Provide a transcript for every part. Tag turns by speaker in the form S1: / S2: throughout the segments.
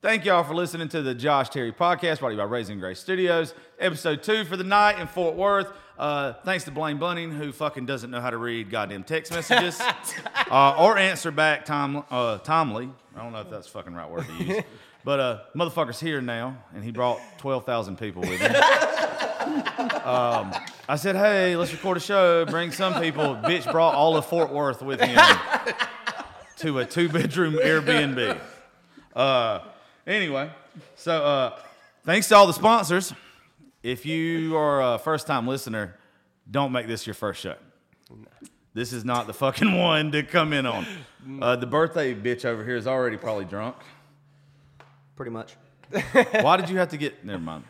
S1: Thank y'all for listening to the Josh Terry podcast brought to you by Raising Grace Studios, episode two for the night in Fort Worth. Uh, thanks to Blaine Bunning, who fucking doesn't know how to read goddamn text messages uh, or answer back time, uh, timely. I don't know if that's the fucking right word to use. But uh, motherfucker's here now, and he brought 12,000 people with him. Um, I said, hey, let's record a show, bring some people. Bitch brought all of Fort Worth with him to a two bedroom Airbnb. Uh, anyway, so uh, thanks to all the sponsors. If you are a first time listener, don't make this your first show. This is not the fucking one to come in on. Uh, the birthday bitch over here is already probably drunk.
S2: Pretty much.
S1: Why did you have to get? Never mind.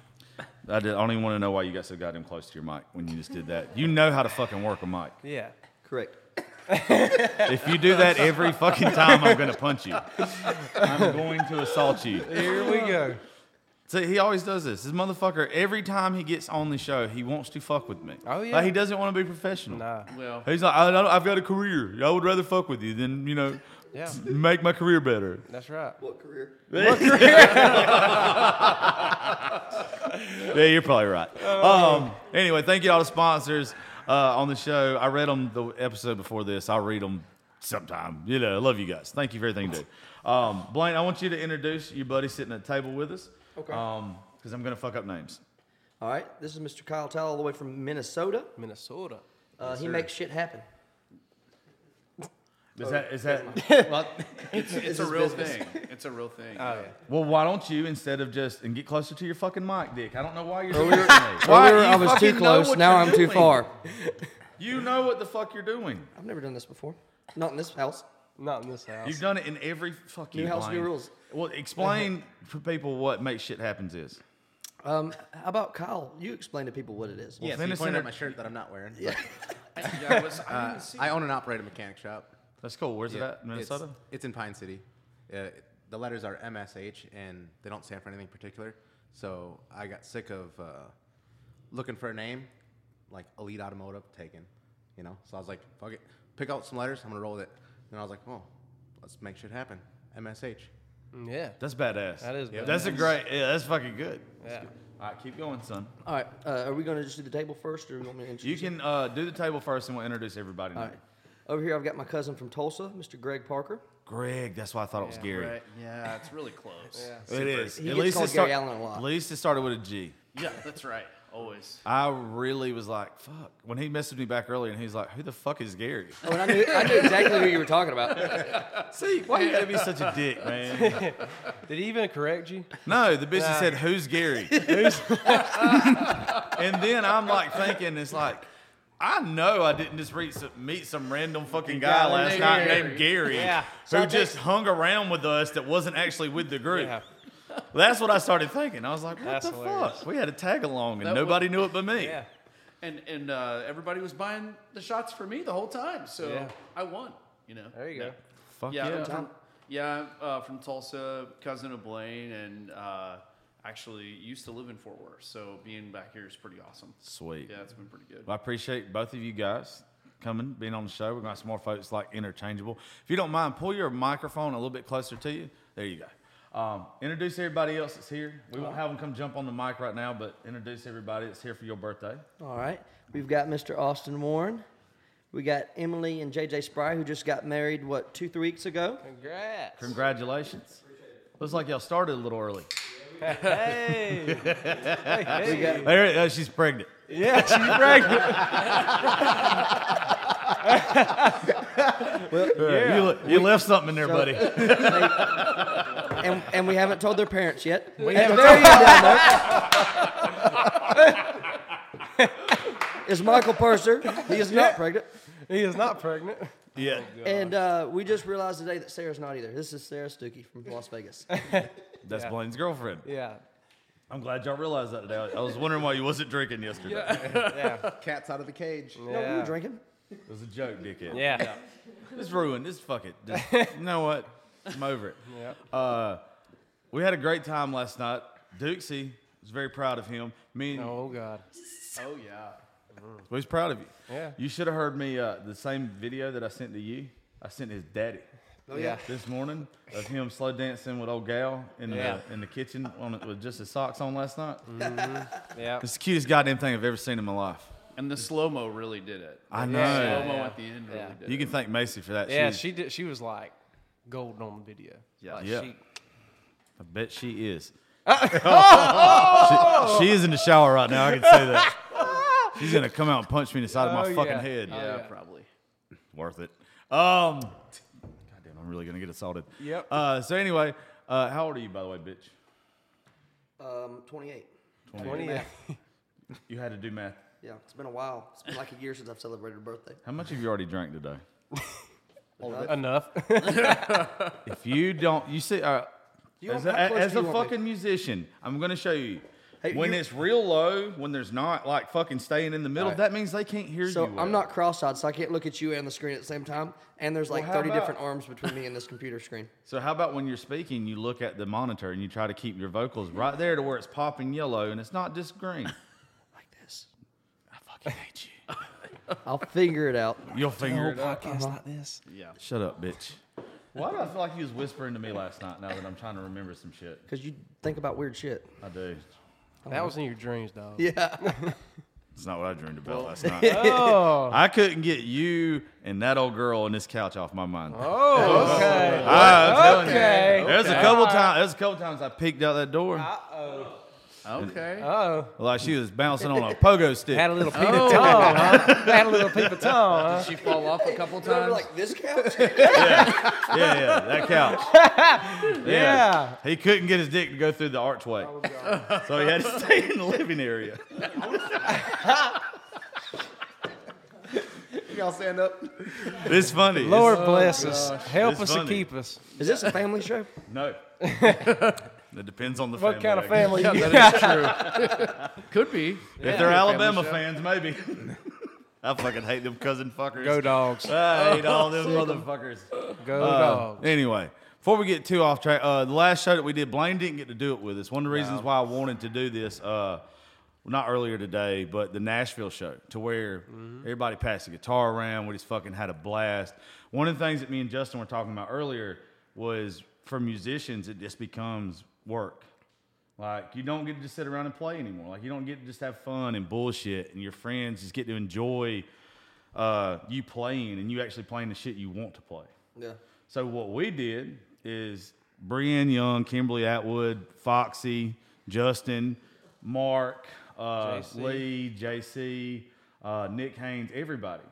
S1: I, did, I don't even want to know why you got so goddamn close to your mic when you just did that. You know how to fucking work a mic.
S3: Yeah.
S2: Correct.
S1: If you do that every fucking time, I'm gonna punch you. I'm going to assault you.
S3: Here we go.
S1: So he always does this. This motherfucker, every time he gets on the show, he wants to fuck with me.
S3: Oh, yeah.
S1: Like, he doesn't want to be professional.
S3: Nah.
S4: Well,
S1: He's like, I, I don't- I've got a career. I would rather fuck with you than you know,
S3: Yeah.
S1: make my career better.
S3: That's right.
S2: What career?
S1: Yeah, you're probably right. Um, anyway, thank you all the sponsors uh, on the show. I read them the episode before this. I'll read them sometime. You know, I love you guys. Thank you for everything you do. Um, Blaine, I want you to introduce your buddy sitting at the table with us.
S2: Okay.
S1: Because I'm going to fuck up names.
S2: All right. This is Mr. Kyle Towle, all the way from Minnesota.
S3: Minnesota.
S2: Uh, he makes shit happen. Oh,
S1: Is that, is that,
S4: it's, it's a
S2: his
S4: real
S2: business.
S4: thing. It's a real thing.
S3: Oh, yeah.
S1: well, why don't you instead of just, and get closer to your fucking mic, dick. I don't know why you're doing
S2: Earlier-
S1: that.
S2: Earlier, I was too close. Now I'm too far.
S1: You know what the fuck you're doing.
S2: I've never done this before. Not in this house.
S3: Not in this house.
S1: You've done it in every fucking
S2: New house,
S1: Blaine.
S2: new rules.
S1: Well, explain for people what make shit happens is.
S2: Um, how about Kyle? You explain to people what it is.
S4: Yeah,
S1: so you pointed at my
S4: shirt that I'm not wearing.
S2: Yeah.
S4: I, yeah, I was, I, didn't see I own and operate a mechanic shop.
S1: That's cool. Where's
S4: Yeah,
S1: it at?
S4: it's-
S1: Minnesota?
S4: It's, in Pine City. Uh, the letters are MSH, and they don't stand for anything particular. So I got sick of uh, looking for a name, like Elite Automotive, taken. You know, so I was like, fuck it, pick out some letters. I'm gonna roll with it. And I was like, oh, let's make shit happen. MSH.
S3: Mm, Yeah.
S1: That's badass.
S3: That is
S1: That's a
S3: badass.
S1: great. Yeah, that's fucking good.
S3: Yeah.
S1: All right, keep going, son.
S2: All right. Uh, are we going to just do the table first, or do you want me to introduce?
S1: You can uh, do the table first, and we'll introduce everybody.
S2: All
S1: now.
S2: right. Over here, I've got my cousin from Tulsa, Mr. Greg Parker.
S1: Greg. That's why I thought it was Gary.
S4: Yeah, it's really close.
S3: Yeah.
S1: It is.
S2: He gets called
S1: it
S2: Gary Allen a lot.
S1: At least it started with a G.
S4: yeah, that's right. Always.
S1: I really was like, fuck. When he messaged me back earlier, and he's like, "Who the fuck is Gary?"
S2: Oh, and I knew, I knew exactly who you were talking about.
S1: See, why you gotta be such a dick, man?
S3: Did he even correct you?
S1: No, the bitch
S3: Nah.
S1: said, "Who's Gary?" and then I'm like thinking, it's like, I know I didn't just reach some, meet some random fucking guy
S3: guy
S1: last
S3: named
S1: night
S3: Gary.
S1: named Gary,
S3: Yeah.
S1: who just hung around with us that wasn't actually with the group.
S3: Yeah.
S1: That's what I started thinking. I was like, "What
S3: That's
S1: the
S3: hilarious.
S1: fuck?" We had a tag along, and
S4: That
S1: nobody knew it but me.
S3: Yeah.
S5: and and uh, everybody was buying the shots for me the whole time. So
S3: Yeah.
S5: I won. You know.
S3: There you go.
S1: Fuck
S5: Yeah.
S1: yeah.
S5: I'm from, yeah. I'm, Uh, from Tulsa, cousin of Blaine, and uh, actually used to live in Fort Worth. So being back here is pretty awesome.
S1: Sweet.
S5: Yeah, it's been pretty good.
S1: Well, I appreciate both of you guys coming, being on the show. We're gonna have some more folks like interchangeable. If you don't mind, pull your microphone a little bit closer to you. There you go. Um, introduce everybody else that's here. We won't have them come jump on the mic right now, but introduce everybody that's here for your birthday.
S2: All right. We've got Mr. Austin Warren. We got Emily and JJ Spry, who just got married, what, two, three weeks ago?
S3: Congrats.
S1: Congratulations. Looks like y'all started a little early.
S3: Hey. hey, hey.
S1: There, uh, she's pregnant.
S3: Yeah, she's pregnant.
S1: Yeah. Uh, You, le- you left something in there, buddy.
S2: And, and we haven't told their parents yet. And there you go, down there. It's Michael Purser. He is not pregnant.
S3: He is not pregnant.
S1: Yeah.
S2: And uh, we just realized today that Sarah's not either. This is Sarah Stuckey from Las Vegas.
S1: That's Blaine's girlfriend.
S3: Yeah.
S1: I'm glad y'all realized that today. I I was wondering why you wasn't drinking yesterday.
S3: Yeah.
S4: Cat's out of the cage.
S2: No, we
S3: Yeah.
S2: were drinking.
S1: It was a joke, dickhead.
S3: Yeah.
S1: It's ruined. It's fuck it. Just, you know what? I'm over it. Uh, we had a great time last night. Dukesy was very proud of him. Me and
S3: Oh God.
S5: Oh yeah.
S1: we was proud of you.
S3: Yeah.
S1: You should have heard me uh, the same video that I sent to you. I sent his daddy.
S2: Oh yeah.
S1: this morning of him slow dancing with old Gal in
S3: Yeah.
S1: the in the kitchen on, with just his socks on last night.
S3: Yeah.
S1: It's the cutest goddamn thing I've ever seen in my life.
S5: And the slow mo really did it.
S1: I
S5: The
S1: know.
S5: Slow mo
S3: Yeah.
S5: at the end really
S3: Yeah.
S5: did.
S1: You
S5: it.
S1: can thank Macy for that.
S3: Yeah,
S1: She's-
S3: she did. She was like gold on the video.
S5: Yeah.
S3: Like,
S1: Yeah.
S3: She,
S1: I bet she is. she, she is in the shower right now. I can say that. She's gonna come out and punch me in the side of
S3: Oh,
S1: my fucking
S3: yeah.
S1: head.
S5: yeah,
S3: yeah.
S5: probably.
S1: Worth it. Um, goddamn, I'm really gonna get assaulted.
S3: Yep.
S1: Uh, so anyway, uh, how old are you, by the way, bitch?
S2: Um, 28.
S3: 20.
S1: You had to do math.
S2: Yeah, it's been a while. It's been like a year since I've celebrated a birthday. Uh,
S1: How much have you already drank today?
S3: Enough.
S1: If you don't, you see, uh,
S2: You
S1: as
S2: want-
S1: a,
S2: how close
S1: as
S2: do
S1: a
S2: you want me?
S1: fucking musician, I'm gonna show you.
S2: Hey,
S1: when
S2: you-
S1: it's real low, when there's not like fucking staying in the middle,
S3: Right.
S1: that means they can't hear
S2: So
S1: you. well.
S2: I'm not cross-eyed, so I can't look at you and the screen at the same time. And there's like
S1: how
S2: 30
S1: about-
S2: different arms between me and this computer screen.
S1: So how about when you're speaking, you look at the monitor and you try to keep your vocals right there to where it's popping yellow and it's not just green.
S2: Like this.
S1: I fucking hate you.
S2: I'll figure it out.
S1: You'll figure it out.
S3: podcast
S2: Uh-huh.
S3: like this.
S5: Yeah.
S1: Shut up, bitch. Why do I feel like he was whispering to me last night? Now that I'm trying to remember some shit,
S2: Because you think about weird shit.
S1: I do.
S3: That was in your dreams, dog.
S2: Yeah.
S1: It's not what I dreamed about last night.
S3: Oh.
S1: I couldn't get you and that old girl on this couch off my mind.
S3: Oh. Okay.
S1: I'm telling you.
S3: Okay.
S1: There's a couple times. There's a couple times I peeked out that door
S5: Okay.
S3: Oh.
S1: like she was bouncing on a pogo stick.
S3: Had a little peep of tongue, huh? Oh. Had a little peep of tongue, huh?
S5: She fall off a couple
S2: Remember,
S5: times.
S2: like this couch?
S1: yeah, yeah, that couch.
S3: Yeah.
S1: He couldn't get his dick to go through the archway.
S4: Oh,
S1: so he had to stay in the living area.
S4: Y'all stand up.
S1: It's funny. It's-
S3: Lord bless us. Help
S1: It's
S3: us
S1: funny.
S3: to keep us.
S2: Is this a family show?
S1: no. it depends on the
S3: What
S1: family.
S3: kind of
S1: I guess.
S3: family? you
S5: Could be.
S1: If they're Alabama fans, maybe. I fucking hate them cousin fuckers.
S3: Go dogs.
S1: I hate all them motherfuckers.
S3: Go
S1: Uh,
S3: dogs.
S1: Anyway, before we get too off track, uh, the last show that we did, Blaine didn't get to do it with us. One of the reasons why I wanted to do this, uh, not earlier today, but the Nashville show, to where everybody passed the guitar around. We just fucking had a blast. One of the things that me and Justin were talking about earlier was for musicians, it just becomes work. Like you don't get to just sit around and play anymore. Like you don't get to just have fun and bullshit, and your friends just get to enjoy uh, you playing and you actually playing the shit you want to play.
S2: Yeah.
S1: So what we did is Brian Young, Kimberly Atwood, Foxy, Justin, Mark, uh,
S3: JC.
S1: Lee, JC, uh, Nick Haynes, everybody.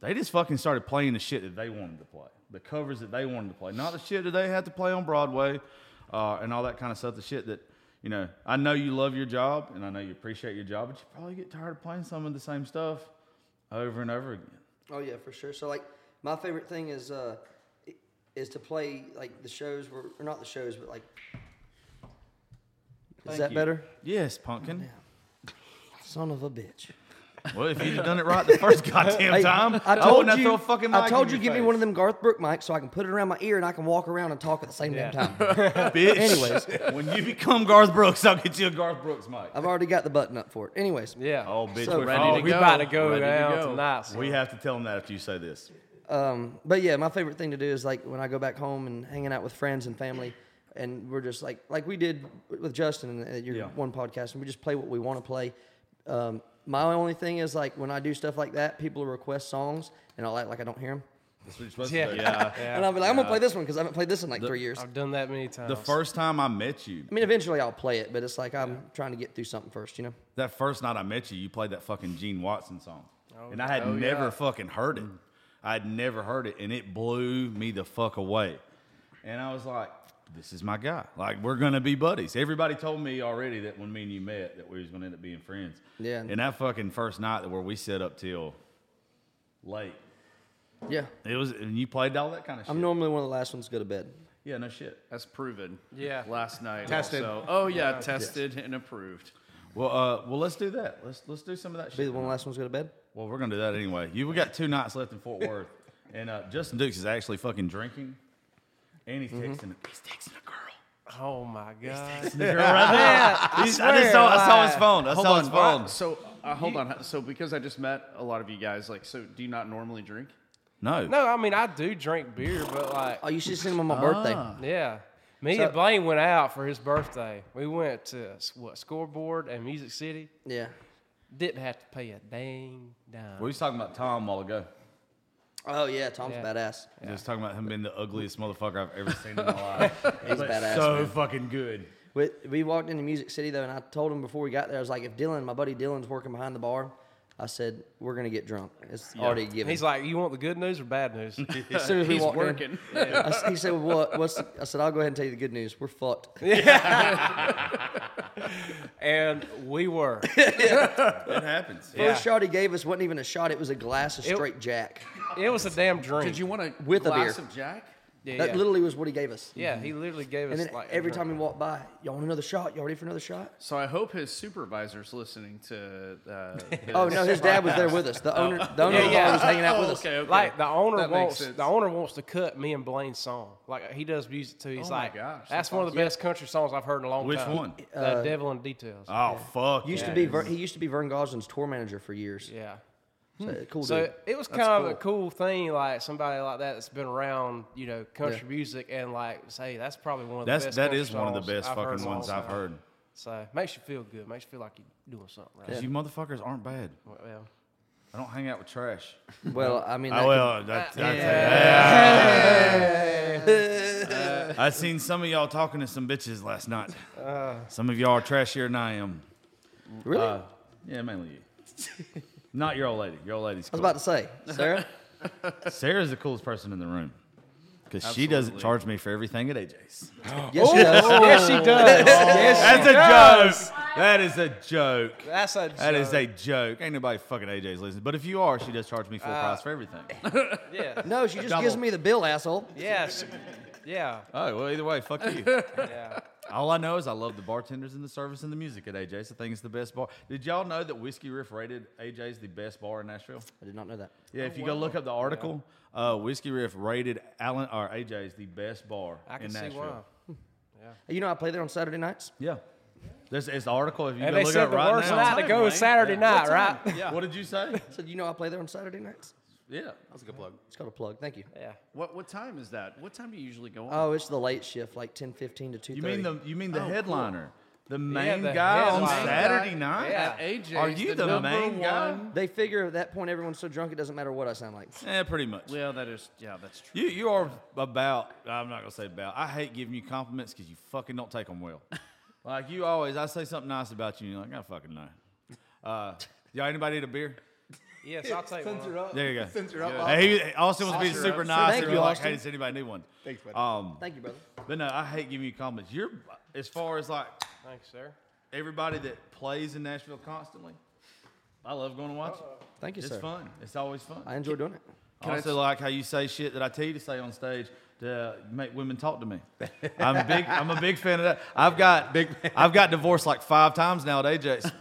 S1: They just fucking started playing the shit that they wanted to play, the covers that they wanted to play, not the shit that they had to play on Broadway uh, and all that kind of stuff. The shit that you know, I know you love your job and I know you appreciate your job, but you probably get tired of playing some of the same stuff over and over again.
S2: Oh yeah, for sure. So like, my favorite thing is uh, i- is to play like the shows where, or not the shows, but like. Is that
S1: you.
S2: better?
S1: Yes, pumpkin.
S2: Son of a bitch.
S1: Well, if you'd have done it right the first goddamn
S2: Hey,
S1: time, I,
S2: told
S1: wouldn't
S2: you.
S1: have thrown a fucking mic
S2: I told
S1: in
S2: you,
S1: your
S2: give me
S1: face.
S2: one of them Garth Brooke mics so I can put it around my ear and I can walk around and talk at the same
S3: Yeah.
S2: damn time.
S1: Bitch.
S2: Anyways.
S1: when you become Garth Brooks, I'll get you a Garth Brooks mic.
S2: I've already got the button up for it. Anyways,
S3: Yeah.
S1: Oh, bitch,
S2: So
S1: we're
S5: ready
S1: oh,
S5: to
S3: we
S1: we,
S5: go.
S3: about to go
S5: Ready to
S3: down
S5: go.
S3: tonight. So.
S1: we have to tell him that after you say this.
S2: Um, but yeah, my favorite thing to do is like when I go back home and hanging out with friends and family, and we're just like like we did with Justin and uh, your
S1: Yeah.
S2: one podcast, and we just play what we want to play. Um, my only thing is like when I do stuff like that, people request songs, and I'll act like I don't hear them,
S1: That's what you're supposed
S3: Yeah.
S1: to do.
S5: yeah.
S2: and I'll be like, I'm gonna play this one because I haven't played this in like three years.
S3: I've done that many times.
S1: The first time I met you,
S2: I mean, eventually I'll play it, but it's like I'm trying to get through something first, you know.
S1: that first night I met you, you played that fucking Gene Watson song. and I had
S5: oh,
S1: never
S5: yeah. Mm.
S1: fucking heard it. I'd never heard it, and it blew me the fuck away. And I was like, this is my guy. Like, we're going to be buddies. Everybody told me already that when me and you met that we was going to end up being friends.
S2: Yeah.
S1: And that fucking first night where we set up till late,
S2: Yeah,
S1: it was, and you played all that kind of shit.
S2: I'm normally one of the last ones to go to bed.
S1: yeah, no shit.
S5: That's proven.
S3: Yeah.
S5: Last night.
S4: Tested.
S5: Also. Oh yeah, tested and approved.
S1: Well, uh, well, let's do that. Let's let's do some of that
S2: Be
S1: shit.
S2: the one last ones to go to bed.
S1: Well, we're gonna do that anyway. You we got two nights left in Fort Worth, and uh, Justin Dukes is actually fucking drinking, and he's texting. He's texting a girl.
S3: Oh my god.
S1: The girl right there. He's- I, just
S3: swear,
S1: saw, I saw his
S3: why?
S1: phone. I saw his phone.
S5: So uh, hold on. So because I just met a lot of you guys, like, so do you not normally drink?
S1: No.
S3: No, I mean I do drink beer, but like
S2: Oh, you should send him on my birthday.
S3: yeah. Me
S2: So-
S3: and Blaine went out for his birthday. We went to s- what scoreboard and Music City.
S2: Yeah.
S3: Didn't have to pay a dang dime.
S1: We was talking about Tom a while ago.
S2: Oh yeah, Tom's
S3: Yeah.
S2: badass.
S1: Just talking about him being the ugliest motherfucker I've ever seen in my life.
S2: He's
S1: But
S2: badass.
S1: so
S2: man.
S1: fucking good.
S2: We, we walked into Music City though, and I told him before we got there, I was like, if Dylan, my buddy Dylan's working behind the bar, I said we're gonna get drunk. It's already given.
S3: He's like, you want the good news or bad news?
S2: as soon as we
S5: He's
S2: walked in,
S5: working.
S2: I s- he said, "What? What's?" the-" I said, "I'll go ahead and tell you the good news. We're fucked."
S3: and we were.
S1: It happens.
S3: Yeah.
S2: First shot he gave us wasn't even a shot; it was a glass of
S3: It-
S2: straight Jack.
S3: It was a damn drink.
S5: Did you want a
S2: With a
S5: glass
S2: beer.
S5: of Jack?
S3: Yeah,
S2: That
S3: yeah.
S2: literally was what he gave us.
S3: Yeah, he literally gave us
S2: And then
S3: like a
S2: every
S3: drink.
S2: time we walked by, y'all want another shot? Y'all ready for another shot?
S5: So I hope his supervisor's listening to. Uh, his Oh,
S2: Oh no, his dad was there with us. The owner, the owner
S3: Oh. Yeah,
S2: of the
S3: yeah.
S2: bar was hanging out with us.
S5: Okay, okay.
S3: Like the owner
S5: That makes
S3: wants
S5: sense.
S3: the owner wants to cut me and Blaine's song. Like he does music too. He's
S5: Oh my
S3: like,
S5: gosh,
S3: that's,
S5: that's
S3: one of the best country songs I've heard in a long
S1: Which
S3: time.
S1: one?
S3: The Devil in Details.
S1: Oh fuck.
S2: Used to
S1: yeah.
S2: be Ver, he used to be Vern Gosden's tour manager for years.
S3: yeah.
S2: So, cool
S3: Hmm. So
S2: dude.
S3: it was kind of a cool thing, like somebody like that that's been around, you know, country
S2: Yeah.
S3: music, and like say that's probably one of the
S1: That's
S3: best.
S1: that
S3: country
S1: is one of the
S3: songs
S1: best
S3: I've heard
S1: fucking
S3: in a long
S1: ones I've
S3: time.
S1: heard.
S3: So makes you feel good, makes you feel like you're doing something right.
S1: 'Cause You motherfuckers aren't bad.
S3: Well,
S1: I don't hang out with trash.
S2: Well, I mean, that
S1: Oh
S2: could-
S1: well, that, that's Yeah. I seen some of y'all talking to some bitches last night.
S3: Uh.
S1: some of y'all are trashier than I am.
S2: really, I
S1: Uh, yeah, mainly you. Not your old lady. Your old lady's
S2: was
S1: cool.
S2: about to say, Sarah.
S1: Sarah's the coolest person in the room because she doesn't charge me for everything at AJ's.
S2: yes, she does.
S6: Oh.
S3: yes, she does. yes,
S1: That's
S3: she does.
S1: a joke. That is a joke.
S3: That's a.
S1: That is
S3: joke.
S1: a joke. Ain't nobody fucking AJ's listening. But if you are, she does charge me full
S3: Uh.
S1: price for everything.
S3: yeah.
S2: No, she just gives
S1: Double.
S2: me the bill, asshole.
S3: Yes. Yeah.
S1: Oh well, either way, fuck you.
S3: Yeah.
S1: All I know is I love the bartenders and the service and the music at AJ's. I think it's the best bar. Did y'all know that Whiskey Riff rated AJ's the best bar in Nashville?
S2: I did not know that.
S1: Yeah,
S3: Oh,
S1: if you go look up the article, uh, Whiskey Riff rated Allen or AJ's the best bar
S3: I can
S1: in
S3: see
S1: Nashville.
S3: why.
S2: You know, I play there on Saturday nights.
S1: Yeah, there's it's the article. If you
S3: And
S1: go
S3: they
S1: look
S3: said
S1: up
S3: the
S1: right
S3: worst
S1: now,
S3: night to
S5: Time,
S3: go is
S5: Wayne.
S3: Saturday night, right?
S5: What time? Yeah.
S1: what did you say?
S2: I said, you know, I play there on Saturday nights.
S1: yeah,
S4: That's a good plug.
S2: It's called a plug. Thank you.
S3: Yeah.
S5: What what time is that? What time do you usually go on?
S2: Oh, it's the late shift, like ten fifteen to two.
S1: you mean the you mean the headliner, the main
S3: Oh, the
S1: guy on
S3: headliner.
S1: Saturday night?
S2: Uh,
S5: At AJ's,
S1: Are you the,
S5: number
S1: main guy?
S5: one-
S2: They figure at that point everyone's so drunk it doesn't matter what I sound like.
S1: Yeah, pretty much.
S5: Well, that is yeah, that's true.
S1: You you are about. I'm not gonna say about. I hate giving you compliments because you fucking don't take them well. like you always, I say something nice about you, and you're like, I fucking know. Uh, y'all anybody need a beer?
S3: Yes, I'll take one.
S4: up.
S1: There you go.
S4: Since you're up, I'll-
S1: Hey, he- Austin was being
S5: Austin.
S1: super nice.
S2: Thank
S1: and
S2: you,
S1: we're like,
S2: Austin.
S1: hey, does anybody need one?
S4: Thanks, buddy.
S1: Um,
S2: Thank you, brother.
S1: but no, I hate giving you compliments. You're as far as like
S3: Thanks, sir.
S1: everybody that plays in Nashville constantly. I love going to watch it.
S2: Thank you,
S1: It's
S2: sir.
S1: fun. It's always fun.
S2: I enjoy doing it.
S1: I also like how you say shit that I tell you to say on stage to make women talk to me. I'm a big. I'm a big fan of that. I've got big. I've got divorced like five times now at AJ's.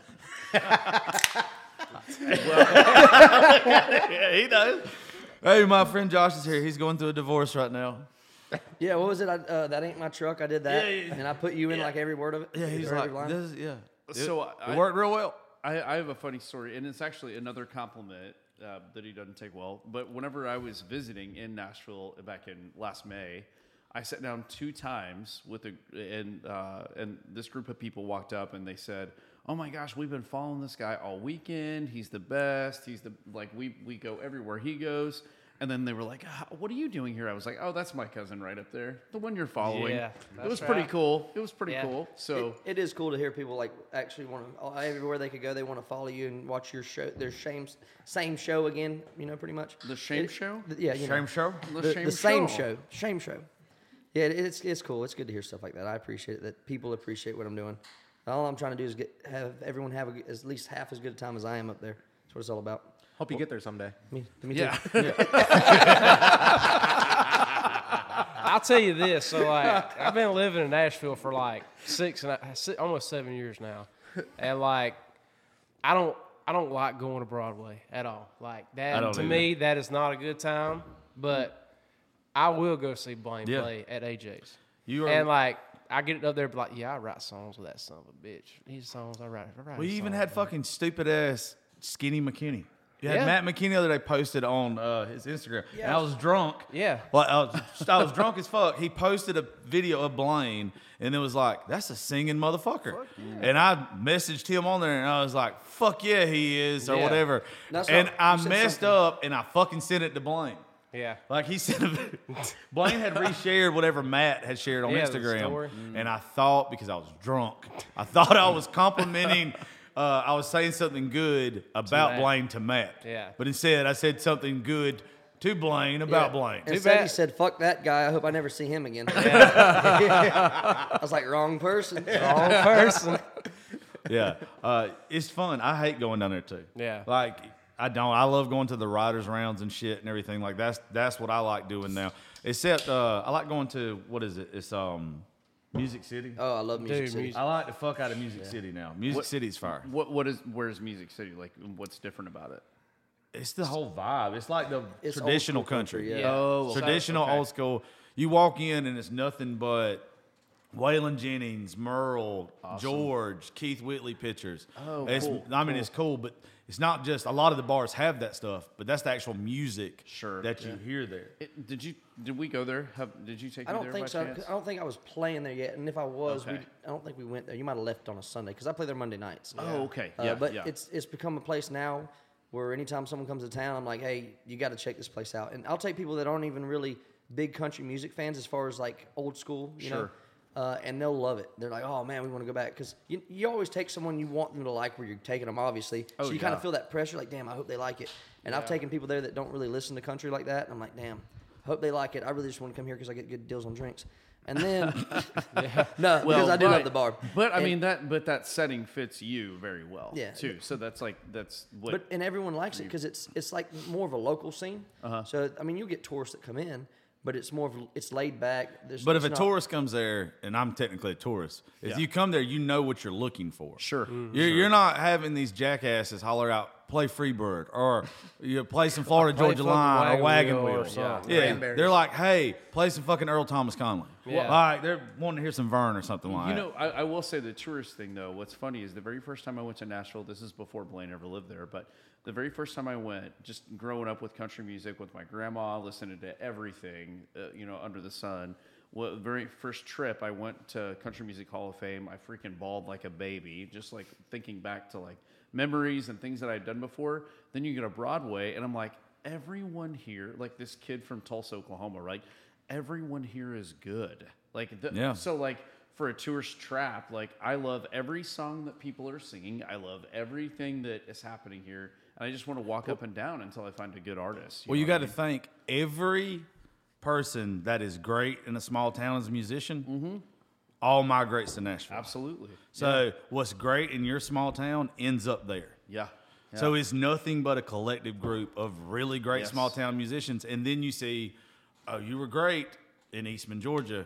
S1: yeah, he does. Hey, my friend Josh is here. He's going through a divorce right now.
S2: Yeah, what was it? I, uh, that ain't my truck. I did that,
S1: Yeah, yeah, yeah.
S2: and I put you in like every word of it.
S1: Yeah, he's
S2: or every
S1: like,
S2: line.
S1: this is, yeah. It,
S5: So
S1: it
S5: I-
S1: worked real well.
S5: I, I have a funny story, and it's actually another compliment uh, that he doesn't take well. But whenever I was visiting in Nashville back in last May, I sat down two times with a and uh, and this group of people walked up and they said, "Oh my gosh, we've been following this guy all weekend. He's the best. He's the like we we go everywhere he goes." And then they were like, "Ah, "What are you doing here?" I was like, "Oh, that's my cousin right up there, the one you're following."
S3: Yeah,
S5: it was
S3: that's
S5: pretty
S3: right.
S5: cool. It was pretty
S3: Yeah.
S5: cool. So.
S2: It- it is cool to hear people like actually want to everywhere they could go, they want to follow you and watch your show, their same same show again. You know, pretty much
S5: The shame
S2: It-
S5: show?
S2: th- yeah, you know.
S1: Shame show.
S5: The,
S2: the,
S5: shame
S2: the same show. Shame show. Yeah, it- it's it's cool. It's good to hear stuff like that. I appreciate it, that people appreciate what I'm doing. All I'm trying to do is get have everyone have a, g- at least half as good a time as I am up there. That's what it's all about.
S4: Hope you get there someday.
S2: Me, me
S5: Yeah.
S2: too.
S3: I'll tell you this. So, like, I've been living in Nashville for like six and a- si- almost seven years now, and like, I don't, I don't like going to Broadway at all. Like that
S1: I don't
S3: to me, that is not a good time. But I will go see Blaine
S1: Yeah.
S3: play at AJ's.
S1: You are.
S3: and like, I get it up there, be like, yeah, I write songs with that son of a bitch. These songs I write. I write
S1: we
S3: his
S1: even
S3: songs.
S1: had fucking stupid ass Skinny McKinney. You had
S3: Yeah.
S1: Matt McKinney the other day posted on uh, his Instagram, and
S3: Yeah.
S1: I was drunk.
S3: Yeah.
S1: Well, I was, I was drunk as fuck. He posted a video of Blaine, and it was like, "That's a singing motherfucker." And I messaged him on there, and I was like, "Fuck yeah, he is," or
S3: Yeah.
S1: whatever.
S2: That's
S1: and
S2: what-
S1: I
S2: you said
S1: messed
S2: something.
S1: up, and I fucking sent it to Blaine.
S3: Yeah.
S1: Like he sent a video. Blaine had reshared whatever Matt had shared on
S3: Yeah, the
S1: Instagram.
S3: story.
S1: And I thought, because I was drunk, I thought I was complimenting, uh, I was saying something good about
S3: Matt.
S1: Blaine to Matt.
S3: Yeah.
S1: But instead, I said something good to Blaine about Blaine.
S2: And
S3: Too
S2: Instead, he
S3: bad-
S2: said, "Fuck that guy. I hope I never see him again." I was like, "Wrong person."
S3: Wrong person.
S1: yeah. Uh, it's fun. I hate going down there too.
S3: Yeah.
S1: Like I don't. I love going to the riders rounds and shit and everything. Like that's that's what I like doing now. Except uh, I like going to what is it? It's um Music City.
S2: Oh, I love music.
S3: Dude,
S2: City.
S3: music-
S1: I like the fuck out of Music City now. Music
S5: What-
S1: City's fire.
S5: What what is where's Music City like? What's different about it?
S1: It's the whole vibe. It's like the
S2: It's old
S1: traditional
S2: school
S1: country.
S2: yeah.
S3: Oh,
S1: Traditional
S5: okay.
S1: old school. You walk in and it's nothing but Waylon Jennings, Merle, George, Keith Whitley pictures.
S5: Oh,
S1: it's,
S5: cool,
S1: I mean, it's cool, but it's not just a lot of the bars have that stuff, but that's the actual music
S5: Sure,
S1: that you hear there.
S5: It- did you did we go there? Have, did you take
S2: I
S5: me
S2: don't
S5: there
S2: think
S5: by
S2: so. 'cause
S5: chance?
S2: I don't think I was playing there yet, and if I was, we,
S5: Okay.
S2: I don't think we went there. You might have left on a Sunday because I play there Monday nights.
S5: Oh, okay.
S2: Uh,
S5: yeah,
S2: but
S5: yeah.
S2: it's it's become a place now where anytime someone comes to town, I'm like, hey, you got to check this place out. And I'll take people that aren't even really big country music fans, as far as like old school, you
S5: Sure.
S2: know, uh, and they'll love it. They're like, oh man, we want to go back because you, you always take someone you want them to like where you're taking them, obviously.
S5: Oh,
S2: so you kind
S5: yeah.
S2: of feel that pressure, like, damn, I hope they like it. And I've taken people there that don't really listen to country like that, and I'm like, damn, hope they like it. I really just want to come here because I get good deals on drinks. And then, no, because I do
S5: but,
S2: love the bar.
S5: But I
S2: And-
S5: mean that but that setting fits you very well.
S2: Yeah.
S5: Too. So that's like that's what
S2: but and everyone likes it because it's it's like more of a local scene. So I mean, you get tourists that come in, but it's more of it's laid back. There's,
S1: But if
S2: it's
S1: a
S2: not-
S1: tourist comes there, and I'm technically a tourist, if
S5: Yeah.
S1: you come there, you know what you're looking for.
S5: Sure.
S3: Mm-hmm.
S1: You're, you're not having these jackasses holler out, play Freebird or you play some Florida
S3: Play
S1: Georgia
S3: fucking
S1: Line or
S3: Wagon
S1: Wagon
S3: Wheel
S1: Wheel.
S3: or
S1: yeah.
S3: something.
S1: yeah.
S4: Cranberries.
S1: They're like, hey, play some fucking Earl Thomas Conley.
S3: Yeah.
S1: All right, they're wanting to hear some Vern or something like
S5: You
S1: that.
S5: know, I, I will say the tourist thing though. What's funny is the very first time I went to Nashville. This is before Blaine ever lived there, but the very first time I went, just growing up with country music with my grandma, listening to everything, uh, you know, under the sun. Well, very first trip, I went to Country Music Hall of Fame. I freaking bawled like a baby, just like thinking back to like memories and things that I'd done before. Then you go to Broadway, and I'm like, everyone here, like this kid from Tulsa, Oklahoma, right? Everyone here is good. Like, the,
S1: Yeah.
S5: so so like for a tourist trap, like I love every song that people are singing. I love everything that is happening here, and I just want to walk up and down until I find a good artist.
S1: well, you
S5: know
S1: got
S5: what
S1: to think every person that is great in a small town as a musician
S3: Mm-hmm.
S1: all migrates to Nashville.
S5: I mean? absolutely,
S1: So what's great in your small town ends up there.
S5: yeah. yeah.
S1: So it's nothing but a collective group of really great
S5: Yes.
S1: small town musicians. And then you see, oh, you were great in Eastman, Georgia,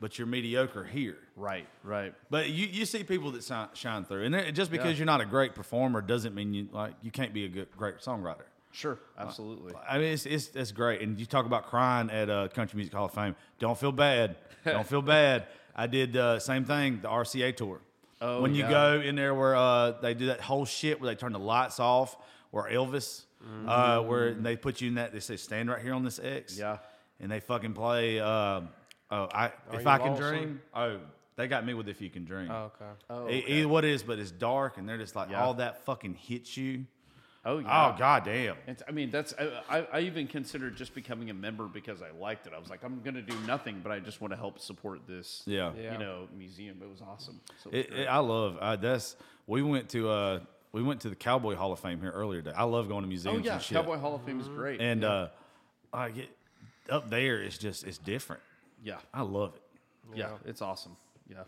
S1: but you're mediocre here.
S5: right, right,
S1: But you, you see people that si- shine through. And it- just because
S5: Yeah.
S1: you're not a great performer doesn't mean you like you can't be a good, great songwriter.
S5: sure, absolutely.
S1: I mean, it's, it's, it's great. And you talk about crying at uh, Country Music Hall of Fame. Don't feel bad. Don't feel bad. I did the uh, same thing, the RCA tour.
S5: Oh,
S1: when you
S5: yeah.
S1: go in there where uh, they do that whole shit where they turn the lights off, where Elvis, uh, where they put you in that, they say, stand right here on this X.
S5: Mm-hmm. Yeah.
S1: And they fucking play, um oh, I, If
S3: You
S1: I Can
S3: Lonesome?
S1: Dream. Oh, they got me with If You Can Dream.
S3: Oh, okay.
S1: E- Either what it is, but it's dark and they're just like,
S5: Yeah.
S1: all that fucking hits you.
S5: Oh yeah.
S1: Oh, goddamn.
S5: It's, I mean, that's I, I, I even considered just becoming a member because I liked it. I was like, I'm gonna do nothing, but I just want to help support this.
S1: Yeah.
S5: you
S3: Yeah.
S5: know, museum. It was awesome. So
S1: It, it, I love uh, that's we went to uh, we went to the Cowboy Hall of Fame here earlier today. I love going to
S5: oh
S1: museums
S5: yeah,
S1: and shit.
S5: Cowboy Hall of Fame is great.
S1: and uh, I get up there. It's just it's different.
S5: yeah,
S1: I love it.
S5: yeah, it's awesome. Yeah.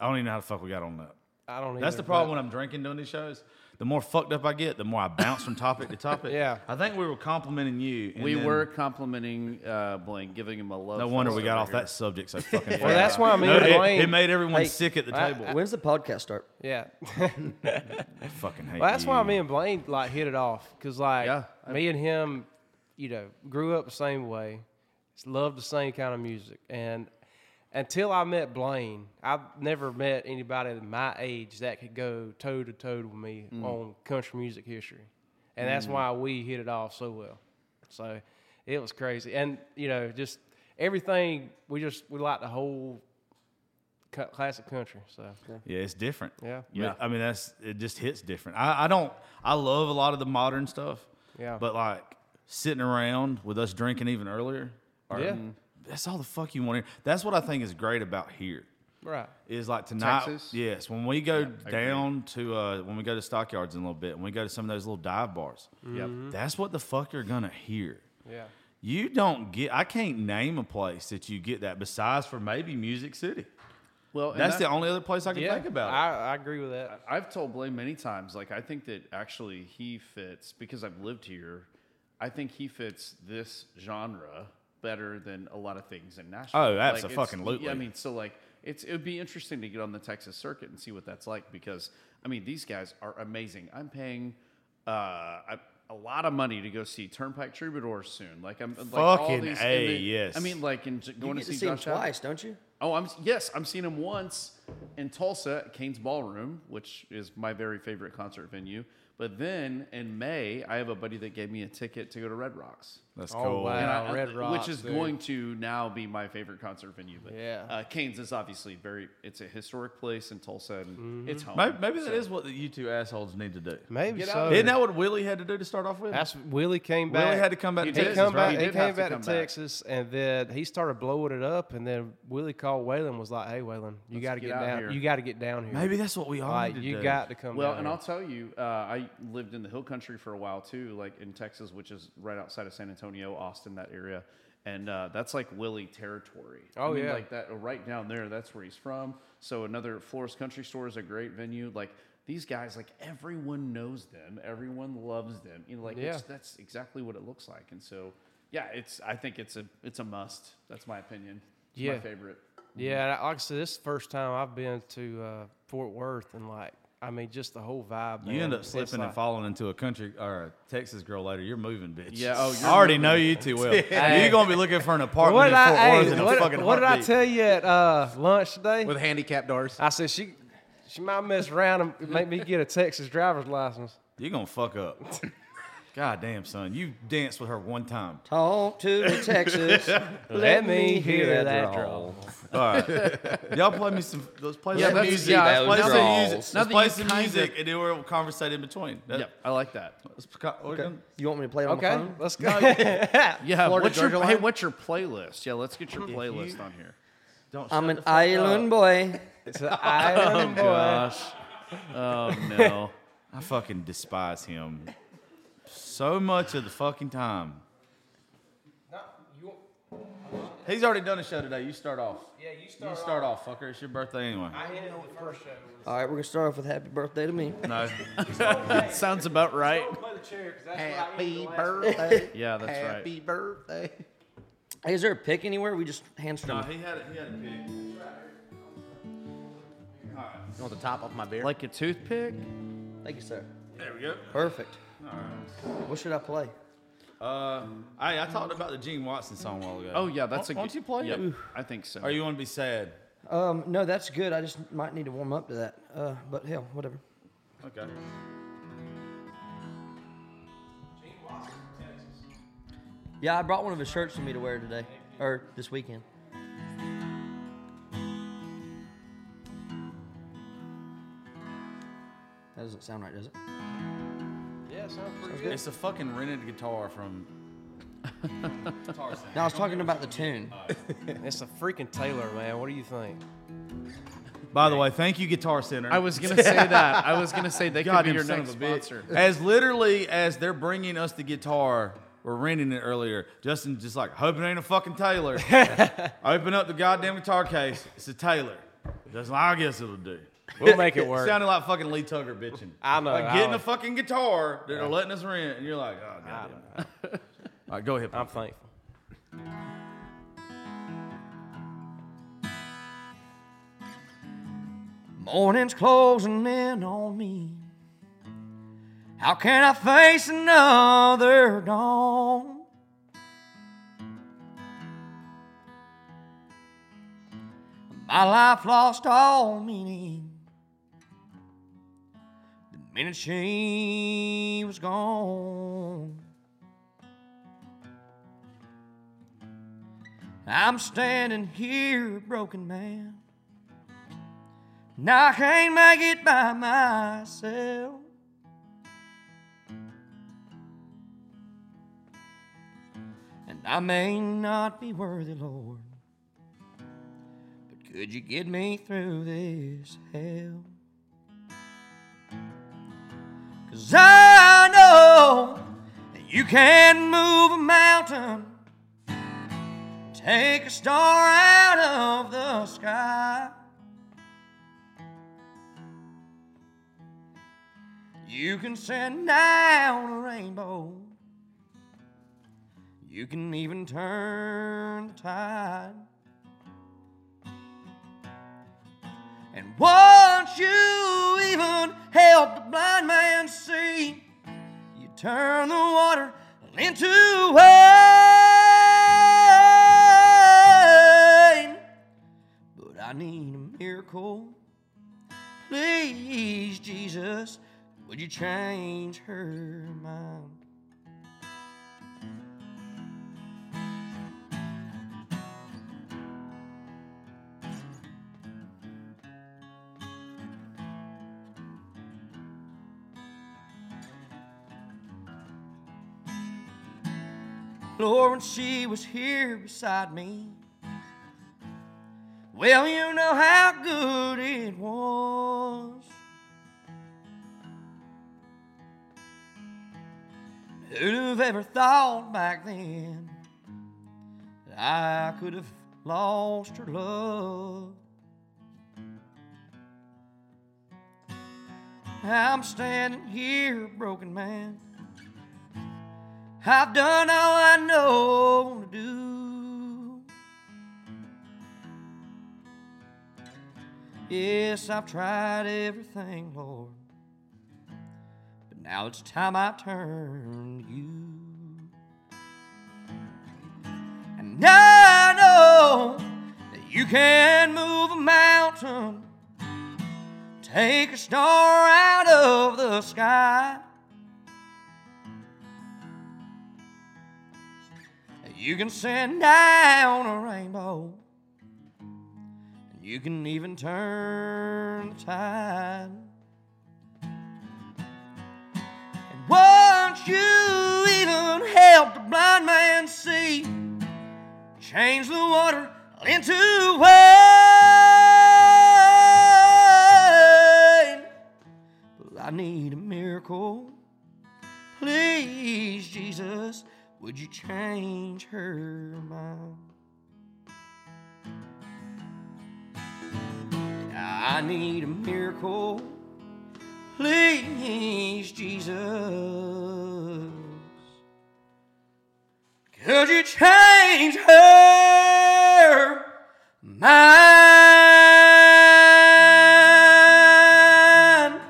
S1: I don't even know how the fuck we got on that.
S3: I don't.
S1: That's
S3: either,
S1: the problem
S3: but-
S1: when I'm drinking doing these shows. The more fucked up I get, the more I bounce from topic to topic.
S3: Yeah.
S1: I think we were complimenting you. and
S5: we
S1: then
S5: were complimenting uh, Blaine, giving him a love.
S1: No wonder we
S5: fest
S1: got
S5: over
S1: off
S5: here.
S1: that subject so fucking. fast.
S3: Well, that's why I'm
S1: No,
S3: in
S1: it,
S3: Blaine.
S1: it made everyone
S2: Hey,
S1: sick at the
S3: I-
S1: table.
S2: When's the podcast start?
S3: Yeah.
S1: I fucking hate
S3: Well, that's why
S1: you.
S3: me and Blaine like hit it off because like
S5: Yeah.
S3: me and him, you know, grew up the same way, loved the same kind of music, and until I met Blaine, I've never met
S1: Mm.
S3: anybody my age that could go toe to toe with me on country music history. and that's why we hit it off so well. So it was crazy, and you know, just everything we just we like the whole cu- classic country. So
S1: Yeah, it's different.
S3: Yeah.
S1: yeah. I mean, that's it. Just hits different. I, I don't. I love a lot of the modern stuff.
S3: Yeah.
S1: But like sitting around with us drinking even earlier. or-
S3: Yeah.
S1: That's all the fuck you want to hear. That's what I think is great about here.
S3: right,
S1: Is like tonight.
S5: Texas?
S1: Yes, when we go down to uh, when we go to stockyards in a little bit, and we go to some of those little dive bars,
S5: Yep.
S3: Mm-hmm.
S1: that's what the fuck you're gonna hear.
S3: yeah,
S1: You don't get. I can't name a place that you get that besides for maybe Music City.
S5: Well, and
S1: That's
S5: that-
S1: the only other place I can
S3: yeah.
S1: think about. it.
S3: I, I agree with that.
S5: I've told Blaine many times, like I think that actually he fits because I've lived here. I think he fits this genre better than a lot of things in Nashville.
S1: Oh,
S5: Like, it's-
S1: abso-fucking-lutely.
S5: Yeah, I mean, so like it's it would be interesting to get on the Texas circuit and see what that's like because I mean these guys are amazing. I'm paying uh, a, a lot of money to go see Turnpike Troubadours soon. Like I'm like all
S1: Fucking
S5: these,
S1: A,
S5: and they-
S1: yes.
S5: I mean, like in
S2: You
S5: going
S2: get to
S5: to see,
S2: see him
S5: Josh Allen.
S2: twice, don't you?
S5: Oh, I'm yes, I'm seeing him once in Tulsa at Kane's Ballroom, which is my very favorite concert venue. But then in May, I have a buddy that gave me a ticket to go to Red Rocks,
S1: That's
S3: Oh,
S1: cool.
S3: wow.
S5: And I- uh,
S3: Wow, Red Rocks,
S5: which is
S3: dude.
S5: going to now be my favorite concert venue. But
S3: Yeah.
S5: uh, Kane's is obviously very it's a historic place in Tulsa, and
S3: Mm-hmm.
S5: it's home.
S1: Maybe, maybe that is what the, you two assholes need to do.
S3: Maybe
S5: Get out
S3: so.
S5: of
S1: Isn't that what Willie had to do to start off with?
S3: That's Willie came
S1: Willie
S3: back.
S1: had to come back.
S5: He
S1: to
S5: did.
S3: He
S1: Texas,
S3: come
S1: right?
S3: back.
S5: He
S3: He
S5: did
S3: came
S5: have to
S3: back to,
S5: come back.
S3: Texas, and then he started blowing it up. And then Willie called Waylon, was like, "Hey, Waylon, you got to
S5: get
S3: get,
S5: out
S3: down.
S5: here."
S3: You got to get down here.
S1: Maybe that's what we all
S3: like
S1: need to
S3: you
S1: do.
S3: got to come."
S5: Well,
S3: down
S5: and
S3: here.
S5: I'll tell you, uh, I lived in the hill country for a while too, like in Texas, which is right outside of San Antonio, Austin, that area, and uh, that's like Willie territory.
S3: Oh,
S5: I mean,
S3: yeah.
S5: like that uh, right down there. That's where he's from. So another Flores Country Store is a great venue. Like these guys, like everyone knows them, everyone loves them. You know, like it's,
S3: Yeah.
S5: that's exactly what it looks like. And so, yeah, it's I think it's a it's a must. That's my opinion. It's my
S3: Yeah.
S5: favorite.
S3: Yeah, and like I said, this is the first time I've been to uh, Fort Worth, and like, I mean, just the whole vibe.
S1: You
S3: man,
S1: end up
S3: it's
S1: slipping and
S3: like-
S1: falling into a country or a Texas girl later. You're moving, bitch.
S5: Yeah, oh, you're
S1: I already know you too well. You're gonna be looking for an apartment
S3: What
S1: in
S3: did
S1: Fort
S3: I,
S1: Worth
S3: hey,
S1: in a fucking
S3: what, what did I
S1: heartbeat.
S3: tell you at uh, lunch today?
S4: with handicap doors.
S3: I said she she might mess around and make me get a Texas driver's license.
S1: You're gonna fuck up. God damn, son, you danced with her one time.
S2: Talk to me, Texas. Let, me hear that drawl.
S1: All right, y'all play me some. Let's play
S5: Yeah,
S1: some
S5: that's-
S1: music.
S5: yeah,
S1: let's
S5: that was
S1: play some
S5: draws.
S1: music.
S5: Now
S1: Let's
S5: that
S1: play
S5: you
S1: some
S5: kind of-
S1: music, and then we'll conversate in between.
S5: Yeah, I like that.
S1: Let's- we're
S2: Okay.
S1: gonna-
S2: You want me to play it on
S3: Okay,
S6: Uh-huh.
S2: my phone?
S3: let's go.
S5: Yeah,
S4: Florida
S5: what's your,
S4: Georgia
S5: hey,
S4: line?
S5: what's your playlist? Yeah, let's get your playlist on here.
S1: Don't
S2: I'm
S1: shut
S2: an
S1: the fuck
S2: island
S1: up.
S2: boy.
S3: it's an island boy.
S5: Oh no.
S1: I fucking despise him so much of the fucking time. He's already done a show today. You start off.
S3: Yeah, you
S1: You
S3: start.
S1: start off, fucker. It's your birthday anyway.
S3: I ended the first show.
S2: All right, we're gonna start off with "Happy Birthday to Me."
S1: No.
S5: Sounds about right.
S3: Play the chair, 'cause that's what I ended the
S4: Happy
S3: last-
S4: birthday.
S5: Yeah, that's right.
S4: Happy birthday.
S2: Hey, is there a pick anywhere? We just hand strum.
S1: he had a, he had a pig.
S4: You want the top off my beer?
S5: Like a toothpick?
S2: Thank you, sir.
S1: There we go.
S2: Perfect. What should I play?
S1: Uh, hey, I talked about the Gene Watson song a while ago.
S5: Oh yeah, that's
S1: Why-
S5: a
S1: why don't you play
S5: Yep,
S1: it?
S5: I think so.
S1: Or you want to be sad?
S2: Um, no, that's good. I just might need to warm up to that. Uh, but hell, whatever.
S1: Okay.
S2: Yeah, I brought one of his shirts for me to wear today or this weekend. That doesn't sound right, does it?
S3: Yeah, sounds pretty good.
S1: It's a fucking rented guitar from.
S2: No, I was talking about the tune.
S3: It's a freaking Taylor, man. What do you think?
S1: By the way, thank you, Guitar Center.
S5: I was gonna say that. I was gonna say they could be
S1: Goddamn
S5: your
S1: son
S5: next
S1: of a bitch.
S5: sponsor.
S1: As literally as they're bringing us the guitar, we're renting it earlier. Justin's just like, hope it ain't a fucking Taylor. Open up the goddamn guitar case. It's a Taylor. Justin's like, I guess it'll do.
S3: We'll make it work.
S1: Sounded like fucking Lee Tugger bitching.
S3: I know,
S1: Like
S3: I
S1: getting
S3: know.
S1: a fucking guitar that they're letting us rent, and you're like, oh goddamn. All right, go ahead.
S3: I'm thankful.
S2: Morning's closing in on me. How can I face another dawn? My life lost all meaning. The
S6: minute she was gone. I'm standing here a broken man. And I can't make it by myself. And I may not be worthy, Lord. But could you get me through this hell? Cause I know that you can move a mountain, take a star out of the sky. You can send down a rainbow. You can even turn the tide. And once you even help the blind man see, you turn the water into wine. But I need a miracle. Please, Jesus, would you change her mind? Lord, when she was here beside me. Well, you know how good it was. Who'd have ever thought back then that I could have lost her love? I'm standing here, a broken man. I've done all I know to do. Yes, I've tried everything, Lord. But now it's time I turn to you. And I know that you can move a mountain, take a star out of the sky. You can send down a rainbow. And you can even turn the tide. And once you even help the blind man see, change the water into wine. Well, I need a miracle. Please, Jesus, would you change her mind? I need a miracle. Please, Jesus. Could you change her mind?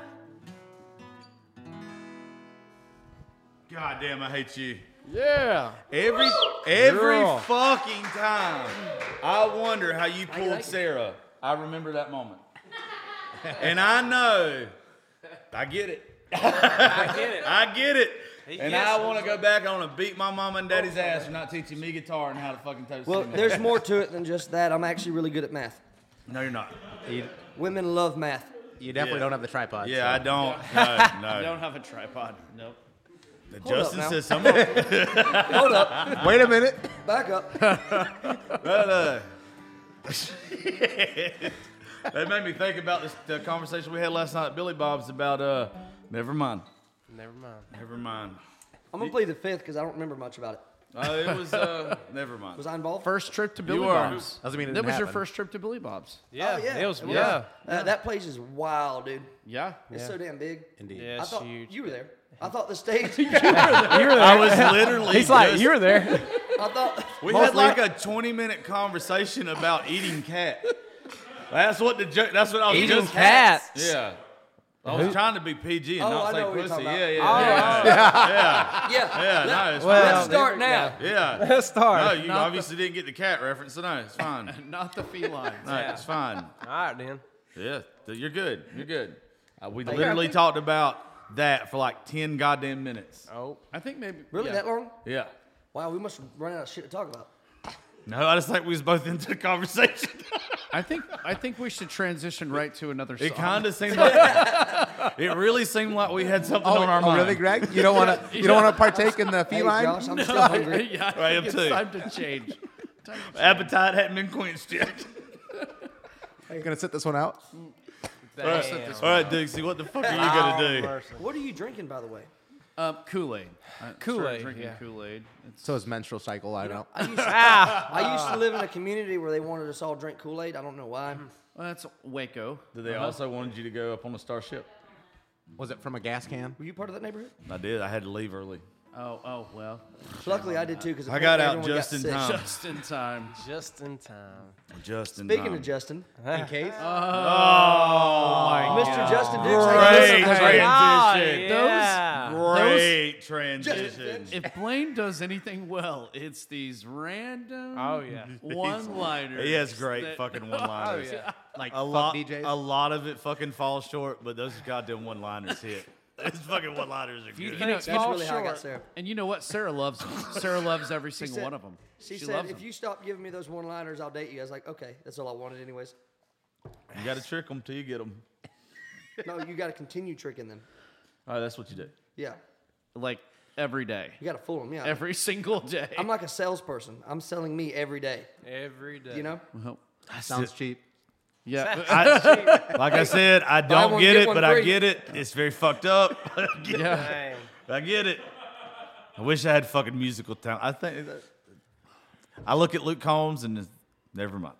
S1: God damn, I hate you.
S3: Yeah.
S1: Every every
S3: Girl.
S1: fucking time, I wonder how you pulled Sarah. I remember that moment, and I know. I get it.
S3: I get it.
S1: I get it. and
S3: gets
S1: I
S3: it.
S1: want to go back. I want to beat my mama and daddy's ass for not teaching me guitar and how to fucking toast.
S2: Well,
S1: cinnamon.
S2: there's more to it than just that. I'm actually really good at math.
S1: no, you're not.
S4: You,
S2: Women love math.
S4: you definitely
S1: Yeah.
S4: don't have the tripod.
S1: Yeah, I don't.
S5: I
S1: No,
S5: don't have a tripod. Nope.
S1: no.
S2: up
S1: Justin
S2: now.
S1: says something.
S2: Hold up,
S4: I, Wait a minute.
S2: back up.
S1: That made me think about this the conversation we had last night at Billy Bob's about uh. Never mind.
S3: Never mind.
S1: Never mind.
S2: I'm gonna play the fifth because I don't remember much about it.
S1: Uh, it was uh. never mind.
S2: Was I involved?
S5: First trip to Billy
S1: are.
S5: Bob's.
S4: Doesn't mean it
S5: that
S4: didn't
S5: was your
S4: happen.
S5: first trip to Billy Bob's.
S1: Oh,
S3: Yeah.
S2: yeah.
S3: It was.
S2: It was.
S3: yeah.
S2: Uh, that place is wild, dude.
S5: Yeah.
S2: It's so damn big.
S4: Indeed.
S3: Yeah,
S2: I
S3: it's
S2: thought
S3: huge.
S2: you were there. I thought the stage.
S1: I was literally.
S3: He's like,
S1: just-
S3: you were there.
S2: I thought.
S1: We had like a 20 minute conversation about eating cat. That's what the joke. That's what I was
S3: Eating
S1: just-
S3: cats.
S1: Yeah. I was trying to be PG and
S2: Oh,
S1: not
S2: I
S1: say
S2: know what you're
S1: pussy.
S2: talking
S1: Yeah,
S2: about.
S1: yeah,
S2: Yeah.
S1: yeah, yeah. No, it's
S3: Well,
S2: Let's start now.
S1: fine. Yeah.
S3: Let's start.
S1: No, you obviously didn't get the cat reference, so no, it's fine.
S5: Not the felines.
S1: No, it's fine.
S3: All right, then.
S1: Yeah, th- you're good. You're good. Uh, we literally talked about that for like 10 goddamn minutes.
S7: Oh,
S5: I think maybe
S2: Really,
S5: yeah.
S2: that long?
S1: Yeah.
S2: Wow, we must run out of shit to talk about.
S1: No, I just think we was both into the conversation.
S5: I think I think we should transition right to another.
S1: It
S5: song.
S1: kind of seemed like it really seemed like we had something on our
S4: oh,
S1: mind.
S4: really, Greg? You don't want to? You don't want to partake in the
S2: Hey,
S4: feline?
S2: Josh, I'm still hungry.
S5: yeah, I
S1: I am
S5: think it's
S1: too.
S5: time to change. Time to change.
S1: Appetite hadn't been quenched yet.
S4: You're gonna sit this one out?
S1: All right, Ah, all right Dixie, what the fuck are you gonna do?
S2: What are you drinking, by the way?
S5: Um, Kool Aid.
S7: Kool-Aid,
S5: Drinking
S7: yeah.
S5: Kool Aid. It's
S4: So his menstrual cycle. I don't.
S2: I used, to, I used to live in a community where they wanted us all to drink Kool Aid. I don't know why.
S5: well, Oh, that's Waco.
S1: Did they also wanted you to go up on a starship?
S4: Was it from a gas can?
S2: Were you part of that neighborhood?
S1: I did. I had to leave early.
S5: Oh, oh well.
S2: Luckily, I did too because
S1: I got out just in time.
S5: Just in time.
S7: just in time.
S1: Justin.
S2: Speaking of Justin,
S4: In case.
S1: Oh,
S2: Mr. Justin did
S1: Great
S2: take
S3: Oh,
S2: us
S1: transition.
S7: Ah,
S5: Those-
S7: yeah.
S1: Great transition.
S5: If Blaine does anything well, it's these random
S7: Oh, yeah.
S5: one-liners.
S1: He has great
S5: that-
S1: fucking one-liners.
S7: Oh, yeah.
S4: like
S1: A lot,
S4: DJs.
S1: a lot of it fucking falls short, but those goddamn one-liners hit. Those fucking one-liners are
S5: You
S1: good.
S5: think
S7: that's
S5: it falls
S2: really how I got
S5: short-
S2: Sarah.
S5: And you know what? Sarah loves 'em. Sarah loves every single
S2: said-
S5: one of them.
S2: She,
S5: She,
S2: said,
S5: loves
S2: "If
S5: them.
S2: you stop giving me those one-liners, I'll date you." I was like, "Okay, that's all I wanted, anyways."
S1: You gotta trick them till you get them.
S2: No, you got to continue tricking them.
S1: All right, that's what you do.
S2: Yeah,
S5: like every day,
S2: you got to fool them. Yeah,
S5: every single day.
S2: I'm like a salesperson. I'm selling me every day.
S7: Every day.
S2: You know,
S5: Well,
S4: Sounds cheap.
S5: yeah, uh,
S1: I, like I said, I don't
S2: one,
S1: get,
S2: get
S1: it,
S2: one
S1: but I
S2: free.
S1: get it. It's very fucked up. I get,
S5: yeah.
S7: Dang.
S1: I get it. I wish I had fucking musical talent. I think that- I look at Luke Combs and it's- never mind.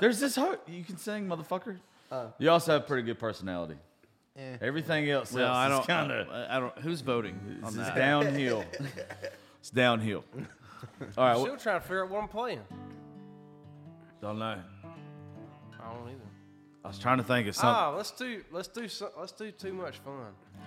S1: There's this hope you can sing, motherfucker. you also have pretty good personality. Everything else,
S5: Well,
S1: else
S5: I
S1: is
S5: don't.
S1: kind of
S5: I, I don't. Who's voting on
S1: It's
S5: that?
S1: downhill. it's downhill. All right.
S7: Still trying to figure out what I'm playing.
S1: don't know.
S7: I don't either.
S1: I was trying to think of something.
S7: Ah, let's do let's do so, let's do too much fun.
S2: oh,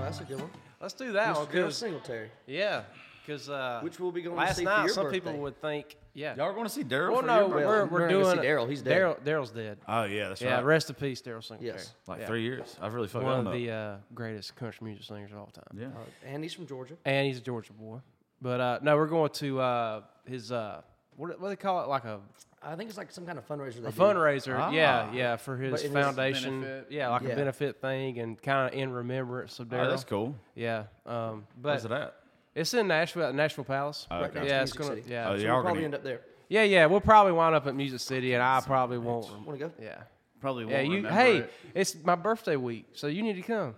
S2: that's a good one.
S7: Let's do that one.
S2: Mr. Girl
S7: 'cause-
S2: Singletary.
S7: yeah, because uh,
S2: Which we'll be going to
S7: last
S2: see for
S7: night.
S2: your
S7: some people
S2: birthday.
S7: would think, yeah.
S1: Oh. Y'all are going to see Daryl?
S7: well,
S1: for
S7: no,
S1: your-
S2: birthday?
S7: we're, we're
S2: We're gonna
S7: doing
S2: see Daryl. He's dead.
S7: Daryl, Daryl's dead.
S1: Oh yeah, that's
S7: yeah,
S1: right.
S7: rest in peace, Daryl Singletary.
S2: Yes.
S1: like
S7: yeah.
S1: three years. I really fucked
S7: One
S1: up.
S7: of uh, the uh, greatest country music singers of all time.
S1: yeah. Oh,
S2: And he's from Georgia.
S7: And he's a Georgia boy. But uh, no, we're going to uh, his uh, what, what do they call it? Like a
S2: I think it's like some kind of fundraiser. They do.
S7: fundraiser.
S1: Ah.
S7: Yeah, yeah, for
S2: But
S7: his
S2: it is
S7: foundation.
S5: benefit.
S7: Yeah, like
S2: Yeah.
S7: a benefit thing and kind of in remembrance of Daryl.
S1: Oh, that's cool.
S7: Yeah. Um,
S1: Where's
S7: but
S1: it at?
S7: It's in Nashville, at Nashville Palace.
S1: Right okay. next to
S7: Yeah, it's
S2: Music
S7: gonna.
S2: City.
S7: Yeah,
S2: So
S1: Oh, Y'all
S2: we'll
S1: are gonna-
S2: probably end up there.
S7: yeah, yeah. We'll probably wind up at Music City, and I probably won't. rem-
S2: Want to go?
S7: Yeah,
S5: Probably won't
S7: yeah. You,
S5: remember
S7: hey,
S5: it.
S7: it's my birthday week, so you need to come.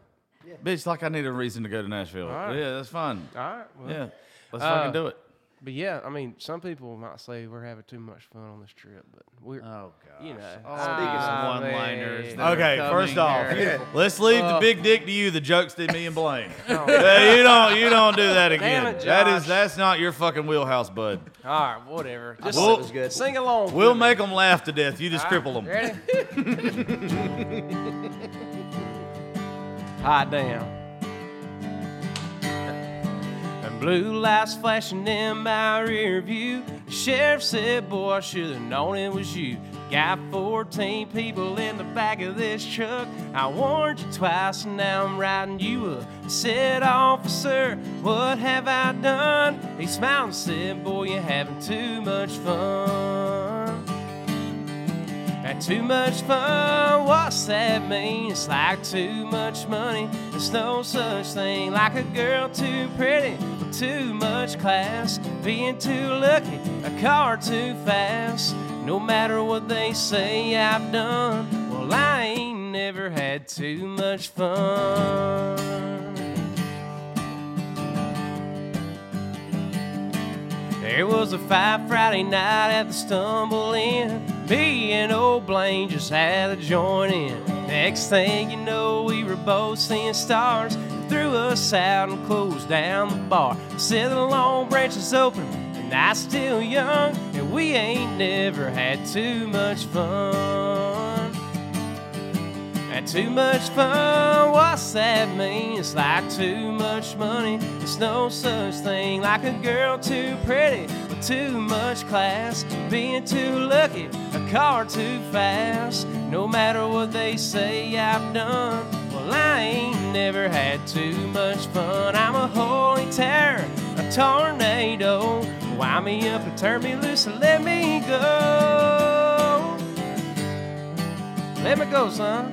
S1: Bitch, like I need a reason to go to Nashville.
S7: right.
S1: Yeah, that's fine.
S7: All right. Well,
S1: Yeah, let's
S7: Uh,
S1: fucking do it.
S7: But yeah, I mean, some people might say we're having too much fun on this trip, but we're.
S5: Oh god.
S7: you know, Ah,
S5: Oh,
S7: I
S5: speaking of one-liners,
S7: mean,
S5: that are
S1: Okay,
S5: coming
S1: first off,
S5: here.
S1: let's leave
S7: Oh.
S1: the big dick to you. The jokes to me and Blaine. Yeah, you don't, you don't do that again.
S7: Damn it,
S1: that is,
S7: Josh.
S1: that's not your fucking wheelhouse, bud.
S7: all right, whatever. Just
S2: thought it
S1: We'll-
S2: was good.
S7: sing along.
S1: We'll
S7: with me.
S1: make them laugh to death. You just
S7: All right,
S1: cripple them.
S7: Ready? Hot damn. And blue lights flashing in my rear view. The sheriff said, Boy, I should have known it was you. Got 14 people in the back of this truck. I warned you twice, and now I'm riding you up. I said, Officer, what have I done? He smiled and said, Boy, you're having too much fun. Got too much fun, what's that mean? It's like too much money. There's no such thing like a girl too pretty, with too much class, being too lucky, a car too fast. No matter what they say I've done, well, I ain't never had too much fun. There was a fight Friday night at the Stumble Inn. Me and old Blaine just had a joint in. Next thing you know, we were both seeing stars. They Threw us out and closed down the bar. Said the long branches open, and I still young, and we ain't never had too much fun. Had too much fun, what's that mean? It's like too much money. There's no such thing like a girl too pretty, with too much class, being too lucky, a car too fast. No matter what they say I've done, well,
S3: Well, I ain't never had too much fun. I'm a holy terror, a tornado. Wind me up and turn me loose and let me go. Let me go, son.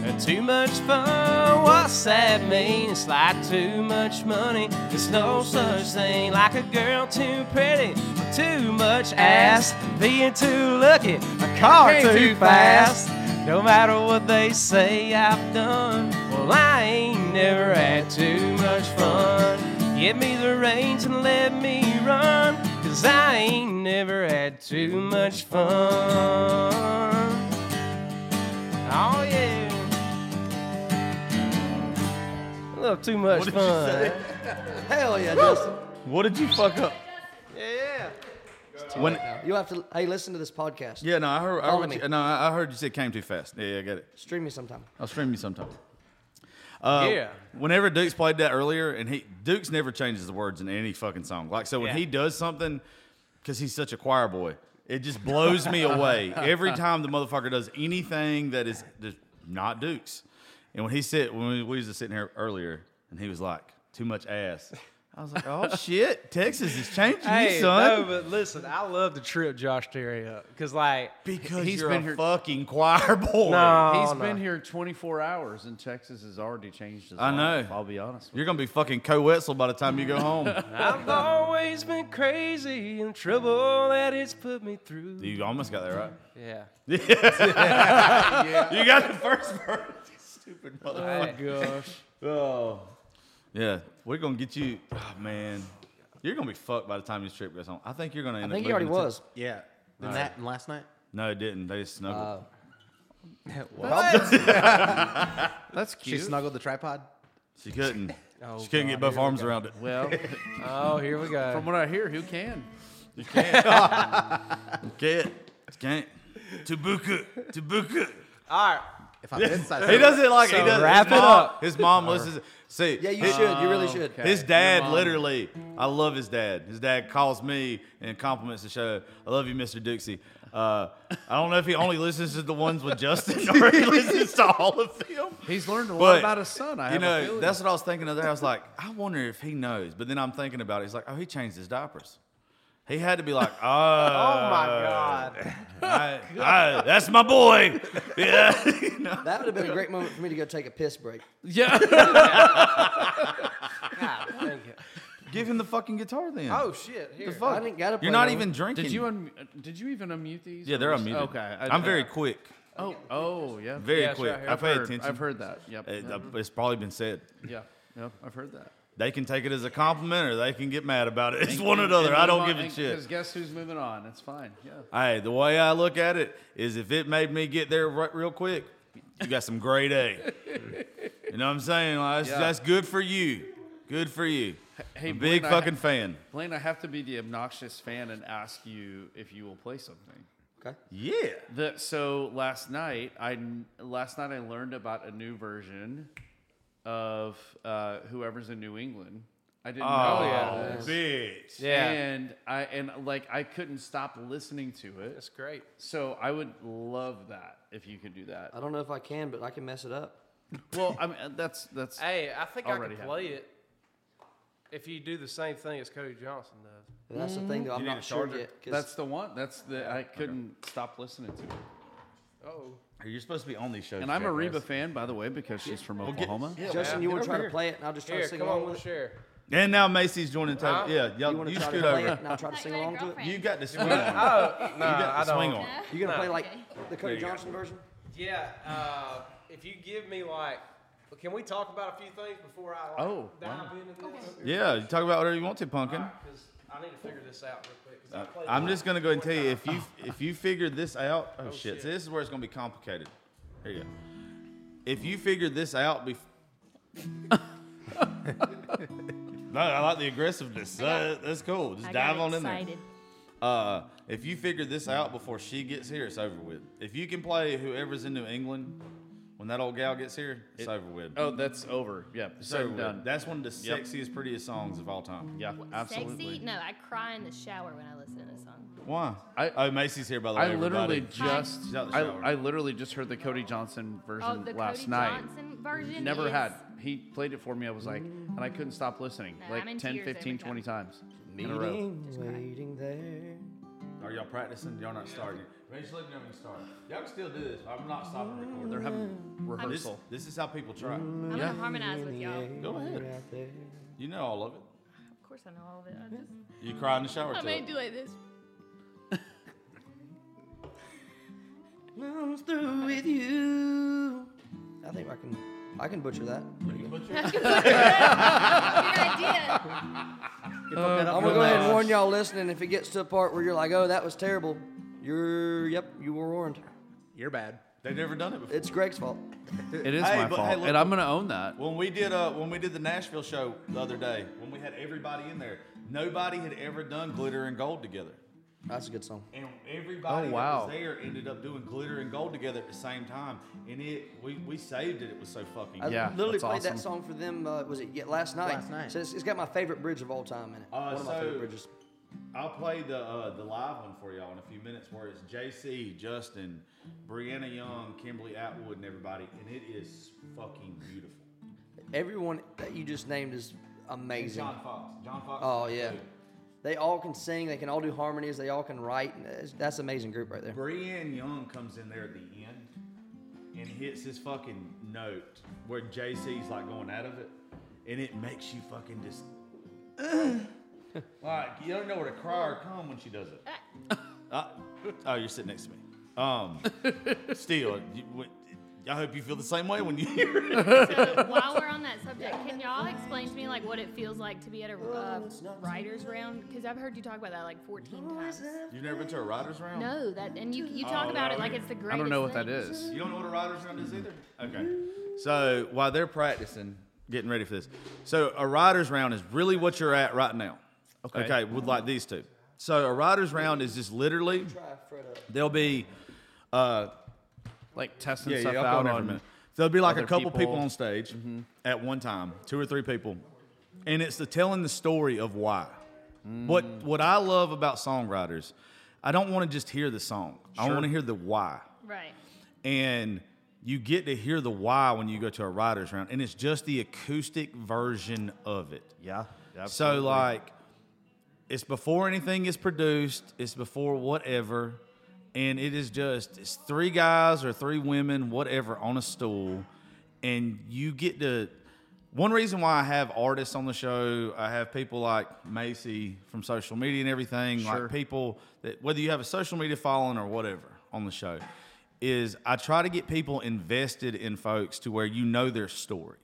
S3: Uh, Too much fun, what's that mean? It's like too much money. There's no such thing like a girl too pretty, too much ass, being too lucky, a car too fast. No matter what they say I've done, well, I ain't never had too much fun. Give me the reins and let me run, cause I ain't never had too much fun. Oh, yeah. A little too much
S1: What did you
S3: fun.
S1: say?
S3: eh?
S2: Hell yeah, Justin.
S1: What did you fuck up?
S3: Yeah,
S1: When,
S2: You have to. Hey, listen to this podcast.
S1: yeah, no, I heard. I
S2: Follow
S1: heard
S2: me.
S1: you, no, I I heard you said came too fast. Yeah, yeah, I get it.
S2: Stream me sometime.
S1: I'll stream you sometime. Uh,
S3: Yeah.
S1: Whenever Dukes played that earlier, and he Dukes never changes the words in any fucking song. Like so, when
S3: Yeah.
S1: he does something, because he's such a choir boy, it just blows me away every time the motherfucker does anything that is just not Dukes. And when he said when we, we was just sitting here earlier, and he was like, "Too much ass." I was like, "Oh shit, Texas is changing
S3: Hey,
S1: you, son."
S3: no, but listen, I love to trip Josh Terry up because, like,
S1: because
S5: He's
S1: you're
S5: been
S1: a
S5: here-
S1: fucking choir boy.
S3: no,
S5: He's
S3: Oh, no.
S5: been here 24 hours, and Texas has already changed his
S1: I
S5: lineup,
S1: know.
S5: I'll be honest. With
S1: You're gonna be fucking co Wetzel by the time you go home.
S3: I've always been crazy and trouble that it's put me through.
S1: you almost got that right.
S3: Yeah.
S1: You got the first verse. you Stupid mother.
S3: Oh gosh.
S1: Oh. Yeah, we're gonna get you. Oh man, you're gonna be fucked by the time this trip goes on. I think you're gonna. End
S2: I think
S1: up
S2: he already
S1: living in Tex-
S2: was.
S4: Yeah. And that and last night?
S1: No, it didn't. They just snuggled.
S2: Oh.
S5: you. That's
S4: She snuggled the tripod?
S1: she couldn't.
S2: Oh,
S1: she couldn't get both arms around it.
S5: well,
S3: Oh, here we go.
S5: from what I hear, who can?
S1: You can't. you can't. You can't. Tabuka. Tabuka.
S3: All right.
S4: If I missed, I
S1: He doesn't like it. He
S3: So
S1: does
S3: wrap
S1: his
S3: it
S1: mom,
S3: up.
S1: His mom listens. See,
S2: Yeah, you
S1: his,
S2: should. You really should.
S5: okay.
S1: His
S5: Your
S1: dad
S5: mom.
S1: literally, I love his dad. His dad calls me and compliments the show. I love you, Mr. Dixie. Uh, I don't know if he only listens to the ones with Justin or he listens to all of them.
S5: He's learned a lot
S1: But,
S5: about his son. I
S1: you
S5: have a
S1: know,
S5: feeling.
S1: that's what I was thinking the other day. I was like, I wonder if he knows. But then I'm thinking about it. He's like, oh, he changed his diapers. He had to be like,
S3: Oh
S1: oh,
S3: my God.
S1: I, I, that's my boy. Yeah. You know?
S2: That would have been a great moment for me to go take a piss break.
S5: yeah.
S3: God, thank you.
S1: Give him the fucking guitar then.
S3: Oh shit. Here.
S1: fuck?
S2: I didn't gotta play
S1: You're not
S2: no-
S1: even drinking.
S5: did you un- did you even unmute these?
S1: Yeah, they're
S5: Or was-
S1: unmuted.
S5: Okay, I-
S1: I'm very quick.
S5: Oh, oh, yeah.
S1: Very
S3: Yeah, it's
S1: quick.
S3: right here.
S1: I
S5: I've
S1: pay
S5: heard,
S1: attention.
S5: I've heard that. Yep.
S1: It- uh, It's probably been said.
S5: yeah. Yep. I've heard that.
S1: They can take it as a compliment or they can get mad about it. It's one or the other. I don't give a
S5: Because
S1: shit.
S5: guess who's moving on? It's fine. Yeah.
S1: Hey, the way I look at it is if it made me get there right, real quick, you got some grade A. You know what I'm saying? Like, that's,
S5: Yeah.
S1: that's good for you. Good for you.
S5: Hey,
S1: I'm a big
S5: Blaine, I-
S1: fucking fan.
S5: Blaine, I have to be the obnoxious fan and ask you if you will play something.
S2: Okay.
S1: Yeah.
S5: The, so last night, I kn- last night I learned about a new version of uh, whoever's in New England. I
S1: Oh,
S5: didn't know
S3: yeah.
S5: this.
S1: Bitch.
S3: Yeah.
S5: And I and like I couldn't stop listening to it.
S3: That's great.
S5: So I would love that if you could do that.
S1: Uh,
S2: I don't know if I can, but I can mess it up.
S5: Well, I mean that's that's
S3: Hey, I think
S5: Already
S3: I could play it if you do the same thing as Cody Johnson does.
S2: And that's the thing though. I'm
S1: Mm-hmm. need a
S2: not sure
S1: charger?
S2: yet. 'cause
S5: that's the one. That's the I couldn't stop listening to it.
S3: Oh.
S1: You're supposed to be on these shows.
S5: And I'm a
S1: Jack.
S5: Reba fan, by the way, because she's from Oklahoma.
S2: Justin,
S3: man.
S2: you want
S1: Get over
S2: to try
S1: here.
S2: to play it, and I'll just try
S3: Here,
S2: to Oh, sing
S3: come
S2: along
S3: on, we'll
S2: with it.
S3: share.
S1: And now Macy's joining the table.
S3: Huh?
S1: Yeah,
S2: You
S1: y'all,
S2: want
S1: you,
S2: to try
S1: scoot
S2: to play
S1: over.
S2: it, and I'll try to
S8: Like
S2: sing
S8: my
S2: along to it.
S8: girlfriend.
S1: You got to
S3: Oh,
S1: swing on.
S3: no,
S1: you got
S3: I
S1: the swing
S3: don't.
S1: on.
S2: You gonna play like
S8: Okay.
S2: the Cody Johnson version?
S3: Yeah, uh, if you give me like, well, can we talk about a few things before I like,
S5: Oh,
S3: dive into this?
S1: Yeah, you talk about whatever you want to, pumpkin.
S3: Because I need to figure this out real quick. 'cause I played
S1: Uh, I'm
S3: it.
S1: just gonna go ahead and tell you if you if you figure this out. Oh, shit.
S3: shit.
S1: So this is where it's gonna be complicated. Here you go. If you figure this out before. no, I like the aggressiveness. Uh, that's cool. Just
S8: I got
S1: dive on in there.
S8: excited.
S1: Uh, if you figure this out before she gets here, it's over with. If you can play whoever's in New England when When that old gal gets here, it's over with.
S5: Oh, that's over. Yeah,
S1: it's
S5: so
S1: over
S5: done.
S1: with. That's one of the
S5: Yep.
S1: sexiest, prettiest songs of all time.
S5: yeah, absolutely.
S8: Sexy? No, I cry in the shower when I listen to this song.
S1: Why?
S5: I-
S1: oh, Macy's here by the way.
S5: I literally
S1: everybody.
S5: just
S1: She's out the
S5: I,
S1: shower.
S5: I literally just heard the Cody Johnson version
S8: Oh, the
S5: last
S8: Cody
S5: night.
S8: Johnson version.
S5: Never
S8: is,
S5: had. He played it for me. I was like, and I couldn't stop listening.
S8: No,
S5: like
S8: I'm in
S5: 10,
S8: tears every
S5: 15,
S8: time.
S5: 20 times. in a row.
S2: Meeting, waiting there.
S1: Are y'all practicing? Y'all not starting? Rachel, let me know when you start. Y'all can still do this. I'm not stopping recording.
S5: They're having
S8: Mm.
S1: this,
S5: rehearsal.
S1: this is how people try.
S8: I'm
S5: Yeah.
S8: gonna harmonize with y'all.
S1: Go ahead.
S2: Out there.
S1: You know all of it.
S8: Of course, I know all of it. I just
S1: You cry in the shower
S8: I
S1: too.
S8: may do like this.
S2: I'm through with you. I think I can, I can butcher that.
S8: Good idea.
S2: I'm gonna go ahead and warn y'all listening. If it gets to a part where you're like, "Oh, that was terrible," you're, yep, you were warned.
S4: You're bad.
S1: They've never done it before.
S2: It's Greg's fault.
S5: It is
S1: Hey,
S5: my
S1: but-
S5: fault,
S1: hey, look-
S5: and I'm gonna own that.
S1: When we did uh when we did the Nashville show the other day, when we had everybody in there, nobody had ever done glitter and gold together.
S2: That's a good song.
S1: And everybody
S5: wow.
S1: that was there ended up doing glitter and gold together at the same time. And it we, we saved it. It was so fucking
S2: I
S1: good.
S5: Yeah,
S2: literally
S5: that's
S2: played
S5: awesome.
S2: that song for them. Uh, was it yet last night?
S4: Last night.
S2: So it's, it's got my favorite bridge of all time in it.
S1: Uh,
S2: One of my favorite
S1: so-
S2: bridges.
S1: I'll play the uh, the live one for y'all in a few minutes where it's JC, Justin, Brianna Young, Kimberly Atwood, and everybody, and it is fucking beautiful.
S2: Everyone that you just named is
S1: And
S2: amazing.
S1: John Fox. John Fox.
S2: Oh yeah, they all can sing. They can all do harmonies. They all can write. and it's- That's an amazing group right there.
S1: Brianne Young comes in there at the end and hits his fucking note where JC's like going out of it, and it makes you fucking just. like, you don't know where to cry or come when she does it. Uh, oh, you're sitting next to me. Um, still, you, what- I hope you feel the same way when you hear it.
S8: So while we're on that subject, can y'all explain to me like what it feels like to be at a uh, writers round? Because I've heard you talk about that like 14 times.
S1: You've never been to a writer's round?
S8: No, that and you you talk
S1: Oh,
S8: about it
S1: no.
S8: like it's the
S5: I
S8: greatest.
S5: don't know what
S8: thing.
S5: that is.
S1: You don't know what a rider's round is either? Okay. So while they're practicing, getting ready for this. So a rider's round is really what you're at right now.
S5: Okay.
S1: Okay, with like these two. So a rider's round is just literally there'll be uh
S5: Like testing
S1: yeah,
S5: stuff
S1: yeah, I'll go in
S5: out
S1: there for a
S5: on.
S1: minute. There'll be like a
S5: other
S1: couple people,
S5: people.
S1: Mm-hmm. on stage at one time, two or three people, and it's the telling the story of why. What what I love about songwriters, I don't want to just hear the song. I want to hear the why
S8: Right.
S1: and you get to hear the why when you go to a writer's round, and it's just the acoustic version of it.
S5: Yeah.
S1: So like, it's before anything is produced. It's before whatever, and it is just it's three guys or three women, whatever, on a stool, and you get to. One reason why I have artists on the show, I have people like Macy from social media and everything, like people that whether you have a social media following or whatever on the show, is I try to get people invested in folks to where you know their story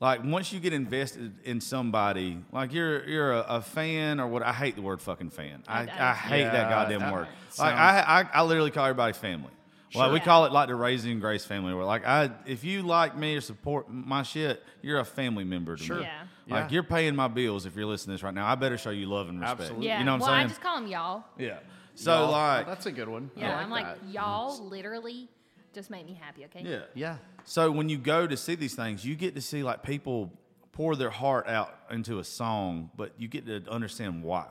S1: like once you get invested in somebody, like you're you're a, a fan or what? I hate the word fucking fan. I, I hate that
S5: Yeah,
S1: goddamn
S5: that
S1: word.
S5: sounds-
S1: Like I, I I literally call everybody family. Like we
S8: Sure.
S1: call it like the Raising Grace family. Where like I if you like me or support my shit, you're a family member to me.
S8: Yeah.
S1: Like
S5: Yeah.
S1: you're paying my bills if you're listening to this right now. I better show you love and respect.
S5: Absolutely.
S8: Yeah.
S1: You know what
S8: well,
S1: I'm
S8: I
S1: saying?
S8: just call them y'all.
S1: yeah. So
S5: Oh,
S1: like
S5: that's a good one. I
S8: Yeah. I'm like
S5: that.
S8: y'all literally just make me happy. Okay.
S1: yeah.
S5: yeah.
S1: So when you go to see these things, you get to see like people pour their heart out into a song, but you get to understand why.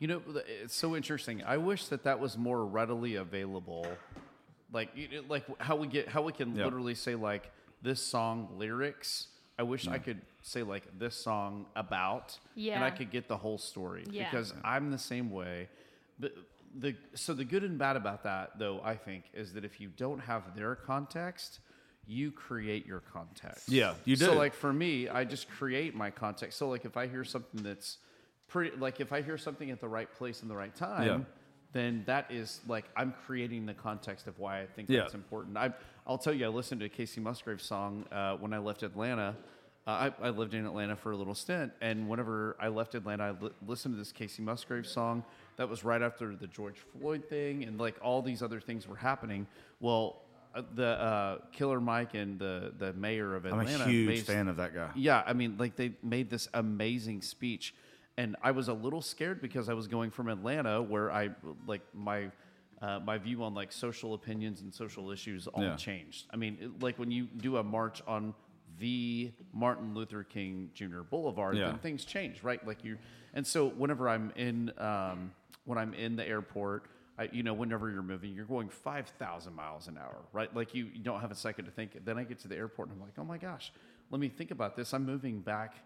S5: You know, th- it's so interesting. I wish that that was more readily available, like you know, like how we get how we can
S1: Yeah.
S5: literally say like this song lyrics. I wish I could say like this song about, and I
S8: Yeah.
S5: could get the whole story
S8: Yeah.
S5: because I'm the same way. But the so the good and bad about that though, I think, is that if you don't have their context, you create your context.
S1: Yeah, you
S5: So
S1: do.
S5: like for me, I just create my context. So like if I hear something that's pretty, like if I hear something at the right place and the right time,
S1: Yeah.
S5: then that is like I'm creating the context of why I think
S1: Yeah.
S5: that's important. I, I'll tell you, I listened to a Casey Musgrave's song uh, when I left Atlanta. Uh, I, I lived in Atlanta for a little stint, and whenever I left Atlanta, I li- listened to this Casey Musgrave song. That was right after the George Floyd thing, and like all these other things were happening. Well, uh, the uh, Killer Mike and the the mayor of
S1: I'm
S5: Atlanta.
S1: a huge
S5: made-
S1: fan of that guy.
S5: yeah, I mean, like they made this amazing speech, and I was a little scared because I was going from Atlanta, where I like my uh, my view on like social opinions and social issues all
S1: Yeah.
S5: changed. I mean, it, like when you do a march on the Martin Luther King Jr. Boulevard,
S1: Yeah.
S5: then things change, right? Like you, and so whenever I'm in, um, when I'm in the airport. I, you know, whenever you're moving, you're going 5,000 miles an hour, right? Like you, you don't have a second to think. Then I get to the airport and I'm like, oh my gosh, let me think about this. I'm moving back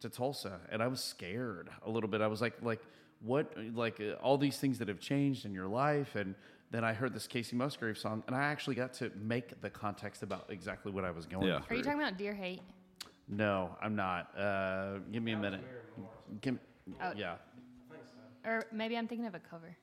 S5: to Tulsa, and I was scared a little bit. I was like, like what, like uh, all these things that have changed in your life, and then I heard this Casey Musgrave song, and I actually got to make the context about exactly what I was going.
S1: Yeah.
S5: through.
S8: Are you talking about deer hate?
S5: No, I'm not. Uh, give me a minute. Give,
S8: Oh.
S5: Yeah,
S8: Or maybe I'm thinking of a cover.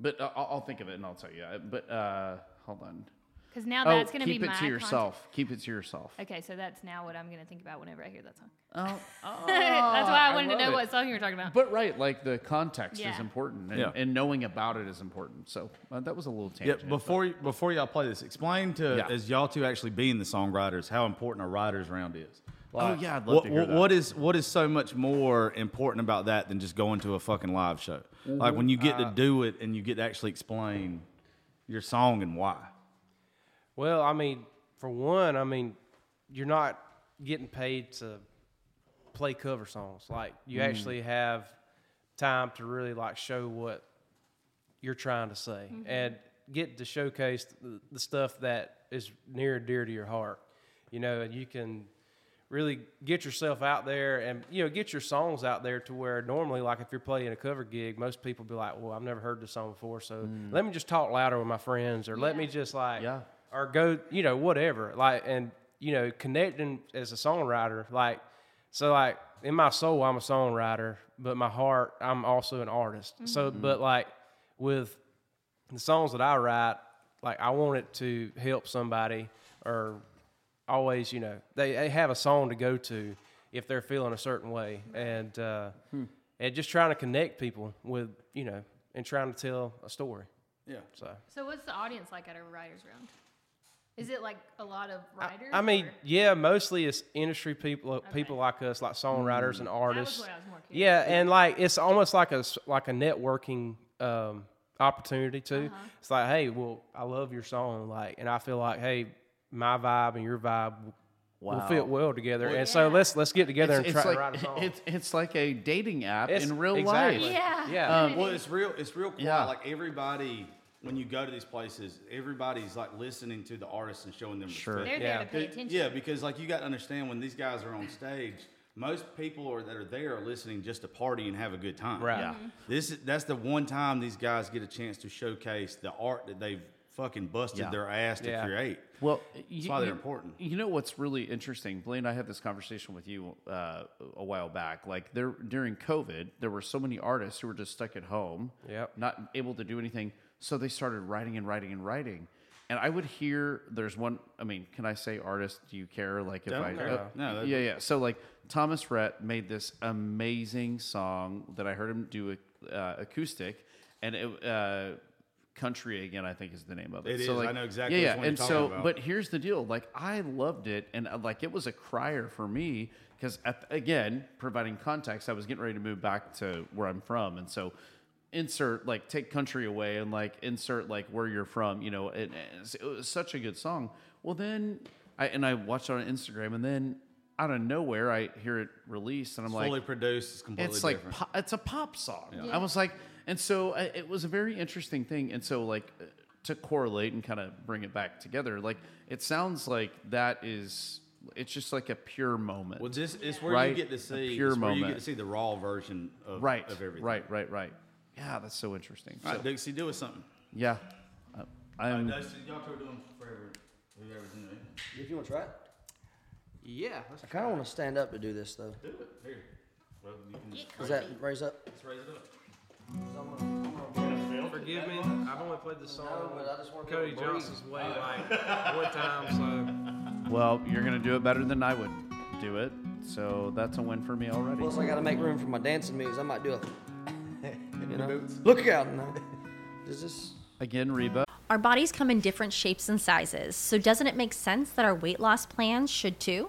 S5: but uh, I'll, I'll think of it and I'll tell you. Uh, But uh, hold on.
S8: Because now
S5: oh,
S8: Um, that's going to be
S5: keep
S8: my
S5: it to
S8: content-
S5: yourself. Keep it to yourself.
S8: Okay, so that's now what I'm going to think about whenever I hear that song.
S5: Oh, oh,
S8: that's why I
S5: I
S8: wanted to know
S5: love it.
S8: what song you were talking about.
S5: But right, like the context is
S8: Yeah.
S5: important, and,
S1: Yeah.
S5: and knowing about it is important. So uh, that was a little
S1: Yeah,
S5: tangent. but-
S1: before y- before y'all play this, explain to
S5: Yeah.
S1: as y'all two actually being the songwriters how important a writers round is.
S5: Oh yeah, I'd love
S1: What,
S5: to hear
S1: what,
S5: that.
S1: what is what is so much more important about that than just going to a fucking live show? Like when you get to do it and you get to actually explain your song and why.
S3: Well, I mean, for one, I mean, you're not getting paid to play cover songs. Like you
S1: Mm.
S3: actually have time to really like show what you're trying to say and get to showcase the, the stuff that is near and dear to your heart. You know, and you can really get yourself out there and you know get your songs out there to where normally like if you're playing a cover gig most people be like well i've never heard this song before so let me just talk louder with my friends or let me just like
S5: Yeah.
S3: or go, you know, whatever. Like, and you know, connecting as a songwriter, like, so like in my soul, I'm a songwriter, but my heart, I'm also an artist.
S8: Mm-hmm.
S3: So, but like with the songs that I write, like I want it to help somebody or always, you know, they, they have a song to go to if they're feeling a certain way. And, uh,
S8: Hmm.
S3: and just trying to connect people with, you know, and trying to tell a story. Yeah. So.
S8: so what's the audience like at a writer's round? Is it like a lot of writers?
S3: I mean,
S8: or-
S3: yeah, mostly it's industry people, people like us, like songwriters and
S8: Mm. that was
S3: artists.
S8: what I was more curious.
S3: Yeah, and like it's almost like a s- like a networking um, opportunity too.
S5: Uh-huh.
S3: It's like, hey, well, I love your song, like, and I feel like, hey, my vibe and your vibe will
S5: Wow.
S3: fit well together, and so let's let's get together
S5: it's,
S3: and try
S5: it's
S3: to write
S5: like,
S3: a song.
S5: It's, it's like a dating app
S3: It's-
S5: in real
S3: exactly.
S5: life. Uh,
S8: Yeah.
S3: Yeah. Um,
S1: Well, it's real. It's real quiet.
S5: Yeah.
S1: Like everybody, when you go to these places, everybody's like listening to the artists and showing them.
S5: Sure.
S1: respect.
S8: They're
S3: Yeah.
S8: there to pay
S1: Be-
S8: attention.
S1: Yeah, because like you got to understand when these guys are on stage, most people are, that are there are listening just to party and have a good time.
S3: Right. Yeah. Mhm.
S1: This is that's the one time these guys get a chance to showcase the art that they've fucking busted
S5: Yeah.
S1: their ass to
S3: Yeah.
S1: create.
S5: Well,
S1: That's why they're important.
S5: You know what's really interesting, Blaine? I had this conversation with you uh, a while back. Like there during COVID, there were so many artists who were just stuck at home,
S3: Yep.
S5: not able to do anything. So they started writing and writing and writing. And I would hear there's one. I mean, can I say artist? Do you care? Like if I
S1: care.
S5: uh,
S1: No, that-
S5: yeah, yeah. So like Thomas Rhett made this amazing song that I heard him do uh, acoustic, and it. Uh, Country again, I think is the name of it.
S1: It
S5: so
S1: is.
S5: Like,
S1: I know exactly which
S5: Yeah, yeah.
S1: one you're
S5: and
S1: talking
S5: so,
S1: about.
S5: but here's the deal like i loved it and uh, like it was a crier for me because again providing context i was getting ready to move back to where i'm from and so insert like take country away and like insert like where you're from you know and, and it was such a good song well then i and i watched it on instagram and then out of nowhere i hear it released and i'm
S1: Fully
S5: like
S1: produced, it's completely
S5: it's
S1: different.
S5: like pop, it's a pop song. I was like, and so I, it was a very interesting thing. And so like uh, to correlate and kind of bring it back together, like it sounds like that is it's just like a pure moment.
S1: well, this it's where you
S5: Right.
S1: get to
S5: A
S1: see
S5: pure
S1: it's where you
S5: moment.
S1: get to see the raw version of
S5: right,
S1: of everything.
S5: right, right, right. Yeah, that's so interesting.
S1: All
S5: So,
S1: right, Dixie, do us something.
S5: yeah, Uh, I'm.
S1: y'all two are doing forever. Whoever's in there.
S2: If you want to try it,
S3: yeah, that's
S2: I kind of want to stand up to do this though.
S1: Do it. Here. Well, you can
S8: Get
S2: Does
S8: comfy.
S2: that raise up?
S1: just raise it up.
S3: Forgive me, I've only played this song.
S2: No, but I just wanna be
S3: Cody
S2: able to breathe.
S3: Johnson's way like one time,
S5: Well, you're gonna do it better than I would do it. So that's a win for me already.
S2: Plus, I got to make room for my dancing moves. I might do a. You know? Look out! No. Does this?
S5: Again, Reba.
S9: Our bodies come in different shapes and sizes, so doesn't it make sense that our weight loss plans should too?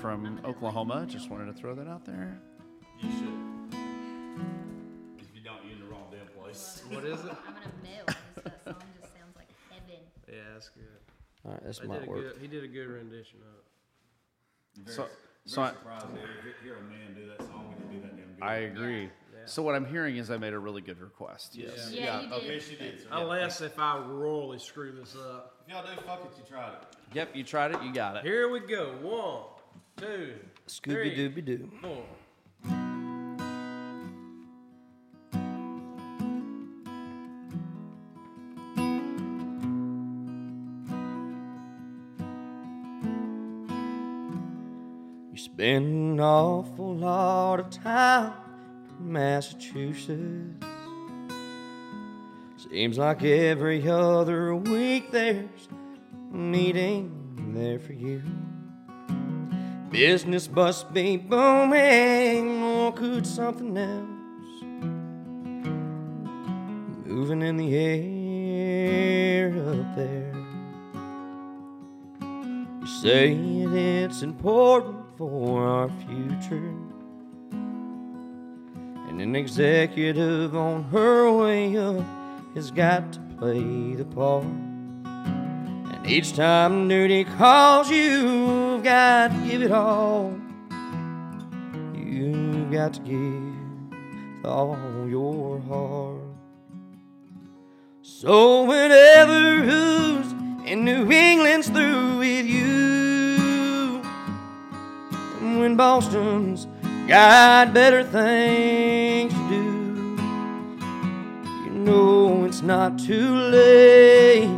S5: from Oklahoma. Just wanted to throw that out there.
S1: You should. If you don't, you're in the wrong damn place.
S3: What is it?
S8: I'm gonna melt. That song just sounds like heaven.
S3: Yeah, that's good.
S6: All right, this
S3: They did
S6: might
S3: a
S6: work.
S3: good, he did a good rendition of it.
S5: So, so I,
S1: Surprised to hear, hear a man do that song and do that damn good.
S5: I agree. So what I'm hearing is I made a really good request. Yes.
S8: Yeah, you did.
S1: Yes, you did. sir.
S3: Unless if I royally screw this up.
S1: If y'all do, fuck it, you tried it.
S5: Yep. You tried it. You got it.
S3: Here we go. One, two,
S6: Scooby
S3: three,
S6: Dooby Doo.
S3: four.
S6: You spend an awful lot of time in Massachusetts. Seems like every other week there's a meeting there for you. Business must be booming, or could something else moving in the air up there? You say that it's important for our future. And an executive on her way up has got to play the part. And each time duty calls you, you've got to give it all. You've got to give all your heart. So whenever who's in New England's through with you, and when Boston's got better things to do, you know it's not too late.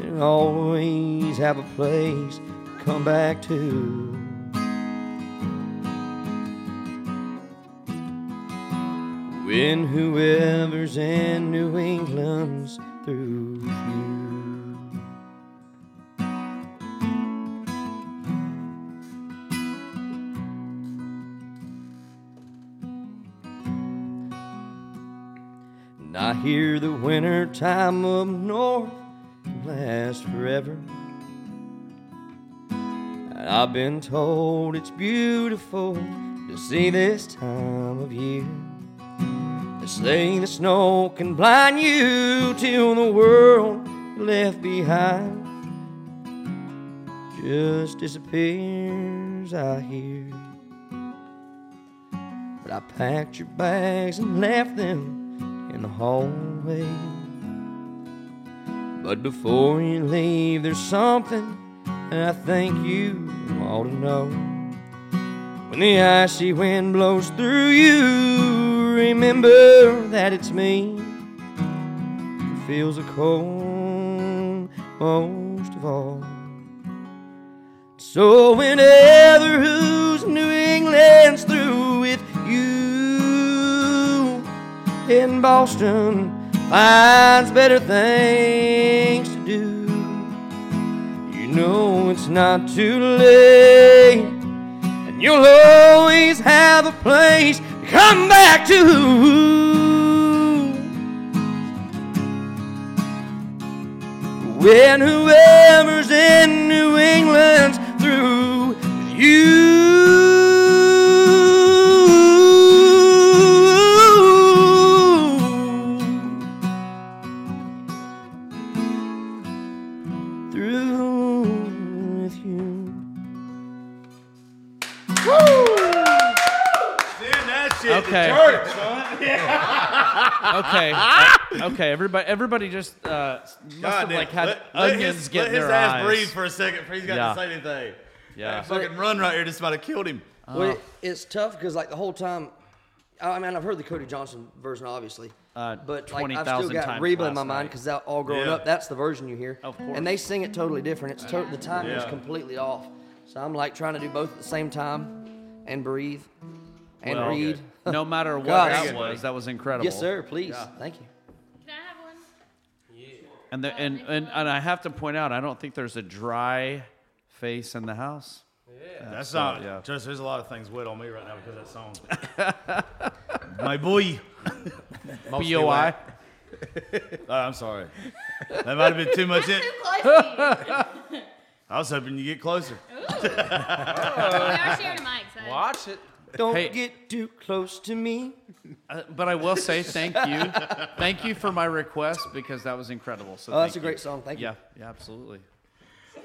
S6: They always have a place to come back to. When whoever's in New England's through with you. And I hear the winter time up north lasts forever. And I've been told it's beautiful to see this time of year. They say the snow can blind you till the world you left behind just disappears, I hear. But I packed your bags and left them in the hallway. But before you leave, there's something that I think you ought to know. When the icy wind blows through you, remember that it's me who feels the cold most of all. So whenever who's New England's through with you, in Boston finds better things to do. You know it's not too late. And you'll always have a place to come back to. When whoever's in New England's through with you. Through with you.
S1: Send that shit
S5: Okay.
S1: to church, son.
S3: Okay. okay. Everybody. Everybody just uh, must have
S1: damn,
S3: like had
S1: let, let
S3: onions
S1: his,
S3: get
S1: let
S3: in
S1: his
S3: their
S1: ass
S3: eyes.
S1: breathe for a second before he's got
S3: Yeah.
S1: to say anything.
S3: Yeah.
S1: That fucking run right here just might have killed him.
S2: Well, it, it's tough because like the whole time, I I mean, I've heard the Cody Johnson version, obviously,
S3: Uh,
S2: but like I've still
S3: 20,000
S2: got
S3: times
S2: Reba in
S3: last
S2: my mind
S3: night.
S2: because all growing
S1: Yeah.
S2: up, that's the version you hear.
S5: Of
S2: And they sing it totally different. It's to- the timing is
S1: Yeah.
S2: completely off. So I'm like trying to do both at the same time, and breathe, and
S5: Well,
S2: read.
S5: no matter what
S2: God.
S5: that was, that was incredible.
S2: Yes, sir. Please, thank you.
S8: Can I have one?
S5: And, the, and, and, and I have to point out, I don't think there's a dry face in the house.
S1: That's not.
S5: yeah.
S1: Just there's a lot of things wet on me right now because of that song. My boy.
S4: Mostly
S5: BOI.
S4: wet.
S1: Oh, I'm sorry. That might have been too much.
S8: That's
S1: In.
S8: too close to
S1: I was hoping you get closer.
S8: you. we are sharing a mic, so.
S3: Watch it.
S2: Don't
S5: Hey.
S2: get too close to me.
S5: Uh, But I will say thank you. thank you for my request because that was incredible. So
S2: Oh, that's
S5: thank
S2: a
S5: you.
S2: great song. Thank you.
S5: Yeah, yeah, absolutely.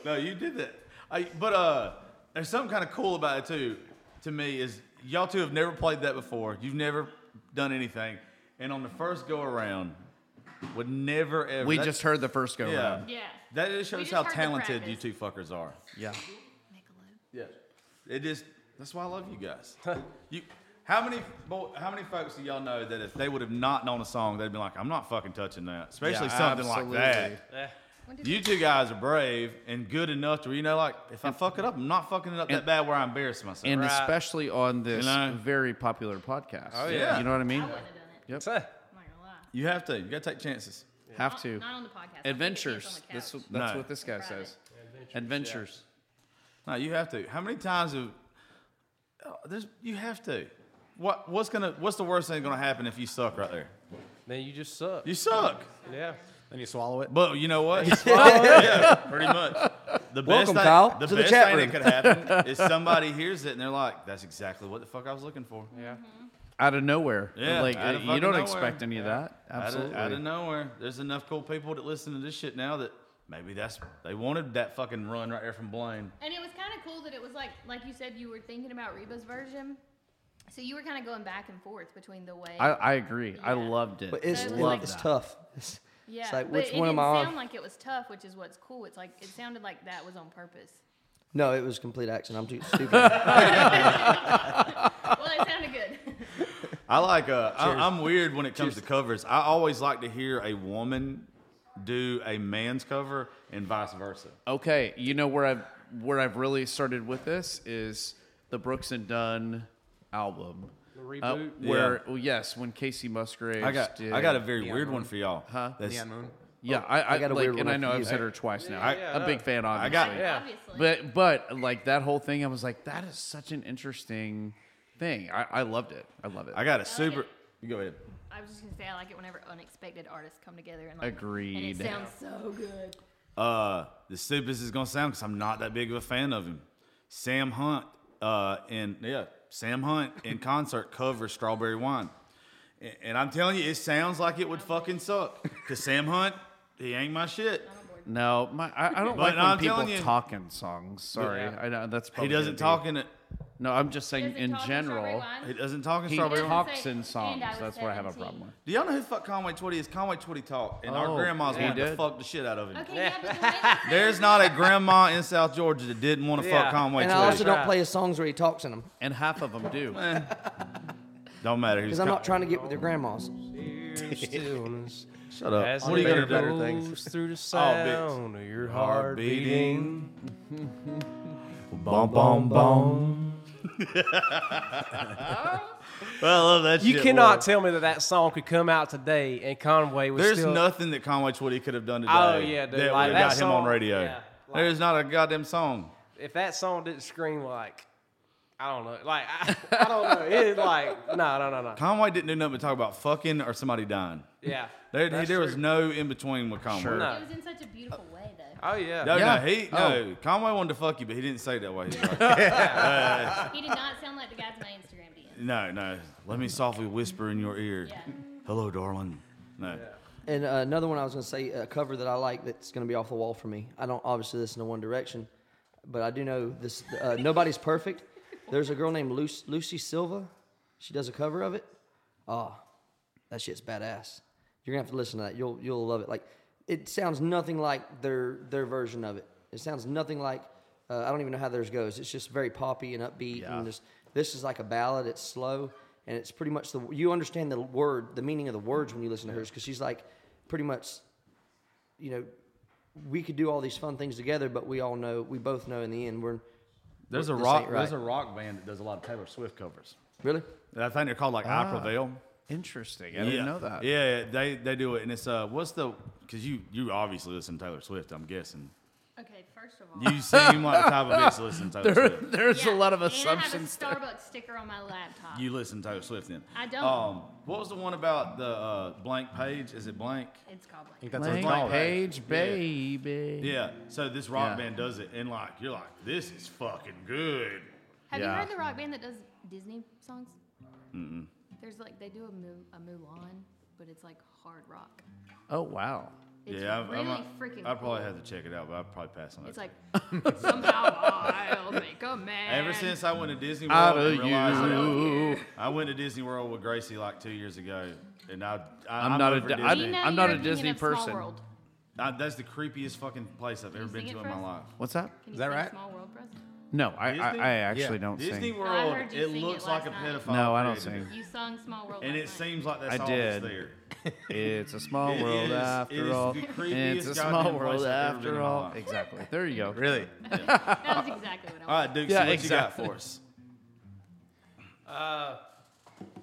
S1: No, you did that. I, but uh, there's something kind of cool about it too. To me, is y'all two have never played that before. You've never done anything, and on the first go around, would never ever.
S5: We
S1: that-
S5: just heard the first go
S1: yeah.
S5: round.
S8: Yeah.
S1: That just
S8: We
S1: shows
S8: just
S1: how
S8: heard the
S1: talented you
S8: practice.
S1: two fuckers are.
S5: Yeah.
S8: Michelob.
S1: Yeah. It just that's why I love you guys. you how many boy, how many folks do y'all know that if they would have not known a song, they'd be like, I'm not fucking touching that. Especially
S5: Yeah,
S1: something like that.
S5: absolutely.
S1: You two guys are brave and good enough to where you know, like, if I fuck it up, I'm not fucking it up that
S5: and-
S1: bad where I embarrass myself.
S5: And especially on this
S1: You know?
S5: very popular podcast. Oh
S1: yeah.
S5: You know what I mean?
S8: I wouldn't have done it.
S5: Yep.
S8: I'm not gonna lie.
S1: you have to. You gotta take chances.
S5: Have
S8: Not-
S5: to.
S8: Not on the podcast. I'll take a
S5: Adventures.
S8: chance
S5: That's,
S8: on the couch.
S5: what- that's
S1: No.
S5: what this guy
S8: Private.
S5: says. Adventures.
S1: No, you have to. How many times have oh, there's you have to. What what's gonna what's the worst thing gonna happen if you suck right there?
S3: Man, you just suck.
S1: You suck.
S3: yeah.
S4: Then you swallow it.
S1: But you know what? yeah, pretty much. The best
S2: Welcome,
S1: thing,
S2: Kyle,
S1: the
S2: to the
S1: best
S2: chat
S1: thing
S2: room.
S1: that could happen is somebody hears it and they're like, "That's exactly what the fuck I was looking for."
S3: Yeah.
S5: Out of nowhere.
S1: Mm-hmm. Yeah,
S5: Like,
S1: out of
S5: you
S1: fucking
S5: don't
S1: nowhere.
S5: expect any of that.
S1: Out of,
S5: Absolutely.
S1: out of nowhere, there's enough cool people that listen to this shit now that maybe that's they wanted that fucking run right there from Blaine.
S8: And it was kind of cool that it was like, like you said, you were thinking about Reba's version. So you were kind of going back and forth between the way.
S5: I, I agree. I
S8: Yeah.
S5: loved it.
S2: But it's
S8: So
S2: it's,
S8: it's like-
S2: it's tough. It's,
S8: yeah,
S2: it's like
S8: but
S2: which
S8: it
S2: one
S8: didn't
S2: am I on?
S8: sound like it was tough, which is what's cool. It's like it sounded like that was on purpose.
S2: no, it was complete action. I'm too stupid.
S8: well, it sounded good.
S1: I like. Uh, I, I'm weird when it comes to covers. I always like to hear a woman do a man's cover and vice versa.
S5: Okay, you know where I've where I've really started with this is the Brooks and Dunn album. The
S3: reboot?
S5: where
S1: Yeah.
S5: well, yes, when Casey Musgraves
S1: I got.
S5: did,
S1: I got a very
S4: Neon
S1: weird
S4: Moon.
S1: one for y'all. Huh?
S4: Neon Moon.
S5: yeah, I, I,
S2: got a
S5: like,
S2: weird one
S5: and I
S2: after
S5: know
S2: you.
S5: I've said her twice now.
S1: I-
S5: a big fan, obviously.
S1: got-
S3: Yeah.
S8: Obviously.
S5: But but like that whole thing, I was like, that is such an interesting thing. I, I loved it. I love it.
S1: I got a super. You go ahead.
S8: I was just gonna say I like it whenever unexpected artists come together and like And
S5: Agreed.
S8: it sounds so good.
S1: uh, the stupidest is gonna sound because I'm not that big of a fan of him. Sam Hunt, uh, and yeah, Sam Hunt in concert covers Strawberry Wine, A- and, I'm telling you, it sounds like it would fucking suck. Cause Sam Hunt, he ain't my shit.
S5: no, my I, I don't like
S1: But
S5: when
S1: I'm
S5: people
S1: telling you-
S5: talk in songs. Sorry,
S3: Yeah.
S5: I know that's
S1: He
S5: probably
S1: doesn't
S5: gonna
S1: talk in it.
S5: Be, no, I'm just saying
S8: Does it
S5: in
S8: talk in strawberry
S5: general.
S8: wine?
S1: He doesn't talk in
S5: He
S1: Strawberry Wine.
S5: talks
S8: say,
S5: in
S8: "And
S5: songs.
S8: I was
S5: That's what I have a
S8: 17."
S5: problem with.
S1: Do y'all know who the fuck Conway Twitty is? Conway Twitty talked, and our
S5: Oh,
S1: grandmas
S5: he
S1: wanted to
S5: did?
S1: fuck the shit out of him.
S8: Okay, yeah, but the way that-
S1: There's not a grandma in South Georgia that didn't want to
S3: Yeah.
S1: fuck Conway
S2: and
S1: Twitty.
S2: I also don't
S3: Right.
S2: play his songs where he talks in them
S5: And half of them do.
S1: Don't matter who's.
S2: because I'm
S1: Con-
S2: not trying to get with their grandmas.
S3: Stillness.
S1: Shut up.
S3: As
S1: what are you gonna
S3: the
S1: do?
S3: air
S4: better things?
S3: goes through the
S1: bitch.
S3: sound of your
S1: Heart
S3: heart beating.
S1: Bom bom bom. well, I love that.
S3: You
S1: shit,
S3: cannot
S1: boy.
S3: tell me that that song could come out today and Conway was
S1: There's
S3: still.
S1: nothing that Conway Twitty could have done today.
S3: Oh, yeah, dude,
S1: That
S3: like,
S1: would
S3: that
S1: have got him on
S3: song-
S1: radio.
S3: yeah, like-
S1: There's not a goddamn song.
S3: if that song didn't scream like, I don't know, like I, I don't know, it like no, no, no, no.
S1: Conway didn't do nothing but talk about fucking or somebody dying.
S3: Yeah.
S1: There, there
S3: That's
S1: was
S3: true.
S1: no in between with Conway.
S3: No.
S8: it was in such a beautiful way though.
S3: Oh yeah. Oh.
S1: No,
S5: Yeah.
S1: no, he no. Conway wanted to fuck you, but he didn't say it that way. He's like,
S8: He did not sound like the guys on my Instagram DM.
S1: no, no. Let me softly whisper in your ear.
S8: Yeah.
S1: Hello, darling. No.
S2: And uh, another one I was going to say, a cover that I like that's going to be off the wall for me. I don't obviously listen to One Direction, but I do know this. Uh, Nobody's perfect. There's a girl named Lucy, Lucy Silva. She does a cover of it. Ah, that shit's badass. You're gonna have to listen to that. You'll you'll love it. Like it sounds nothing like their their version of it. It sounds nothing like uh, I don't even know how theirs goes. It's just very poppy and upbeat and just this is like a ballad. It's slow and it's pretty much the you understand the word the meaning of the words when you listen to hers because she's like pretty much you know we could do all these fun things together but we all know we both know in the end we're
S1: There's a
S2: this
S1: rock.
S2: ain't right.
S1: There's a rock band that does a lot of Taylor Swift covers.
S2: really
S1: I think they're called like
S3: Ah.
S1: I Prevail.
S5: Interesting. I didn't know that.
S1: Yeah, they they do it, and it's uh, what's the? Because you you obviously listen to Taylor Swift. I'm guessing
S8: Okay, first of all.
S1: you seem like the type of bitch that listen to Taylor Swift.
S5: There's a
S8: Yeah,
S5: lot of
S8: and
S5: assumptions.
S8: I have a Starbucks sticker on my laptop.
S1: You listen to Taylor Swift then.
S8: I don't.
S1: Um, what was the one about the uh, blank page? Is it blank?
S8: it's called
S4: I
S8: like
S4: think that's what it's
S1: Blank
S4: called. right?
S1: page,
S5: Page baby.
S1: Yeah. So this rock
S5: Yeah.
S1: band does it, and like you're like, this is fucking good.
S8: Have
S5: Yeah.
S8: you heard the rock band that does Disney songs? Mm-mm. There's like they do a, Mu- a Mulan, but it's like hard rock.
S5: Oh wow.
S8: It's
S1: yeah, I've-
S8: really
S1: I'm,
S8: freaking.
S1: I probably
S8: cool.
S1: have to check it out, but I'd probably pass on that.
S8: It's like somehow I'll make a man.
S1: Ever since I went to Disney
S5: Out
S1: World, and
S5: of
S1: realized
S5: you.
S1: that- I went to Disney World with Gracie like two years ago, and I, I
S5: I'm
S1: I'm
S5: not a
S1: over
S5: Di-
S1: Disney.
S5: I-
S8: Do you know
S5: I'm not
S8: you're
S5: a
S8: thinking
S5: Disney
S8: of Small
S5: person.
S8: World?
S1: I- that's the creepiest fucking place I've ever
S8: you
S1: been
S8: sing
S1: to
S8: it
S1: in
S8: for
S1: my
S8: us?
S1: life.
S5: What's that?
S8: Can you
S4: Is that
S8: sing
S4: right?
S8: Small World for us?
S5: No, I, I,
S1: Disney?
S5: I actually
S4: Yeah.
S5: don't
S1: Disney
S5: sing.
S1: World,
S8: I heard you
S1: it
S8: sing it
S1: looks
S8: last
S1: like a
S8: night.
S1: pedophile.
S5: No, I don't
S1: created it.
S8: You sung Small World.
S1: And
S8: last
S1: it
S8: night.
S1: seems like that's
S5: I
S1: all
S5: did.
S1: that's there.
S5: It's a small
S1: It
S5: world
S1: is-
S5: after
S1: it is
S5: all.
S1: the
S5: it's
S1: creepiest
S5: a
S1: goddamn
S5: small
S1: place
S5: world
S1: I've ever been in
S5: after
S1: my
S5: all.
S1: life.
S5: Exactly. There you go.
S4: Really?
S8: that was
S1: All
S8: exactly what I was.
S1: right, Duke,
S5: Yeah,
S1: what
S5: exactly.
S1: you got for us?
S3: I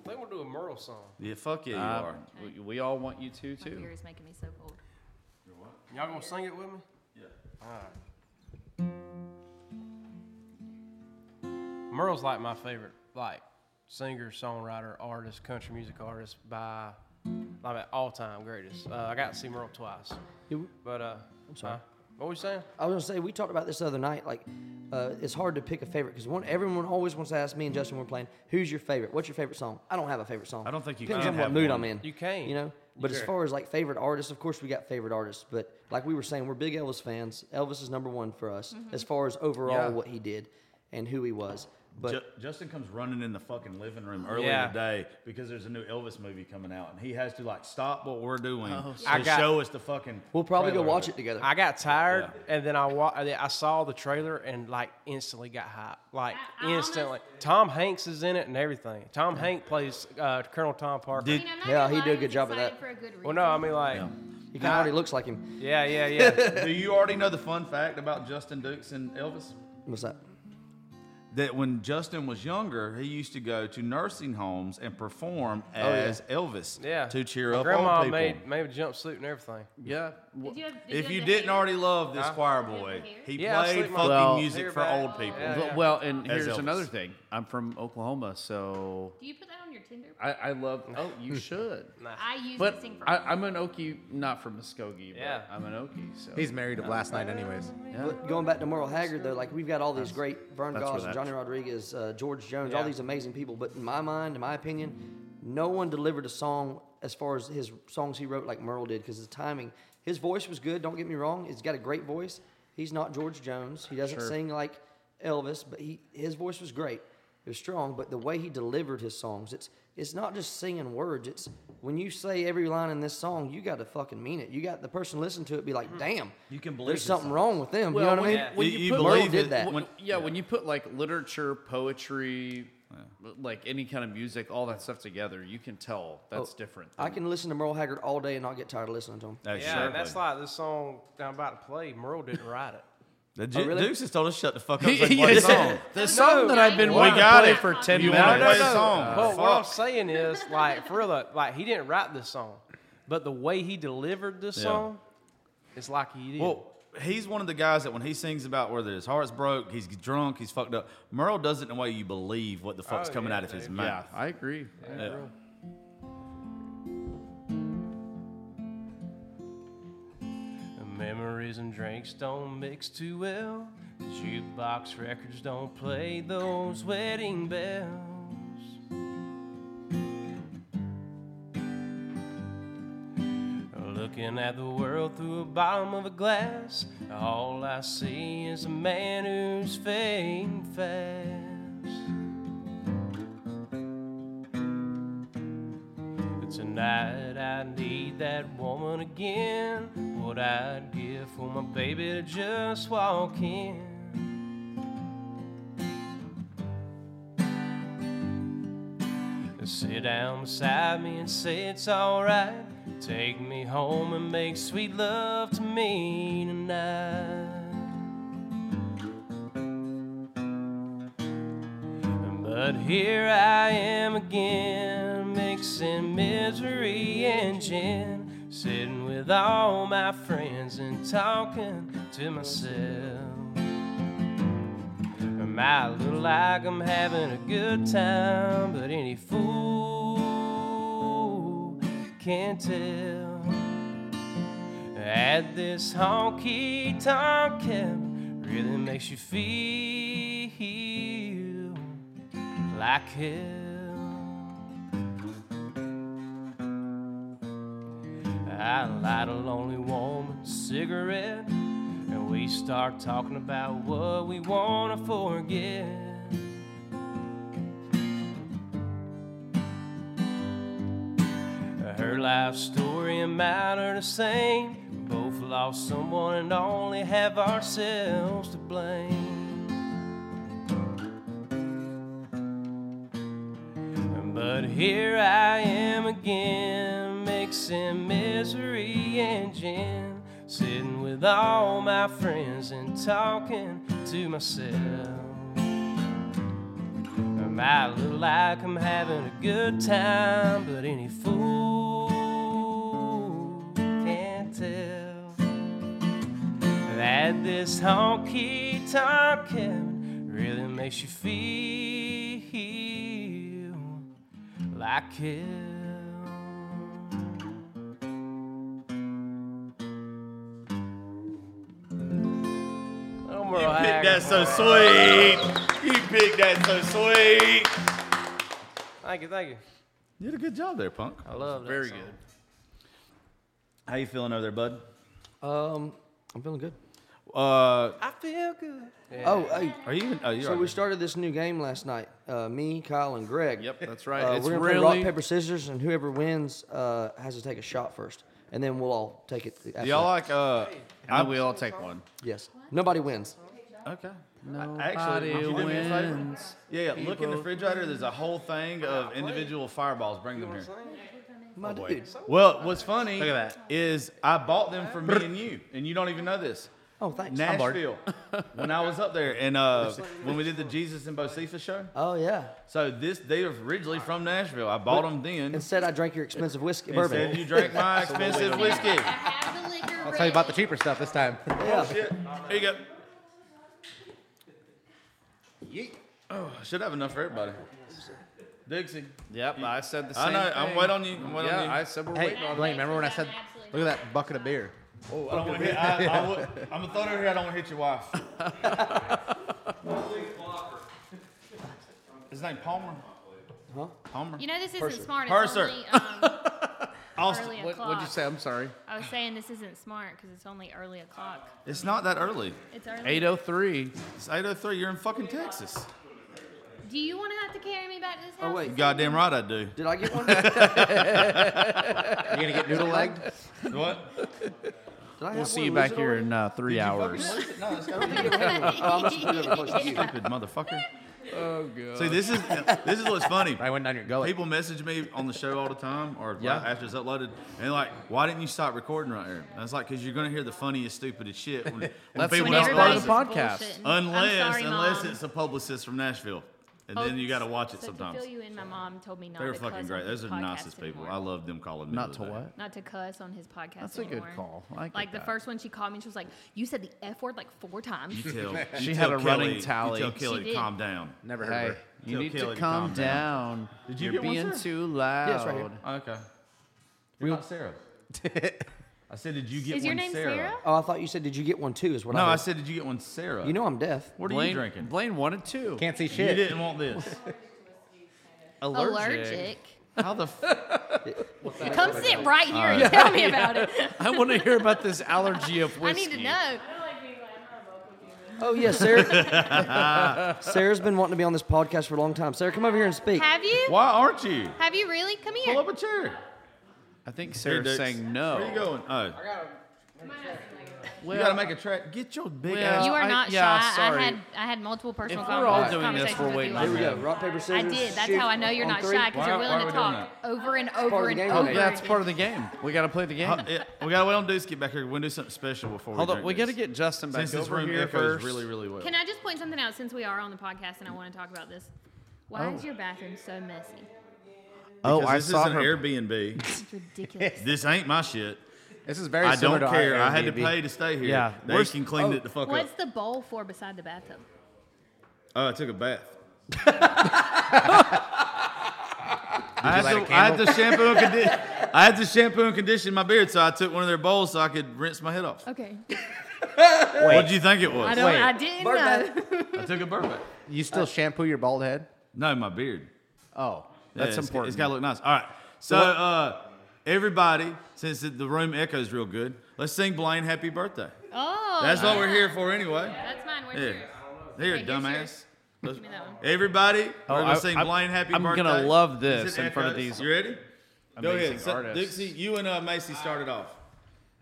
S3: think we'll do a Merle song.
S1: Yeah, fuck yeah, you
S5: Uh,
S1: are.
S5: we, we all want you to
S8: My
S5: too.
S8: beer is making me so cold.
S3: Y'all gonna sing it with me? Merle's like my favorite, like singer, songwriter, artist, country music artist by like at all time greatest. Uh, I got to see Merle twice,
S2: Yeah, we-
S3: but uh, I'm sorry. what were you saying?
S2: I was gonna say we talked about this the other night. Like, uh, it's hard to pick a favorite because one everyone always wants to ask me and Justin. when We're playing. Who's your favorite? What's your favorite song? I don't have a favorite song.
S1: I don't think you
S2: depends
S1: can
S2: on what
S1: have
S2: mood
S1: one.
S2: I'm in.
S3: You can.
S2: you know. But as
S3: can.
S2: far as like favorite artists, of course we got favorite artists. But like we were saying, we're big Elvis fans. Elvis is number one for us as far as overall
S5: Yeah.
S2: what he did and who he was. But
S1: Ju- Justin comes running in the fucking living room early
S3: Yeah.
S1: today because there's a new Elvis movie coming out, and he has to like stop what we're doing to
S3: I got-
S1: show us the fucking.
S2: we'll probably go
S1: trailer of
S2: watch it together.
S3: I got tired, and then I wa- I saw the trailer and like instantly got hyped, like
S8: I- I almost-
S3: instantly. Tom Hanks is in it and everything. Tom Hank plays uh, Colonel Tom Parker.
S8: I mean, I'm not
S2: Yeah,
S8: gonna
S2: he
S8: lie,
S2: did a
S8: I
S2: good
S8: was
S2: job of
S8: excited
S2: that.
S8: For a good reason.
S3: well, no, I mean like,
S2: He kind of already looks like him.
S3: yeah, yeah, yeah.
S1: Do you already know the fun fact about Justin Dukes and Elvis?
S2: What's that?
S1: That when Justin was younger, he used to go to nursing homes and perform as Elvis
S3: Oh, Yeah.
S1: to cheer
S3: My
S1: up
S3: Grandma
S1: old people.
S3: made made a jumpsuit and everything.
S5: Yeah. Well,
S8: Did you have, did
S1: if
S8: have
S1: you
S8: the
S1: didn't
S8: hair?
S1: already love this choir
S8: Did you have
S1: boy,
S8: the hair?
S1: he
S3: Yeah, I
S1: played
S3: slicked my
S1: fucking
S5: Well-
S1: music
S3: hair
S1: for
S3: back.
S1: old people.
S3: Yeah, yeah.
S5: well, and
S1: As
S5: here's
S1: Elvis.
S5: another thing. I'm from Oklahoma, so
S8: Do you put that on your Tinder?
S5: I, I love. Oh, you should.
S1: Uh,
S8: I used to
S5: But
S8: sing for.
S5: I, I'm an Okie, not from Muskogee. But
S3: Yeah.
S5: I'm an Okie. So
S4: He's married of last night, anyways.
S2: But going back to Merle Haggard, though, like we've got all these great Vern
S5: that's where
S2: Goss,
S5: that-
S2: Johnny Rodriguez, uh, George Jones, all
S3: Yeah.
S2: these amazing people. But in my mind, in my opinion, no one delivered a song as far as his songs he wrote like Merle did because the timing. His voice was good. Don't get me wrong; he's got a great voice. He's not George Jones. He doesn't sing like Elvis, but he his voice was great. It was strong, but the way he delivered his songs, it's it's not just singing words. It's when you say every line in this song, you got to fucking mean it. You got the person listening to it be like, "Damn,
S1: You can believe
S2: there's
S1: this
S2: something
S1: song.
S2: wrong with them." you know what I mean?
S3: yeah.
S1: You- you
S5: put-
S1: believe
S2: Merle did
S1: it-
S2: that.
S5: When, yeah, when you put like literature, poetry, like any kind of music, all that stuff together, you can tell that's
S1: Oh,
S5: different.
S2: I can listen to Merle Haggard all day and not get tired of listening to him.
S1: That's
S3: Yeah, and that's like this song that I'm about to play. Merle didn't write it.
S1: The Ju-
S2: Oh, really?
S1: Dukes has told us shut the fuck up.
S5: He-
S1: and
S5: he
S1: play the
S5: is-
S1: song.
S5: The song that I've been
S8: We
S5: wanting
S1: got
S5: to play
S1: it.
S5: for ten
S1: You wanna
S5: minutes.
S1: play the song?
S3: But what I'm
S1: Fuck.
S3: saying is, like, for the like, he didn't write this song, but the way he delivered this
S1: Yeah.
S3: song, it's like he did.
S1: Well, he's one of the guys that when he sings about whether his heart's broke, he's drunk, he's fucked up. Merle does it in a way you believe what the fuck's
S3: Oh,
S1: coming
S3: yeah,
S1: out of his
S3: dude.
S5: Yeah,
S1: mouth.
S5: I agree.
S1: Yeah.
S3: Memories and drinks don't mix too well. The jukebox records don't play those wedding bells. Looking at the world through a bottom of a glass, all I see is a man who's fading fast. Tonight
S7: need that woman again, what I'd give for my baby to just walk in. Sit down beside me and say it's alright. Take me home and make sweet love to me tonight. But here I am again, mixing misery and gin, sitting with all my friends and talking to myself. I look like I'm having a good time, but any fool can tell. At this honky tonk cabin really makes you feel like hell. I light a lonely woman a cigarette, and we start talking about what we want to forget. Her life story and mine are the same. We both lost someone and only have ourselves to blame. But here I am again, mixing misery and gin, sitting with all my friends and talking to myself. I look like I'm having a good time, but any fool can tell that this honky tonk cabin really makes you feel like hell. Elmer
S1: You picked
S7: Haggard.
S1: that so sweet. You picked that so sweet.
S7: Thank you, thank you.
S1: You did a good job there, punk.
S7: I love that.
S5: Very
S7: song.
S5: good.
S1: How you feeling over there, bud?
S2: Um, I'm feeling good.
S1: Uh,
S7: I feel good.
S2: Oh, hey,
S1: are you? Oh, you're
S2: so we started this new game last night. Uh, me, Kyle, and Greg.
S5: Yep, that's
S2: Uh,
S5: right. it's
S2: we're gonna
S5: really
S2: play rock, paper, scissors, and whoever wins uh, has to take a shot first, and then we'll all take it. After.
S1: Do y'all like? Uh,
S5: I will all take one.
S2: yes. Nobody wins.
S1: okay. I- Actually, would you do me a favor? Yeah, yeah. Look in the refrigerator. There's a whole thing of individual fireballs. Bring them here.
S5: Oh,
S2: My dude.
S1: Well, what's funny
S5: Look at that.
S1: is I bought them for me and you, and you don't even know this.
S2: Oh, thanks.
S1: Nashville, when I was up there, and uh, when we did the Jesus and Bocefa show.
S2: Oh yeah.
S1: So this they were originally from Nashville. I bought them then.
S2: Instead, I drank your expensive whiskey bourbon.
S1: Instead, you drank my expensive whiskey.
S8: I have the liquor
S4: I'll tell you about the
S8: ready.
S4: cheaper stuff this time.
S2: yeah.
S1: Shit. Here you go. Oh, I should have enough for everybody. Dixie.
S5: Yep, I said the same
S1: I know. I'm
S5: thing.
S1: waiting on you. I'm waiting
S5: Yeah,
S1: on you.
S5: I said we're
S4: Hey,
S5: waiting on
S4: Blaine, remember when I said, look at that bucket of beer?
S1: Oh, I don't want to hit. I, I would, I'm gonna throw it over here. I don't want to hit your wife. His name Palmer. Huh? Palmer.
S8: You know this isn't smart. It's
S1: Purser.
S8: only, um,
S1: Austin.
S8: early
S5: What,
S8: o'clock.
S5: what'd you say? I'm sorry.
S8: I was saying this isn't smart because it's only early o'clock.
S1: It's not that early.
S8: It's early.
S5: 803.
S1: It's 8:03. You're in fucking Texas.
S8: Do you want to have to carry me back to this house?
S2: Oh wait.
S1: Goddamn right I do.
S2: Did I get one?
S4: You're gonna get noodle legged?
S1: What?
S5: We'll see you back here in uh, three hours.
S1: Stupid motherfucker. Oh god. See, this is this is what's funny.
S4: I went down your gullet.
S1: People message me on the show all the time, or
S5: Yeah.
S1: right after it's uploaded, and they're like, "Why didn't you stop recording right here?" And I was like, "Cause you're gonna hear the funniest, stupidest shit when, when
S5: That's
S1: people
S5: when
S1: don't
S5: everybody-
S1: post it.
S5: part of the podcast.
S8: bullshitting. I'm
S1: unless
S8: sorry,
S1: unless
S8: Mom.
S1: it's a publicist from Nashville, and
S8: Oh,
S1: then you got to watch it
S8: so
S1: sometimes.
S8: To fill you in, my mom told me not.
S1: They were
S8: to
S1: fucking
S8: cuss
S1: great.
S8: on
S1: Those are the
S8: his podcast
S1: nicest people.
S8: anymore.
S1: I love them calling me.
S5: Not
S1: the
S5: to
S1: other day.
S5: what?
S8: not to cuss on his podcast.
S5: That's a good
S8: anymore.
S5: call. I get
S8: like the
S5: that.
S8: first one she called me, and she was like, "You said the f word like four times."
S1: You tell. you
S5: She
S1: tell
S5: had a running
S1: Kelly-
S5: tally.
S1: You tell
S5: She
S1: Kelly to
S8: did.
S1: calm down.
S4: Never heard
S5: Hey,
S4: of her.
S5: you
S1: Tell
S5: need
S1: Kelly
S5: to
S1: to
S5: calm
S1: calm down.
S5: down.
S1: Did you
S5: are
S1: get one,
S5: being
S1: sir?
S5: too loud.
S2: Yes, right here.
S1: Okay. You're not Sarah. I said, did you get
S8: Is
S1: one
S8: your name Sarah?
S2: Oh, I thought you said, did you get one too? Is what
S1: No,
S2: I, heard.
S1: I said, did you get one Sarah?
S2: You know I'm deaf.
S1: what are
S5: Blaine,
S1: you drinking?
S5: Blaine wanted two.
S4: Can't see
S1: You
S4: shit.
S1: didn't want this.
S8: Allergic.
S5: Allergic.
S1: How the f-
S8: Come sit right here and tell me about it.
S5: I want to hear about this allergy of
S8: I
S5: whiskey.
S8: need to know.
S2: Oh yeah, Sarah. Sarah's been wanting to be on this podcast for a long time. Sarah, come over here and speak.
S8: Have you?
S1: Why aren't you?
S8: Have you really? Come
S1: Pull
S8: here.
S1: up a chair.
S5: I think Sarah's
S1: Dix.
S5: saying no.
S1: Where you going? Oh,
S5: Well,
S1: you gotta make a track. Get your big
S5: Well,
S1: ass.
S8: You are
S5: I-
S8: not
S5: yeah,
S8: shy.
S5: sorry.
S8: I had I had multiple personal
S5: If we're all
S8: conversations
S5: doing this,
S8: conversations
S5: we're
S8: with
S5: waiting
S8: you
S5: on
S8: last
S2: Here we
S8: night.
S2: go. Rock, paper,
S8: I
S2: scissors.
S8: did. That's
S2: shoot
S8: how I know you're
S2: on
S8: not
S2: three.
S8: shy because
S1: Why-
S8: you're
S1: why
S8: willing
S1: are
S8: to
S1: we doing
S8: talk over and over
S2: the
S8: and
S2: game
S5: Oh,
S2: today.
S8: over.
S5: yeah, it's part of the game. We gotta play the game.
S1: Uh, yeah, we gotta wait on Deuce to get back here. We'll do something special before
S5: Hold
S1: we
S5: on,
S1: drink
S5: we
S1: this.
S5: gotta get Justin back
S1: Since this
S5: over
S1: room
S5: here
S1: echoes
S5: first.
S1: really, really well.
S8: Can I just point something out since we are on the podcast and I want to talk about this? Why is your bathroom so messy?
S5: oh,
S1: Because
S5: I
S1: this
S5: saw
S1: is an
S5: her.
S1: Airbnb.
S8: It's ridiculous.
S1: this ain't my shit.
S4: This is very
S1: I
S4: similar
S1: don't
S4: to
S1: care.
S4: Our
S1: I had to
S4: Airbnb.
S1: pay to stay here.
S5: Yeah,
S1: they
S5: worst- Oh.
S1: can clean it the fuck
S8: What's
S1: up.
S8: the bowl for beside the bathtub?
S1: Oh, I took a bath. I had,
S4: light a
S1: to, I had to shampoo and condi- I had to shampoo and condition my beard, so I took one of their bowls so I could rinse my head off.
S8: Okay.
S1: What do you think it was?
S8: I don't. I didn't know.
S1: I took a bath.
S4: You still
S1: Uh,
S4: shampoo your bald head?
S1: No, my beard.
S4: Oh,
S1: Yeah,
S5: That's
S1: it's-
S5: important.
S1: It's got to look nice. All right. So, uh, everybody, since the- the room echoes real good, let's sing Blaine happy birthday.
S8: Oh.
S1: That's what we're
S8: yeah.
S1: here for anyway.
S8: That's mine. Where's
S1: Yeah.
S8: yours?
S1: Here,
S8: Okay, here's
S1: dumbass.
S8: yours.
S1: Let's-
S8: me that one.
S1: Everybody, we're
S5: Oh, I-
S1: gonna sing
S5: I'm-
S1: Blaine happy
S5: I'm
S1: birthday.
S5: gonna love
S1: Since
S5: this
S1: it
S5: in front of
S1: echoes.
S5: these
S1: You ready? Go
S5: amazing
S1: ahead. So,
S5: artists.
S1: Dixie, you and uh, Macy started off.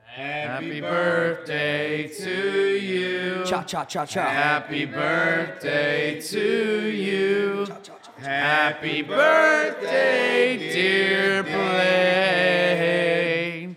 S5: Happy birthday to you.
S2: Cha cha cha cha.
S5: Happy birthday to you.
S2: Cha cha cha.
S5: Happy birthday, dear Blaine.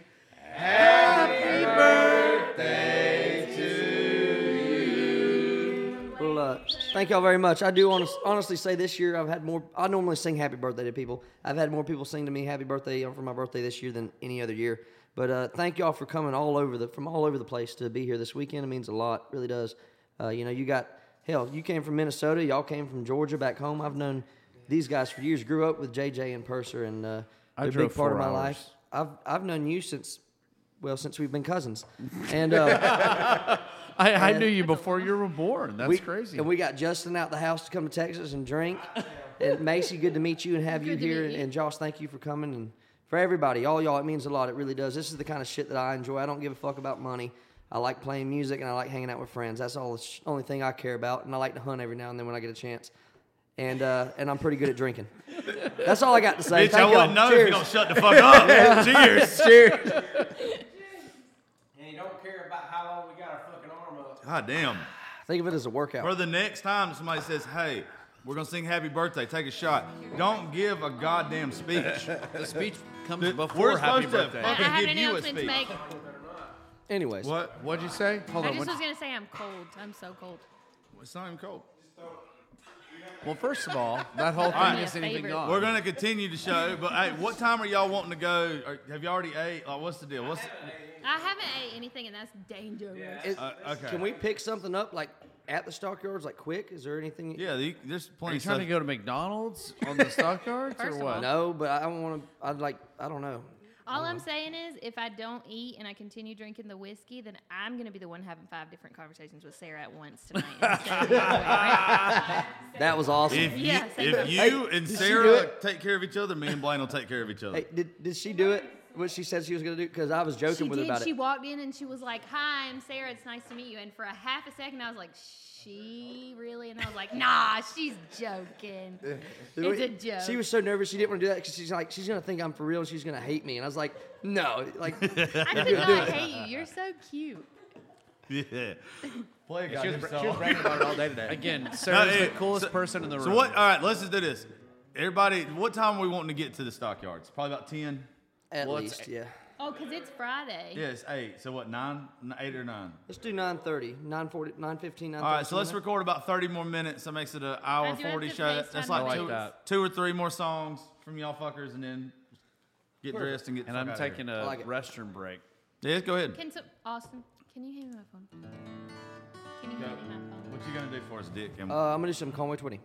S2: Well, uh, thank y'all very much. I do honest, honestly say this year I've had more. I normally sing happy birthday to people. I've had more people sing to me happy birthday uh, for my birthday this year than any other year. But uh, thank y'all for coming all over the from all over the place to be here this weekend. It means a lot, really does. Uh, you know, you got hell. You came from Minnesota. Y'all came from Georgia back home. I've known these guys for years. Grew up with JJ and Purser, and uh,
S5: I
S2: they're a
S5: drove
S2: big part of
S5: four
S2: my
S5: hours.
S2: life. I've I've known you since, well, since we've been cousins, and. Uh,
S5: I, I knew you before you were born. That's
S2: we,
S5: crazy.
S2: And we got Justin out the house to come to Texas and drink. and Macy, good to meet you and have you
S8: Good to
S2: here.
S8: meet
S2: And,
S8: you.
S2: and Josh, thank you for coming. And for everybody, all y'all, it means a lot. It really does. This is the kind of shit that I enjoy. I don't give a fuck about money. I like playing music and I like hanging out with friends. That's all the sh- only thing I care about. And I like to hunt every now and then when I get a chance. And uh, and I'm pretty good at drinking. That's all I got to say.
S1: Bitch, I
S2: Thank y'all.
S1: wouldn't know if
S2: Cheers.
S1: you don't shut the fuck up. Cheers. Cheers.
S3: And you don't care about how long we got our fucking arm up.
S1: God damn.
S2: Think of it as a workout.
S1: For the next time somebody says, hey, we're going to sing happy birthday, take a shot. Don't give a goddamn speech.
S5: the speech comes
S1: Th-
S5: before
S1: we're
S5: happy
S1: supposed to
S5: birthday.
S8: I, I
S1: fucking
S8: have
S1: give
S8: an
S1: you a
S8: announcement to
S1: speech.
S8: make.
S2: Anyways,
S1: What?
S5: What'd you say? Hold
S8: I
S5: on.
S8: just was
S5: what'd-
S8: gonna say I'm cold. I'm so cold.
S1: It's not even cold.
S5: Well, first of all, that whole
S1: right.
S5: thing is
S8: Yeah,
S5: anything
S8: favorite.
S5: gone.
S1: We're going to continue the show, but hey, what time are y'all wanting to go? Or, have you already ate? Like, what's the deal? What's
S8: I haven't ate anything, and that's dangerous.
S2: Is-
S1: uh, okay.
S2: can we pick something up like at the stockyards, like quick? Is there anything?
S1: Yeah, you, there's
S5: Are
S1: plenty
S5: you
S1: of stuff.
S5: trying to go to McDonald's on the stockyards or
S8: First of
S5: what?
S8: all.
S2: No, but I don't want to. I'd like. I don't know.
S8: All I'm saying is, if I don't eat and I continue drinking the whiskey, then I'm going to be the one having five different conversations with Sarah at once tonight. instead of the other way around.
S2: That was awesome.
S1: if you,
S8: Yeah, same
S1: if
S8: here.
S1: you and
S2: did she do
S1: Sarah
S2: it?
S1: take care of each other, me and Blaine will take care of each other.
S2: hey, did did she do it? What she said she was gonna do? Because I was joking
S8: she
S2: with her
S8: did.
S2: about
S8: She
S2: it.
S8: walked in and she was like, "Hi, I'm Sarah. It's nice to meet you." And for a half a second, I was like, "She really?" And I was like, "Nah, she's joking." it's a joke.
S2: She was so nervous she didn't want to do that because she's like she's gonna think I'm for real and she's gonna hate me and I was like no like
S8: I could not hate you. You're so cute.
S1: Yeah. Play
S4: she was, she was bragging about it all day today.
S5: Again, Sarah's
S1: hey,
S5: the coolest
S1: so-
S5: person in the room.
S1: So what? All right, let's just do this. Everybody, what time are we wanting to get to the stockyards? Probably about ten.
S2: at
S5: Well, it's-
S2: least yeah
S8: Oh, because it's Friday.
S1: Yeah, it's eight. So what? Nine, N- eight or nine?
S2: let's do 9:30 9:40 9:15
S1: All right. So let's record about thirty more minutes. That makes it an hour
S8: I do have
S1: forty
S8: to
S1: show. That-
S8: FaceTime
S1: That's
S8: my
S1: like,
S5: I
S1: two,
S5: like that.
S1: two or three more songs from y'all fuckers, and then get dressed and get. the
S5: And
S1: fuck
S5: I'm
S1: outta here.
S5: taking a
S2: like it.
S5: restroom break.
S1: Yeah, go ahead.
S8: Can some Austin? Can you hand me my phone? Can you
S1: Go.
S8: hand me my phone?
S1: What you gonna do for us, Dick? And-
S2: uh, I'm gonna do some Conway 20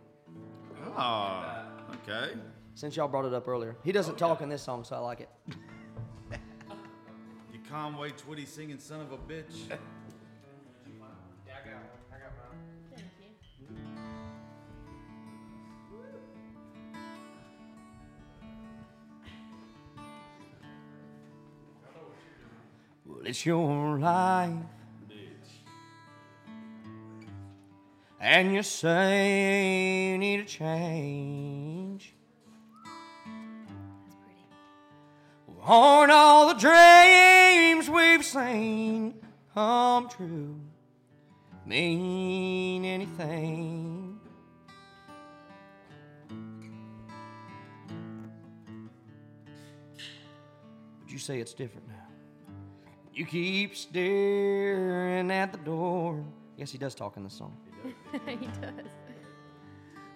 S1: oh, okay.
S2: since y'all brought it up earlier he doesn't talk in this song so I like it
S1: You Conway Twitty singing son of a bitch.
S8: Thank you.
S2: well it's your life and you say you need a change
S8: That's pretty.
S2: Well,
S6: Aren't all the dreams we've seen come true? Mean anything? But you say it's different now. You keep staring at the door. Yes, he does talk in the song.
S8: he does.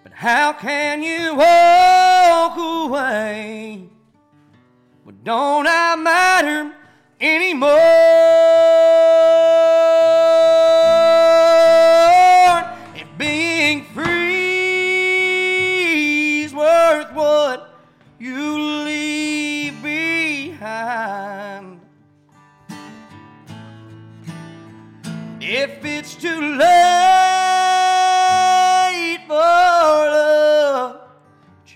S6: But how can you walk away? Well, don't I matter anymore? If being free's worth what you leave behind, if it's too late for love,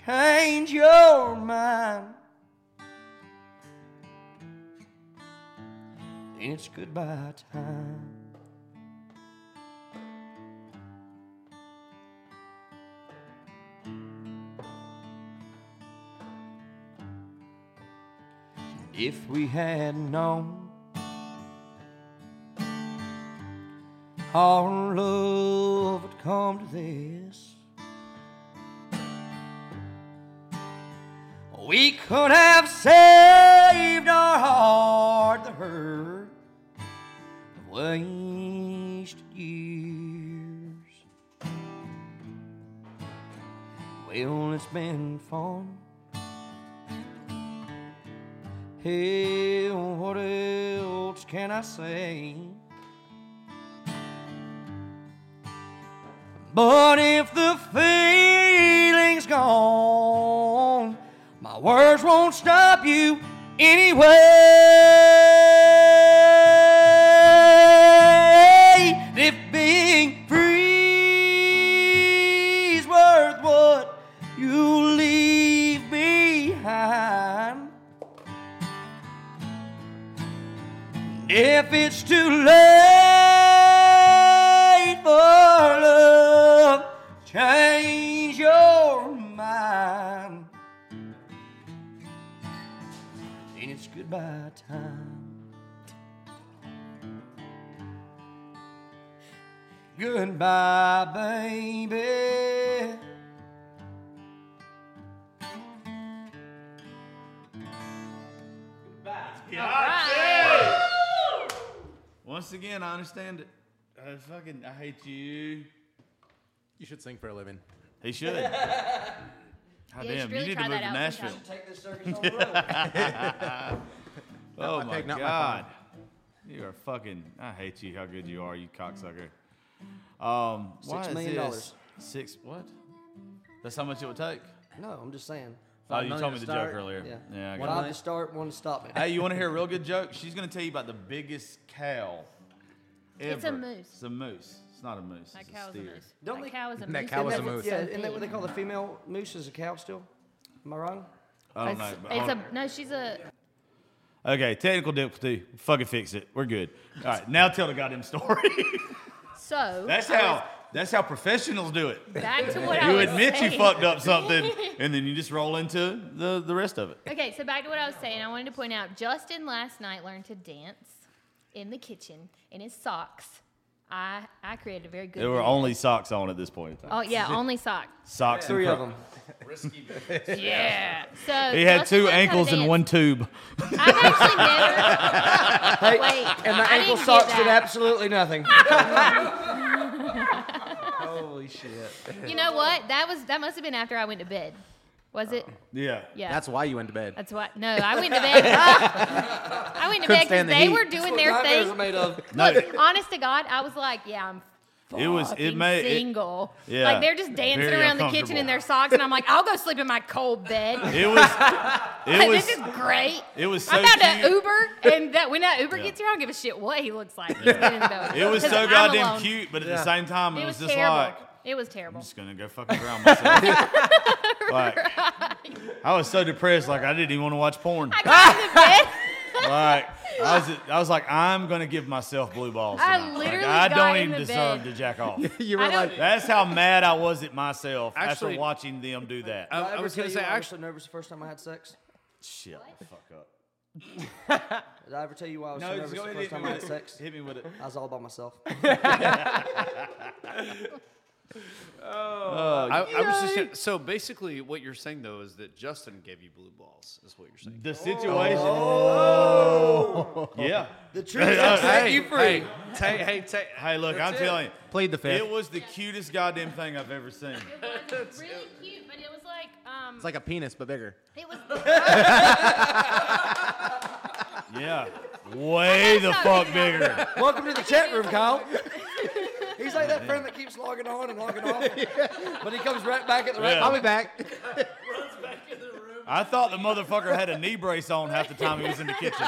S6: change your mind. Then it's goodbye time. If we had known our love would come to this. We could have saved our heart the hurt of wasted years. Well, it's been fun. Hey, what else can I say? But if the feeling's gone, my words won't stop you anyway. If being free's worth what you leave behind, if it's too late for love, change your mind. Then it's goodbye time. Goodbye, baby.
S1: Once again, I understand it. I fucking, I hate you.
S4: You should sing for a living.
S1: He should. God
S8: you
S1: damn,
S8: should
S1: you
S8: really
S1: need to
S8: try
S1: move to
S8: that out sometime.
S1: Nashville.
S6: Take this circus on the road.
S1: Oh
S4: my
S1: my,
S4: pig, not my
S1: god. you are fucking I hate you how good you are, you cocksucker. Um why
S6: Six
S1: is
S6: million
S1: this- Six what? That's how much it would take?
S6: No, I'm just saying.
S1: Oh,
S4: Five
S1: you
S4: million
S1: told
S4: to
S1: me the
S4: start.
S1: joke earlier.
S6: Yeah.
S1: I got
S6: One
S1: it.
S6: to start, one to stop me.
S1: Hey, you want to hear a real good joke? She's gonna tell you about the biggest cow. Ever.
S8: It's a moose.
S1: It's a moose. It's not a moose.
S8: That
S1: it's
S8: cow
S1: a
S8: is a
S1: steer.
S8: moose.
S6: Don't
S8: that
S6: they-
S8: cow is a
S4: That
S8: moose.
S4: cow
S8: It
S4: is a
S8: doesn't
S4: moose.
S6: Yeah,
S8: say
S6: isn't that what they
S8: big.
S6: call the female moose is a cow still? Am I wrong?
S1: I don't
S8: It's,
S1: know. but
S8: it's
S1: hold on.
S8: a no. She's a.
S1: Okay, technical difficulty. Fucking fix it. We're good. All right, now tell the goddamn story.
S8: So
S1: that's how. That's how professionals do it.
S8: back to what I
S1: You
S8: was
S1: admit you
S8: saying.
S1: fucked up something, and then you just roll into the, the rest of it.
S8: Okay, so back to what I was saying. I wanted to point out Justin last night learned to dance in the kitchen in his socks. I I created a very good.
S1: There were
S8: video.
S1: only socks on at this point in time.
S8: Oh yeah, only sock.
S1: Socks.
S6: Three
S1: and
S6: of
S1: cro-
S6: them.
S8: Yeah. So
S1: He had
S8: Justin
S1: two
S8: learned how to
S1: ankles and
S8: dance.
S1: one tube.
S8: I've actually never.
S6: Hey,
S8: Wait,
S6: and the
S8: I
S6: ankle
S8: didn't get
S6: socks did
S8: that.
S6: absolutely nothing. Holy shit.
S8: You know what? That was that must have been after I went to bed. Was it?
S1: Yeah.
S8: Yeah.
S4: That's why you went to bed.
S8: That's what. No, I went to bed. I went to bed because
S4: stand the
S8: they
S4: heat.
S8: were doing their
S6: Nightmares are
S8: thing.
S6: made of.
S1: No,
S8: Look, honest to God, I was like, yeah, I'm.
S1: It was- it
S8: fucking
S1: made- it-
S8: single.
S1: yeah.
S8: like they're just dancing
S1: Very
S8: around the kitchen in
S1: uncomfortable.
S8: their socks, and I'm like, I'll go sleep in my cold bed.
S1: it was. It
S8: Like,
S1: was.
S8: this is great.
S1: It was so
S8: I'm about
S1: cute.
S8: to Uber, and that when that Uber gets here, I don't give a shit what he looks like. He's getting those.
S1: It was
S8: 'Cause
S1: so
S8: I'm
S1: goddamn
S8: alone.
S1: cute, but at the same time, it,
S8: It
S1: was,
S8: was
S1: just
S8: terrible.
S1: like
S8: it was terrible.
S1: I'm just gonna go fucking drown myself. like, I was so depressed, like I didn't even want to watch porn.
S8: I got in the bed.
S1: Like I was, I was like, I'm gonna give myself blue balls.
S8: I
S1: tonight. Like,
S8: literally
S1: I
S8: got
S1: don't
S8: in
S1: even
S8: the
S1: deserve
S8: bed.
S1: to jack off.
S4: you
S8: I don't-
S1: That's how mad I was at myself
S2: Actually-
S1: after watching them do that.
S2: I,
S6: I,
S2: I was
S6: tell you
S2: gonna say
S6: I was
S2: actually,
S6: so nervous the first time I had sex.
S1: Shit, fuck up.
S2: Did I ever tell you why I was so
S1: No,
S2: nervous
S1: just go
S2: the
S1: ahead
S2: first
S1: and
S2: time
S1: hit me
S2: I had
S1: with it.
S2: sex?
S1: Hit me with it.
S2: I was all by myself.
S5: I, I was just gonna- so basically what you're saying though is that Justin gave you blue balls is what you're saying.
S1: The situation. Oh. Yeah.
S2: The truth set
S5: hey,
S2: you free.
S5: Hey, take, hey, take,
S1: Hey, look, I'm telling you.
S4: Played the fifth.
S1: It was the cutest goddamn thing I've ever seen.
S8: It was really cute, but it was like um,
S4: it's like a penis, but bigger.
S8: it was
S1: Yeah. Way the fuck bigger.
S2: Welcome to the chat room, Kyle. He's like that friend that keeps logging on and logging off, but he comes right back at the right.
S1: Yeah.
S4: I'll be back.
S1: I thought the motherfucker had a knee brace on half the time he was in the kitchen.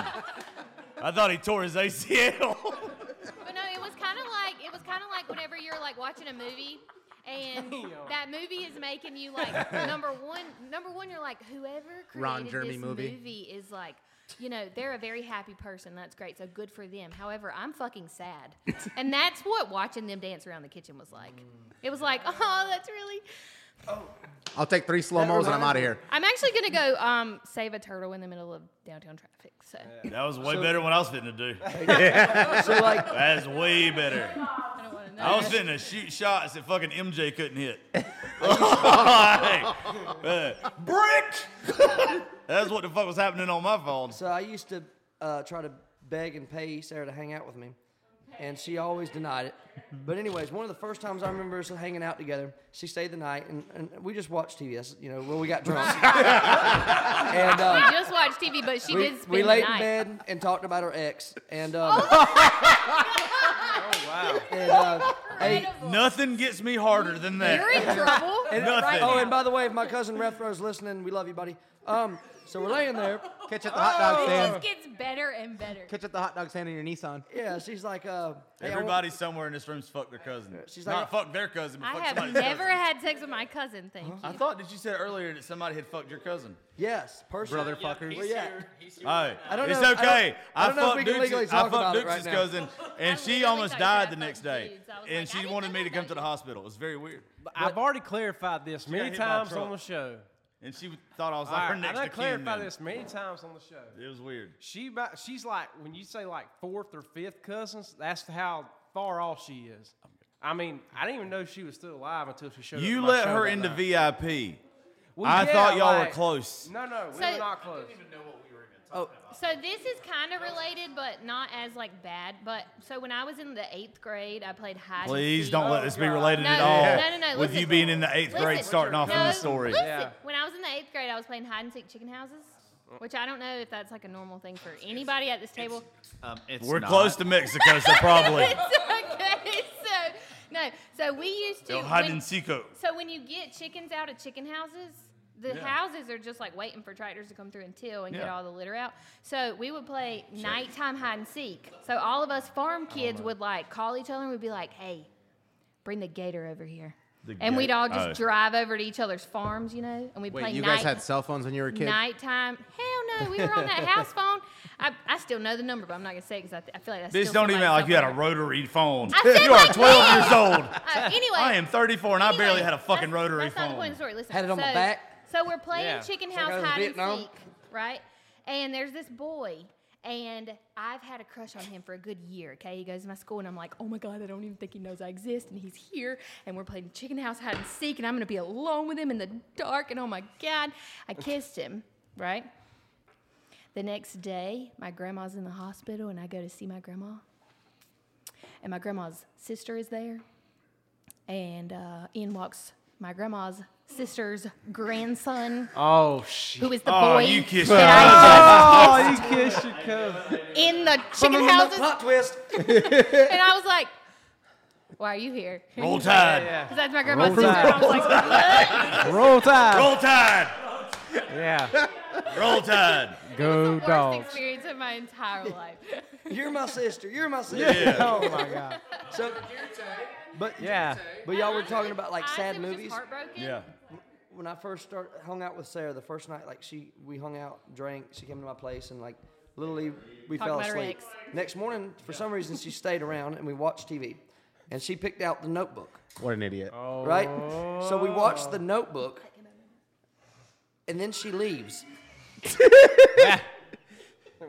S1: I thought he tore his ACL.
S8: But no, it was kind of like it was kind of like whenever you're like watching a movie. And that movie is making you like number one. Number one, you're like whoever created
S4: Ron Jeremy
S8: this
S4: movie.
S8: is like, you know, they're a very happy person. That's great, so good for them. However, I'm fucking sad, and that's what watching them dance around the kitchen was like. It was like, oh, that's really.
S4: I'll take three slow mos and I'm out of here.
S8: I'm actually gonna go um, save a turtle in the middle of downtown traffic. So
S1: That was way better than what I was fitting to do.
S2: So like,
S1: That's way better.
S8: I don't want to know.
S1: I was fitting to shoot shots that fucking MJ couldn't hit. Like, uh, brick! That's what the fuck was happening on my phone.
S2: so I used to uh, try to beg and pay Sarah to hang out with me, and she always denied it. But anyways, one of the first times I remember us hanging out together, she stayed the night, and, and we just watched TV. That's, You know, well, we got drunk, and
S8: We
S2: uh,
S8: just watched TV, but she
S2: we,
S8: did spend
S2: we
S8: the
S2: laid
S8: night.
S2: in bed and talked about our ex, and um, and uh, hey,
S1: Nothing gets me harder than that.
S8: You're in trouble.
S1: Nothing.
S2: oh, and by the way, if my cousin Rethro's listening, we love you, buddy. Um, so we're laying there.
S4: Catch at the hot
S6: Oh!
S4: dog
S8: It
S4: stand.
S8: just gets better and better.
S4: Catch at the hot dog stand in your Nissan.
S2: Yeah, she's like, uh, hey, I want-
S1: Everybody somewhere in this room's fucked their cousin.
S2: She's
S1: Not
S2: like-
S1: fucked their cousin, but
S8: I
S1: fucked
S8: have
S1: somebody's
S8: never
S1: cousin.
S8: had sex with my cousin. Thank you.
S1: I thought that you said earlier that somebody had fucked your cousin.
S2: yes, personally.
S4: Brotherfuckers.
S2: Well, yeah.
S1: Hey,
S2: I don't
S1: it's
S2: know- I don't-
S1: okay.
S2: I
S1: I,
S2: don't know if we
S1: fucked
S2: can legally
S1: Dukes.
S2: talk
S1: I
S2: about
S1: fucked
S2: it right
S1: Dukes'
S2: now.
S1: cousin, and
S8: I
S1: she
S8: literally
S1: almost
S8: thought you said I
S1: died the
S8: fucked
S1: next day.
S8: dudes. I was
S1: And
S8: like, I
S1: she
S8: didn't
S1: wanted
S8: know
S1: me to
S8: that
S1: come
S8: about
S1: to the
S8: you.
S1: hospital. It was very weird.
S3: I've already clarified this
S1: got
S3: many
S1: hit by a
S3: times
S1: truck.
S3: on the show.
S1: And she thought I was like
S3: All
S1: her
S3: right, I've
S1: next
S3: done
S1: of kin.
S3: clarified
S1: then.
S3: this many times on the show.
S1: It was weird.
S3: She about, she's like when you say like fourth or fifth cousins, that's how far off she is. I mean, I didn't even know she was still alive until she showed up.
S1: You
S3: at my
S1: let
S3: show
S1: her
S3: that
S1: into
S3: night.
S1: VIP.
S3: Well,
S1: I thought y'all were
S3: like-
S1: close.
S3: No, no, we
S8: So-
S3: were not close.
S8: So this is kind of related, but not as like bad. But so when I was in the eighth grade, I played hide.
S1: Please
S8: and seek. Oh,
S1: don't let this be
S3: God.
S1: related
S8: No,
S1: at
S8: no,
S1: all.
S8: no, no, no,
S1: With
S8: listen.
S1: you being in the eighth
S8: Listen.
S1: grade, starting off
S8: no,
S1: in the story.
S8: Listen,
S3: Yeah.
S8: when I was in the eighth grade, I was playing hide and seek chicken houses, which I don't know if that's like a normal thing for anybody at this table.
S5: Um, it's
S1: We're
S5: not.
S1: close to Mexico, so probably.
S8: it's okay. So no. So we used to
S1: They'll hide
S8: when-
S1: and seek it.
S8: So when you get chickens out of chicken houses, the houses are just like waiting for tractors to come through and till and get
S1: Yeah.
S8: all the litter out. So we would play nighttime hide and seek. So all of us farm kids would like call each other and we'd be like, "Hey, bring the gator over here."
S1: The
S8: and we'd
S1: gate-
S8: all just
S1: oh.
S8: drive over to each other's farms, you know, and we'd play
S4: Wait, you
S8: night
S4: guys had cell phones when you were a kid?
S8: nighttime. Hell no, we were on that house phone. I, I still know the number, but I'm not gonna say because I, I feel like that's.
S1: Bitch,
S8: still
S1: don't even
S8: somebody's
S1: act like you had a
S8: number.
S1: rotary phone.
S8: I said
S1: You are 12
S8: like this.
S1: years old.
S8: Uh, anyway,
S1: I am 34 and I barely
S8: Anyway,
S1: had a fucking
S8: that's-
S1: rotary
S8: that's not the
S1: phone.
S8: point of the story. Listen,
S2: Had it on
S8: so,
S2: my back.
S8: So we're playing
S3: Yeah.
S8: chicken
S2: I
S8: house
S2: was in
S8: hide
S2: Vietnam.
S8: and seek, right? And there's this boy, and I've had a crush on him for a good year. Okay, he goes to my school, and I'm like, oh my god, I don't even think he knows I exist, and he's here, and we're playing chicken house hide and seek, and I'm gonna be alone with him in the dark, and oh my god, I kissed him, right? The next day, my grandma's in the hospital, and I go to see my grandma. And my grandma's sister is there. And uh, in walks my grandma's sister's grandson,
S3: Oh shit!
S8: who is the
S1: Oh,
S8: boy
S1: you kissed your
S8: that
S3: Oh, you kissed your cousin.
S8: I just in the chicken houses.
S2: Plot twist.
S8: And I was like, why are you here?
S1: Roll Tide.
S8: Because that's my grandma's
S3: Roll
S8: sister. And I was like,
S3: Roll Tide.
S1: Roll Tide.
S3: Yeah.
S1: Roll Tide.
S3: Go
S8: worst
S3: dogs.
S8: experience of my entire life.
S2: You're my sister. You're my sister.
S3: Oh my god.
S2: So, but
S3: Yeah.
S2: but y'all were talking about like
S8: Honestly,
S2: sad
S8: I was just
S2: movies.
S8: heartbroken.
S1: Yeah.
S2: When I first start hung out with Sarah, the first night, like she we hung out, drank. She came to my place, and like literally we
S8: Talk
S2: fell
S8: about her
S2: asleep. Next morning, for some reason, she stayed around and we watched TV, and she picked out The Notebook.
S4: What an idiot.
S2: right? So we watched The Notebook, and then she leaves.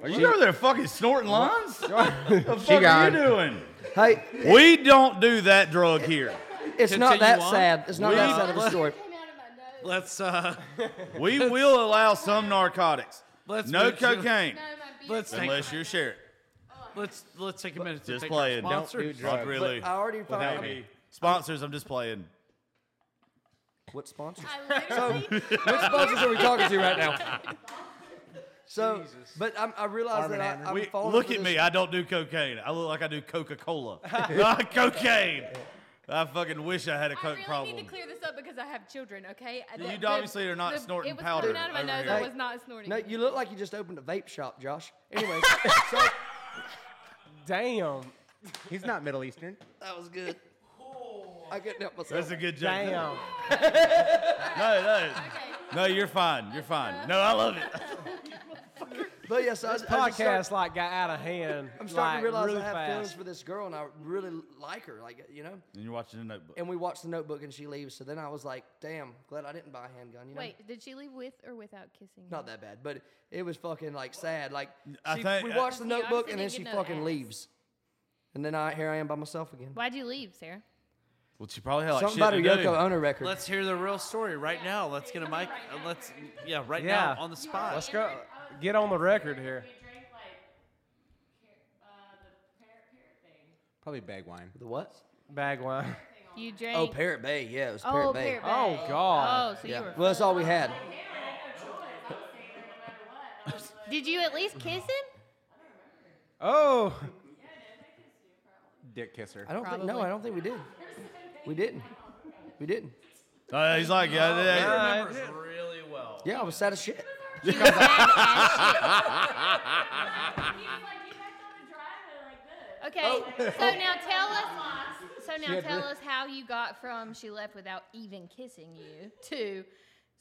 S1: Are you over there fucking snorting lines? What the fuck are
S4: gone.
S1: you doing?
S2: Hey,
S1: We don't do that drug here.
S2: it's not
S5: Continue
S2: that
S5: on.
S2: sad. It's not that sad of a story.
S8: Came out of my nose.
S5: Let's uh,
S1: We will allow some narcotics.
S5: Let's
S1: no
S5: move to-
S1: cocaine.
S8: No, my beard.
S5: let's take,
S1: Unless you're Sherritt.
S5: let's let's take a minute to
S1: Just
S5: thank
S1: playing.
S5: our
S1: Don't
S5: sponsors.
S3: do drugs.
S1: Not really.
S2: I already
S1: Without
S2: found
S1: me. Sponsors, I'm just playing.
S2: what sponsors.
S8: I literally.
S2: What sponsors are we talking to right now? So, but I'm, I realize that I, I'm
S1: We,
S2: falling
S1: look
S2: for
S1: at
S2: this-
S1: me. I don't do cocaine. I look like I do Coca Cola. Not cocaine. I fucking wish I had a
S8: I
S1: coke
S8: really
S1: problem.
S8: need to clear this up because I have children, okay? I-
S1: You obviously are not snorting
S8: it was
S1: powder
S8: coming out of my
S1: over
S8: nose.
S1: here.
S8: I was not snorting.
S2: No,
S8: it.
S2: you look like you just opened a vape shop, Josh. Anyways, so
S3: Damn.
S4: He's not Middle Eastern.
S2: that was good. I couldn't help myself.
S1: That's a good joke.
S3: Damn.
S1: No, no.
S8: Okay. Uh-huh.
S1: No, you're fine. You're fine. No, I love it.
S2: But yes, I, I just
S3: Podcast
S2: start-
S3: like got out of hand.
S2: I'm starting
S3: like,
S2: to realize
S3: really
S2: I have feelings
S3: fast.
S2: for this girl, and I really like her. Like you know.
S1: And you're watching the notebook.
S2: And we watched the Notebook, and she leaves. So then I was like, "Damn, glad I didn't buy a handgun." You know.
S8: Wait, did she leave with or without kissing?
S2: Not that bad, but it was fucking like sad. Like
S1: I
S2: she,
S1: think- uh,
S2: we watched the
S8: Honestly,
S2: Notebook,
S8: honestly,
S2: and then
S8: didn't
S2: she
S8: get no
S2: fucking
S8: ass.
S2: leaves. And then I here I am by myself again.
S8: Why'd you leave, Sarah?
S1: Well, she probably had like
S2: Something
S1: shit
S2: about her
S1: to do.
S2: Yoko Ono record.
S5: Let's hear the real story right now. Let's get a mic. uh, Let's yeah, right
S3: Yeah.
S5: now on the spot.
S3: Let's go. Get on the record here.
S4: Probably bag wine.
S2: the what?
S3: Bag wine.
S8: You drank.
S2: Oh, Parrot Bay. Yeah, it was
S8: Oh,
S2: Parrot Bay.
S8: Parrot Bay.
S3: Oh, God.
S8: Oh, so
S2: Yeah.
S8: you were.
S2: Well, that's all we had.
S8: Did you at least kiss him?
S3: Oh.
S4: Dick kisser.
S2: I don't think. No, I don't think we did. We didn't. We didn't.
S1: Uh, he's like, yeah, yeah, yeah.
S3: Uh,
S5: really well.
S2: Yeah, I was sad as shit.
S8: Okay. So now tell us. So now tell us how you got from she left without even kissing you to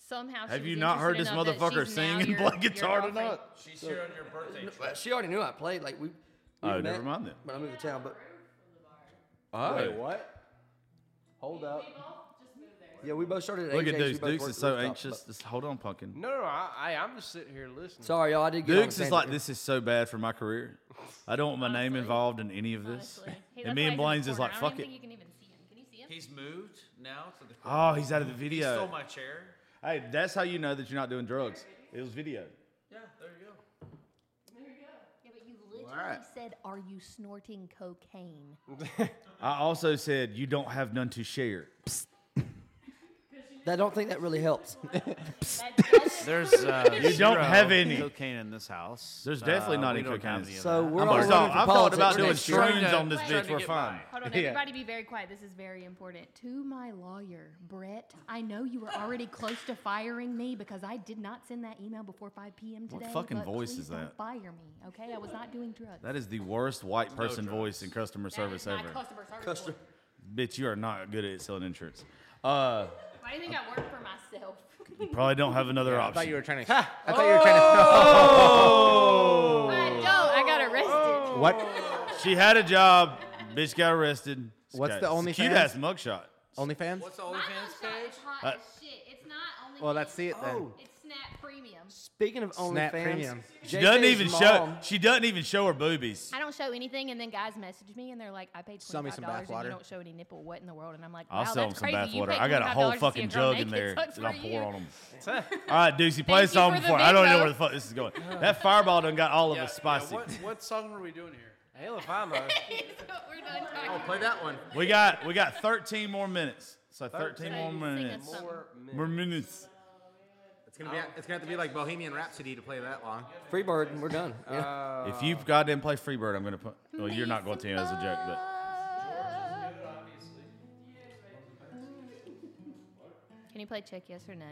S8: somehow. She
S1: Have
S8: was
S1: you not heard this
S8: interested enough that
S1: motherfucker
S8: she's
S1: sing
S8: now
S1: and
S8: your-
S1: play
S8: your
S1: guitar
S8: girlfriend?
S1: tonight?
S5: She's here on your birthday.
S2: Uh, She already knew I played. Like we. we
S1: Oh,
S2: met
S1: never mind then.
S2: When I moved to town, but
S1: Oh,
S4: what?
S2: hold up. Yeah, we both started at
S1: look at
S2: AJ's, we
S1: Dukes.
S2: both
S1: Dukes
S2: worked
S1: is so
S2: rooftops,
S1: anxious.
S2: but-
S1: Just hold on, pumpkin.
S3: no, no, no. I, I, I'm just sitting here listening.
S2: Sorry, y'all. I did get on a
S1: Dukes is
S2: tangent
S1: like,
S2: here.
S1: this is so bad for my career. I don't want my name involved in any of this.
S8: Honestly. He-
S1: And
S8: that's
S1: me and
S8: why he's
S1: Blaine's
S8: in the
S1: is like,
S8: corner. I
S1: fuck it.
S8: don't even think you can even see him. Can you see him?
S5: He's moved now to the.
S1: Oh, he's out of the
S5: He
S4: Uh,
S5: stole
S1: video.
S5: my chair.
S1: Hey, that's how you know that you're not doing drugs. It was video.
S5: Yeah, there you go.
S8: Yeah, but you literally
S4: Alright.
S8: said, "Are you snorting cocaine?"
S1: I also said you don't have none to share.
S2: I don't think that really helps.
S5: There's uh,
S1: You don't have any.
S5: cocaine in this house.
S1: There's definitely not
S5: Uh, we
S1: any
S5: don't
S1: cocaine
S5: have
S1: in
S5: any
S1: this
S5: of
S2: So
S5: that.
S2: we're
S1: I'm
S2: all
S1: like,
S2: running for
S1: I thought
S2: politics
S1: about doing
S2: next year.
S5: Trying
S1: shrooms
S5: to-
S1: on this
S5: trying
S1: bitch.
S5: to
S1: We're
S5: get
S1: fine.
S5: by.
S8: Hold on,
S1: Yeah.
S8: everybody, be very quiet. This is very important. To my lawyer, Brett, I know you were already close to firing me because I did not send that email before 5 p.m. today.
S1: fucking
S8: but
S1: voice
S8: please
S1: is
S8: don't
S1: that?
S8: Fire me, okay? I was not doing drugs.
S1: That is the worst white person voice in customer
S8: That
S1: service
S8: is my
S1: ever.
S8: customer service voice.
S1: Bitch, you are not good at selling insurance. Uh,
S8: Why do you think I work for myself?
S1: probably don't have another
S4: I thought
S1: option.
S4: you were trying to. I thought you were trying
S8: I don't. I got arrested.
S4: to. what?
S1: she had a job. Bitch got arrested. It's
S4: What's
S1: got-
S4: the
S1: it's a
S4: OnlyFans?
S1: Cute ass mugshot.
S4: OnlyFans?
S5: What's the
S8: My
S5: OnlyFans
S8: website
S5: page?
S8: is hot
S1: Uh,
S8: as shit. It's not only.
S4: Well, let's see it then.
S2: Oh,
S8: It's Snap Premium.
S2: speaking of
S4: Snap
S2: OnlyFans,
S4: Premium.
S1: She doesn't
S2: JJ's
S1: even
S2: mom,
S1: show. She doesn't even show her boobies.
S8: I don't show anything, and then guys message me and they're like, "I paid
S4: Sell me
S8: twenty five
S4: some
S8: dollars and
S4: bathwater.
S8: you don't show any nipple. What in the world?" And I'm like, "Wow,
S1: I'll sell them
S8: that's
S1: some
S8: crazy. You
S1: bathwater.
S8: paid
S1: I got a whole
S8: $25 to see
S1: fucking
S8: girl
S1: jug in
S8: naked.
S1: there
S8: Sucks
S1: that I
S8: for
S1: pour
S8: you.
S1: on them. All right, Deucey, play
S8: you
S1: some
S8: for the
S1: before. I don't even know
S8: Venmo.
S1: where the fuck this is going. That fireball done got all of us spicy.
S5: what, what song are we doing here?
S3: Hell if I know.
S8: So we're done talking.
S4: Play that one.
S1: We got we got 13 more minutes. So 13, more
S8: So you sing us
S1: minutes.
S8: something.
S1: More minutes.
S4: It's gonna be. It's gonna have to be like Bohemian Rhapsody to play that long.
S2: Freebird, and we're done. Uh, Yeah.
S1: If you goddamn play Freebird, I'm gonna put. Well, you're not going to. As a joke, but
S8: Can you play check yes or
S1: Oh
S8: no?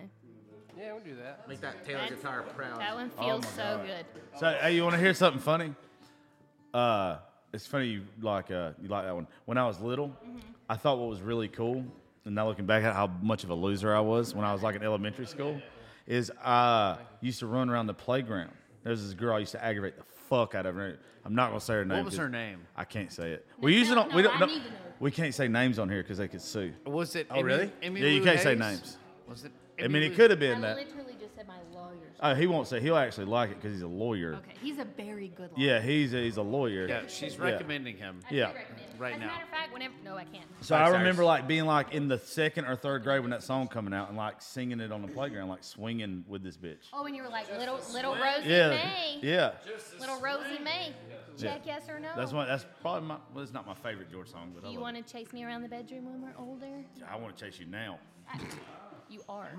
S3: Yeah, we'll do that.
S4: Make that Taylor guitar proud.
S8: That one feels
S1: my
S8: so
S1: God.
S8: good.
S1: So, hey, you want to hear something funny? Uh, it's funny you like uh, you like that one. When I was little,
S8: Mm-hmm.
S1: I thought what was really cool, and now looking back at how much of a loser I was when I was like in elementary school, is I used to run around the playground. There's this girl I used to aggravate the fuck out of her. I'm not gonna say her name.
S5: was
S1: 'cause
S5: her name?
S1: I can't say it. We usually don't.
S8: no,
S1: we don't.
S8: I
S1: no-
S8: need to know.
S1: we can't say names on here because they could sue.
S5: Was it?
S4: really?
S1: Yeah, you can't say names.
S5: Was it?
S1: I mean,
S5: Lou-
S1: it could have been
S8: I
S1: that.
S8: literally just said my lawyer's.
S1: Oh, he won't say. He'll actually like it because he's a lawyer.
S8: Okay, he's a very good lawyer.
S1: Yeah, he's a, he's a lawyer.
S5: Yeah, she's recommending him.
S8: I do
S1: yeah.
S8: recommend it.
S5: Right
S8: As
S5: now.
S8: a matter of fact, whenever no, I can't.
S1: So I remember like being like in the second or third grade when that song coming out and like singing it on the playground, like swinging with this bitch.
S8: Oh, and you were like little little Rosie
S1: Yeah,
S8: May.
S1: yeah.
S8: Little Rosie May. Jack, yes or no?
S1: That's one. That's probably my. Well, it's not my favorite George song, but
S8: Do
S1: I,
S8: you
S1: love
S8: want to chase me around the bedroom when we're older?
S1: it. I want to chase you now.
S8: You are.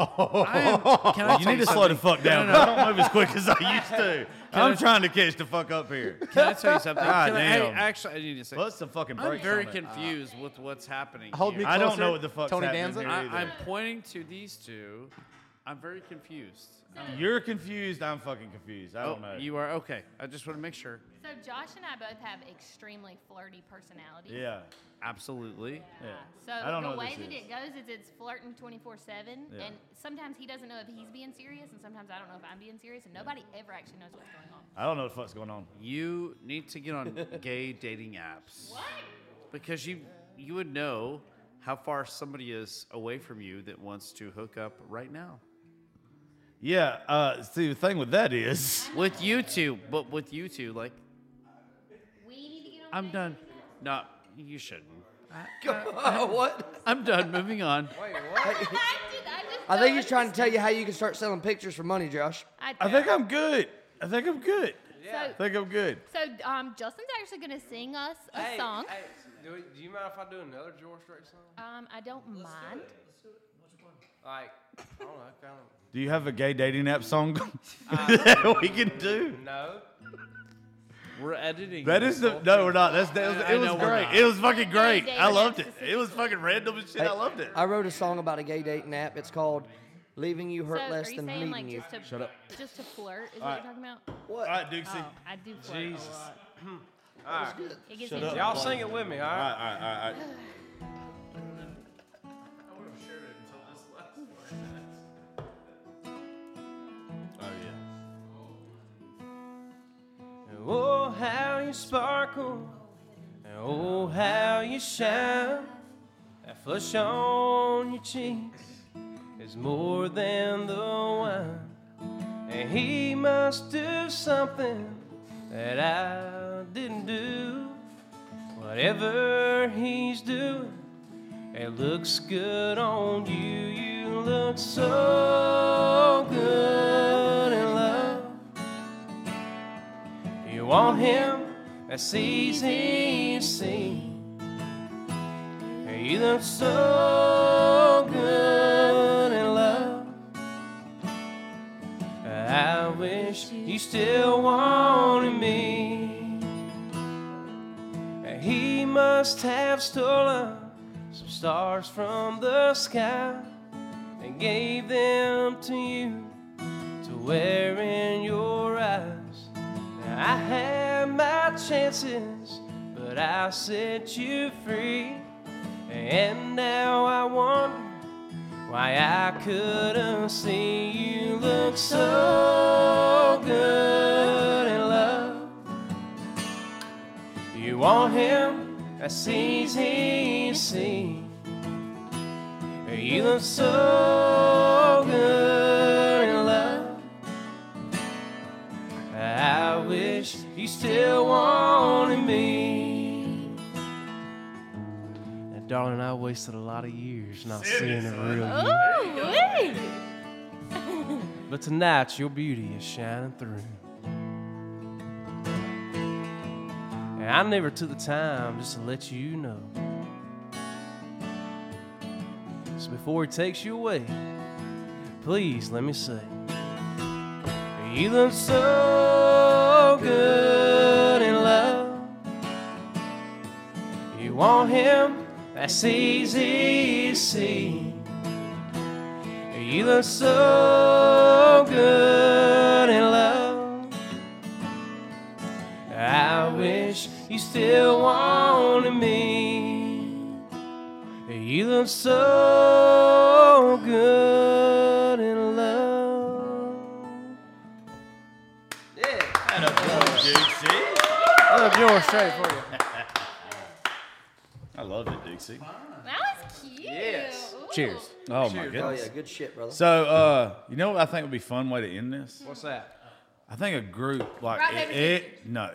S5: Can I
S1: Oh. You
S5: tell
S1: need to slow
S5: something?
S1: the fuck down. bro. I don't move as quick as I used to. I'm trying to catch the fuck up here.
S5: Can I tell you something?
S1: God
S5: Can I-
S1: damn.
S5: I, actually, I need to say.
S1: What's the fucking
S5: I'm
S1: break? Ah.
S5: very confused with what's happening.
S10: Hold
S5: here.
S10: me
S1: I don't
S10: Closer,
S1: know what the fuck's
S10: Tony
S1: happening
S10: Danza?
S1: here
S5: I,
S1: either.
S5: I'm pointing to these two. I'm very confused.
S1: You're confused. I'm fucking confused. I
S5: Oh,
S1: don't know.
S5: you are okay. I just want to make sure.
S8: So Josh and I both have extremely flirty personalities.
S1: yeah.
S5: Absolutely.
S1: Yeah.
S8: So
S1: I don't
S8: the
S1: know
S8: way
S1: what this
S8: that
S1: is.
S8: it goes is it's flirting 24 7.
S1: Yeah.
S8: And sometimes he doesn't know if he's being serious, and sometimes I don't know if I'm being serious, and nobody ever actually knows what's going on.
S1: I don't know what the fuck's going on.
S5: You need to get on gay dating apps. What? Because you you would know how far somebody is away from you that wants to hook up right now.
S1: Yeah. Uh, see, the thing with that is,
S5: With you two, but with you two, like
S8: We need to get on.
S5: I'm done. No, you shouldn't.
S2: Oh, what?
S5: I'm done. Moving on.
S8: I, just, I, just
S2: I
S8: don't
S2: think he's trying to tell you how you can start selling pictures for money, Josh.
S8: understand.
S1: I think I'm good. I think I'm good.
S8: So,
S1: I think I'm good.
S8: so um, Justin's actually going to sing us a song.
S7: Hey, do, do you mind if I do another George Strait song?
S8: um, I don't mind.
S7: Like, I don't know, kind of.
S1: Do you have a gay dating app song that we can do?
S7: No.
S5: We're editing.
S1: That
S5: this
S1: is the
S5: whole
S1: no, we're not. That's that was,
S5: I
S1: it was
S5: know we're
S1: great.
S5: not.
S1: It was fucking great.
S8: Gay
S1: I loved it.
S8: dating apps.
S1: It was fucking random as shit. I loved it.
S2: I wrote a song about a gay dating app. It's called "Leaving You Hurt
S8: so
S2: Less
S8: are you
S2: Than
S8: saying
S2: Leaving
S8: like
S2: You."
S8: just to
S1: Shut up.
S8: just to flirt is what
S1: Alright.
S8: you're talking about?
S1: All right, Duke.
S8: Oh, I do flirt a
S1: Jesus.
S8: lot.
S7: All right.
S8: It gets
S1: Shut
S8: into-
S1: up.
S7: Y'all sing it with me, all
S1: All
S7: right?
S1: right, all right, all right, all right. Oh yeah.
S7: Oh, how you sparkle. Oh, how you shine. That flush on your cheeks is more than the wine. And he must do something that I didn't do. Whatever he's doing, it looks good on you. You look so good in love. You want him, that's easy to see. You look so good in love. I wish you still wanted me. He must have stolen some stars from the sky and gave them to you to wear in your eyes. I had my chances, but I set you free. And now I wonder why I couldn't see you look so good in love. You want him, that's easy to see. You look so good in love. I wish you still wanted me. And darling, I wasted a lot of years not seeing the real you.
S8: Ooh, wee.
S7: But tonight, your beauty is shining through. And I never took the time just to let you know. So before he takes you away, please let me say, You look so good in love. You want him, that's easy to see. You look so good in love. I wish you still wanted me. You look so good in love.
S1: Dixie.
S7: I love yours straight for you.
S1: I loved it, Dixie.
S8: that was cute.
S7: Yes.
S8: Ooh.
S11: Cheers.
S1: Oh my
S6: Oh
S1: goodness.
S6: yeah, good shit, brother.
S1: So uh, you know what I think would be a fun way to end this?
S7: What's that?
S1: I think a group like
S8: Rock,
S1: it,
S8: paper,
S1: it- no.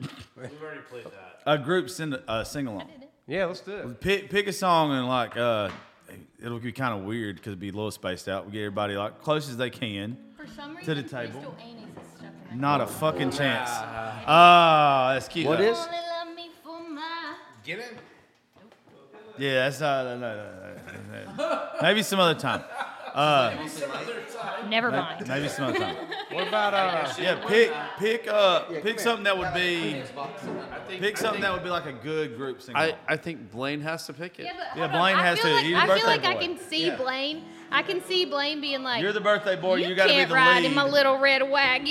S5: We've already played that.
S1: A group sing uh, a sing along.
S7: Yeah, let's do it.
S1: Pick pick a song and like uh, it'll be kind of weird because it'd be a little spaced out. We get everybody like close as they can.
S8: For some
S1: the
S8: reason,
S1: table.
S8: Crystal Annie's is stuck in that.
S1: Not a fucking chance. Ah, that's cute.
S7: What
S1: though.
S7: is?
S8: Only love me for my.
S11: Get in.
S1: Yeah, that's not. No, no, no, no. Maybe some other time.
S8: Never mind.
S1: Maybe some other time.
S7: What about uh?
S1: Yeah, pick pick uh pick
S6: here.
S1: something that would be
S5: I think,
S1: pick
S5: I
S1: something
S5: think-
S1: that would be like a good group sing.
S5: I, I think Blaine has to pick it.
S8: Yeah, but
S1: Yeah,
S8: hold on.
S1: Blaine
S8: I
S1: has
S8: feel
S1: to.
S8: Like,
S1: You're the
S8: I
S1: birthday
S8: feel like I
S1: boy.
S8: can see Blaine. I can see Blaine being like,
S1: You're the birthday boy. You,
S8: You,
S1: got to be
S8: can't
S1: the
S8: ride
S1: lead.
S8: in my little red wagon.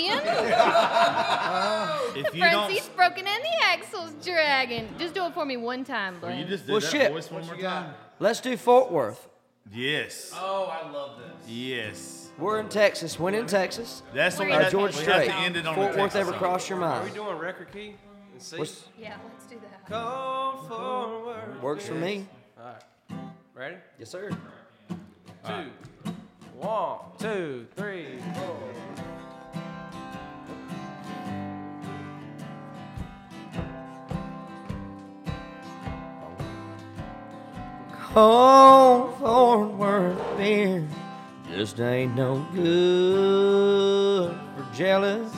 S1: if you don't,
S8: Francie's broken and the axle's dragging. Just do it for me one time,
S1: Well, you
S8: Blaine.
S1: just did
S6: Well,
S1: that
S6: shit.
S1: voice one more time.
S6: Let's do Fort Worth.
S1: Yes. Oh, I love this. Yes.
S6: We're in Texas. When in Texas,
S1: That's what we,
S8: Uh,
S1: have,
S6: George
S1: we have
S6: Strait.
S1: to end it on.
S6: Fort
S1: a
S6: Worth
S1: Texas
S6: ever
S1: song.
S6: crossed your
S7: Are we
S6: mind?
S7: doing record key? And see.
S6: What's-
S8: Yeah, let's do that.
S7: Come forward.
S6: Works for me.
S7: Ready?
S6: Yes, sir.
S7: Two, one, two, three, four.
S6: Home for worth beer just ain't no good for jealous.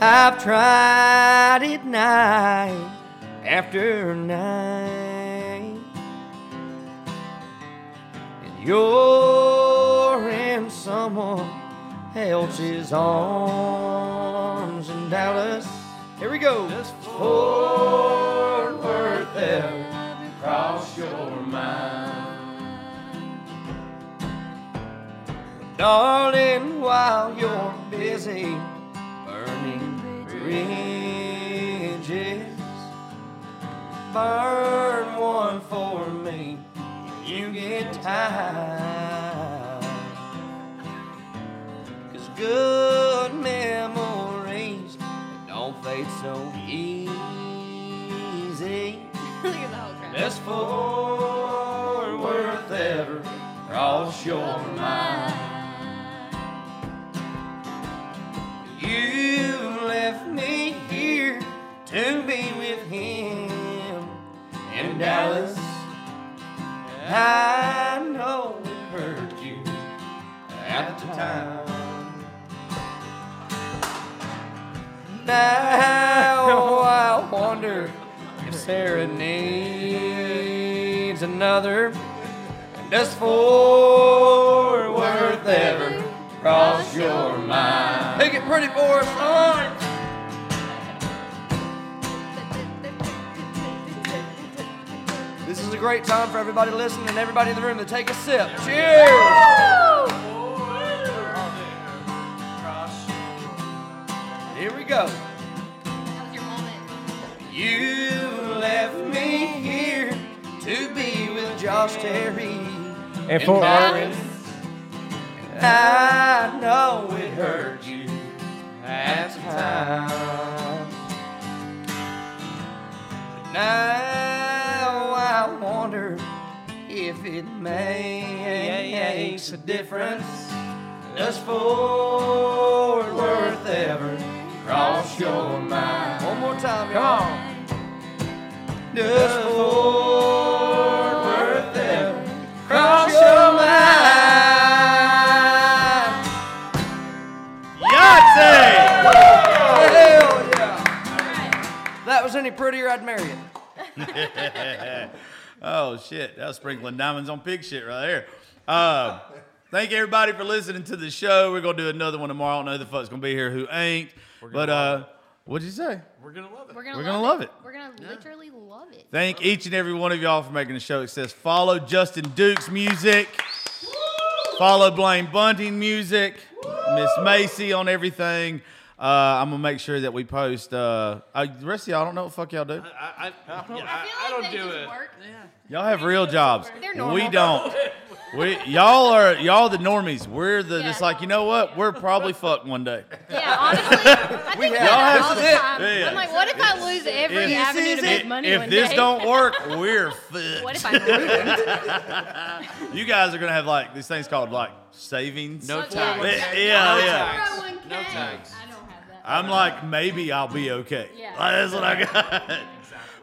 S6: I've tried it night after night, and you're in someone else's arms in Dallas. Here we go. Fort Worth, Dallas. Darling, while you're busy burning bridges, burn one for me when you get tired. 'Cause good memories don't fade so easy.
S8: Look at the whole crowd.
S6: That's for worth ever cross your mind. You left me here to be with him in Dallas. I know it hurt you at the time. Now I wonder if Sarah needs another. And does Fort Worth ever cross your mind? Take it pretty for us, Lawrence. This is a great time for everybody listening and everybody in the room to take a sip. Cheers! Here we go.
S8: That was your moment.
S6: You left me here to be with Josh Terry.
S3: É
S7: And Fort
S8: Tá.
S6: Byron. I know it hurt you at the time. But now I wonder if it makes a difference. Does Fort Worth ever cross your mind? One more time, y'all.
S7: Come on.
S6: Does Fort Worth ever cross your mind?
S1: Yahtzee!
S6: Hell yeah! If that was any prettier, I'd marry it.
S1: Oh shit, that was sprinkling diamonds on pig shit right there. Uh, thank everybody for listening to the show. We're gonna do another one tomorrow. I don't know who the fuck's gonna be here, who ain't. But uh, what'd you say?
S5: We're gonna love it.
S8: We're gonna,
S1: We're
S8: love,
S1: gonna
S8: it.
S1: love it.
S8: We're gonna literally love it.
S1: Thank each and every one of y'all for making the show a success. Follow Justin Duke's music. Follow Blaine Bunting music. Miss Macy on everything. Uh, I'm gonna make sure that we post. Uh, I, the rest of y'all, I don't know what the fuck y'all do.
S5: I, I, I,
S8: I feel like
S5: don't
S8: they
S5: do
S8: just
S5: it.
S8: work.
S1: Y'all have real jobs.
S8: They're normal.
S1: We don't. We y'all are y'all the normies. We're the just
S8: Yeah.
S1: like you know what? We're probably fucked one day.
S8: Yeah, honestly, I think
S1: have
S8: about it all
S1: to-
S8: the time.
S1: Yeah.
S8: I'm like, what if I lose every
S1: If-
S8: avenue to make money
S1: if
S8: one
S1: this
S8: day?
S1: don't work, we're fucked.
S8: what if I'm ruined?
S1: You guys are gonna have like these things called like savings. Eh,
S12: No
S8: Okay.
S12: time.
S1: Yeah, yeah. yeah.
S12: No tags.
S8: I don't have that.
S1: I'm like, maybe I'll be okay.
S8: Yeah.
S1: Like, that's what I got.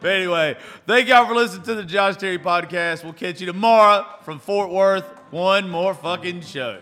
S1: But anyway, thank y'all for listening to the Josh Terry podcast. We'll catch you tomorrow from Fort Worth. One more fucking show.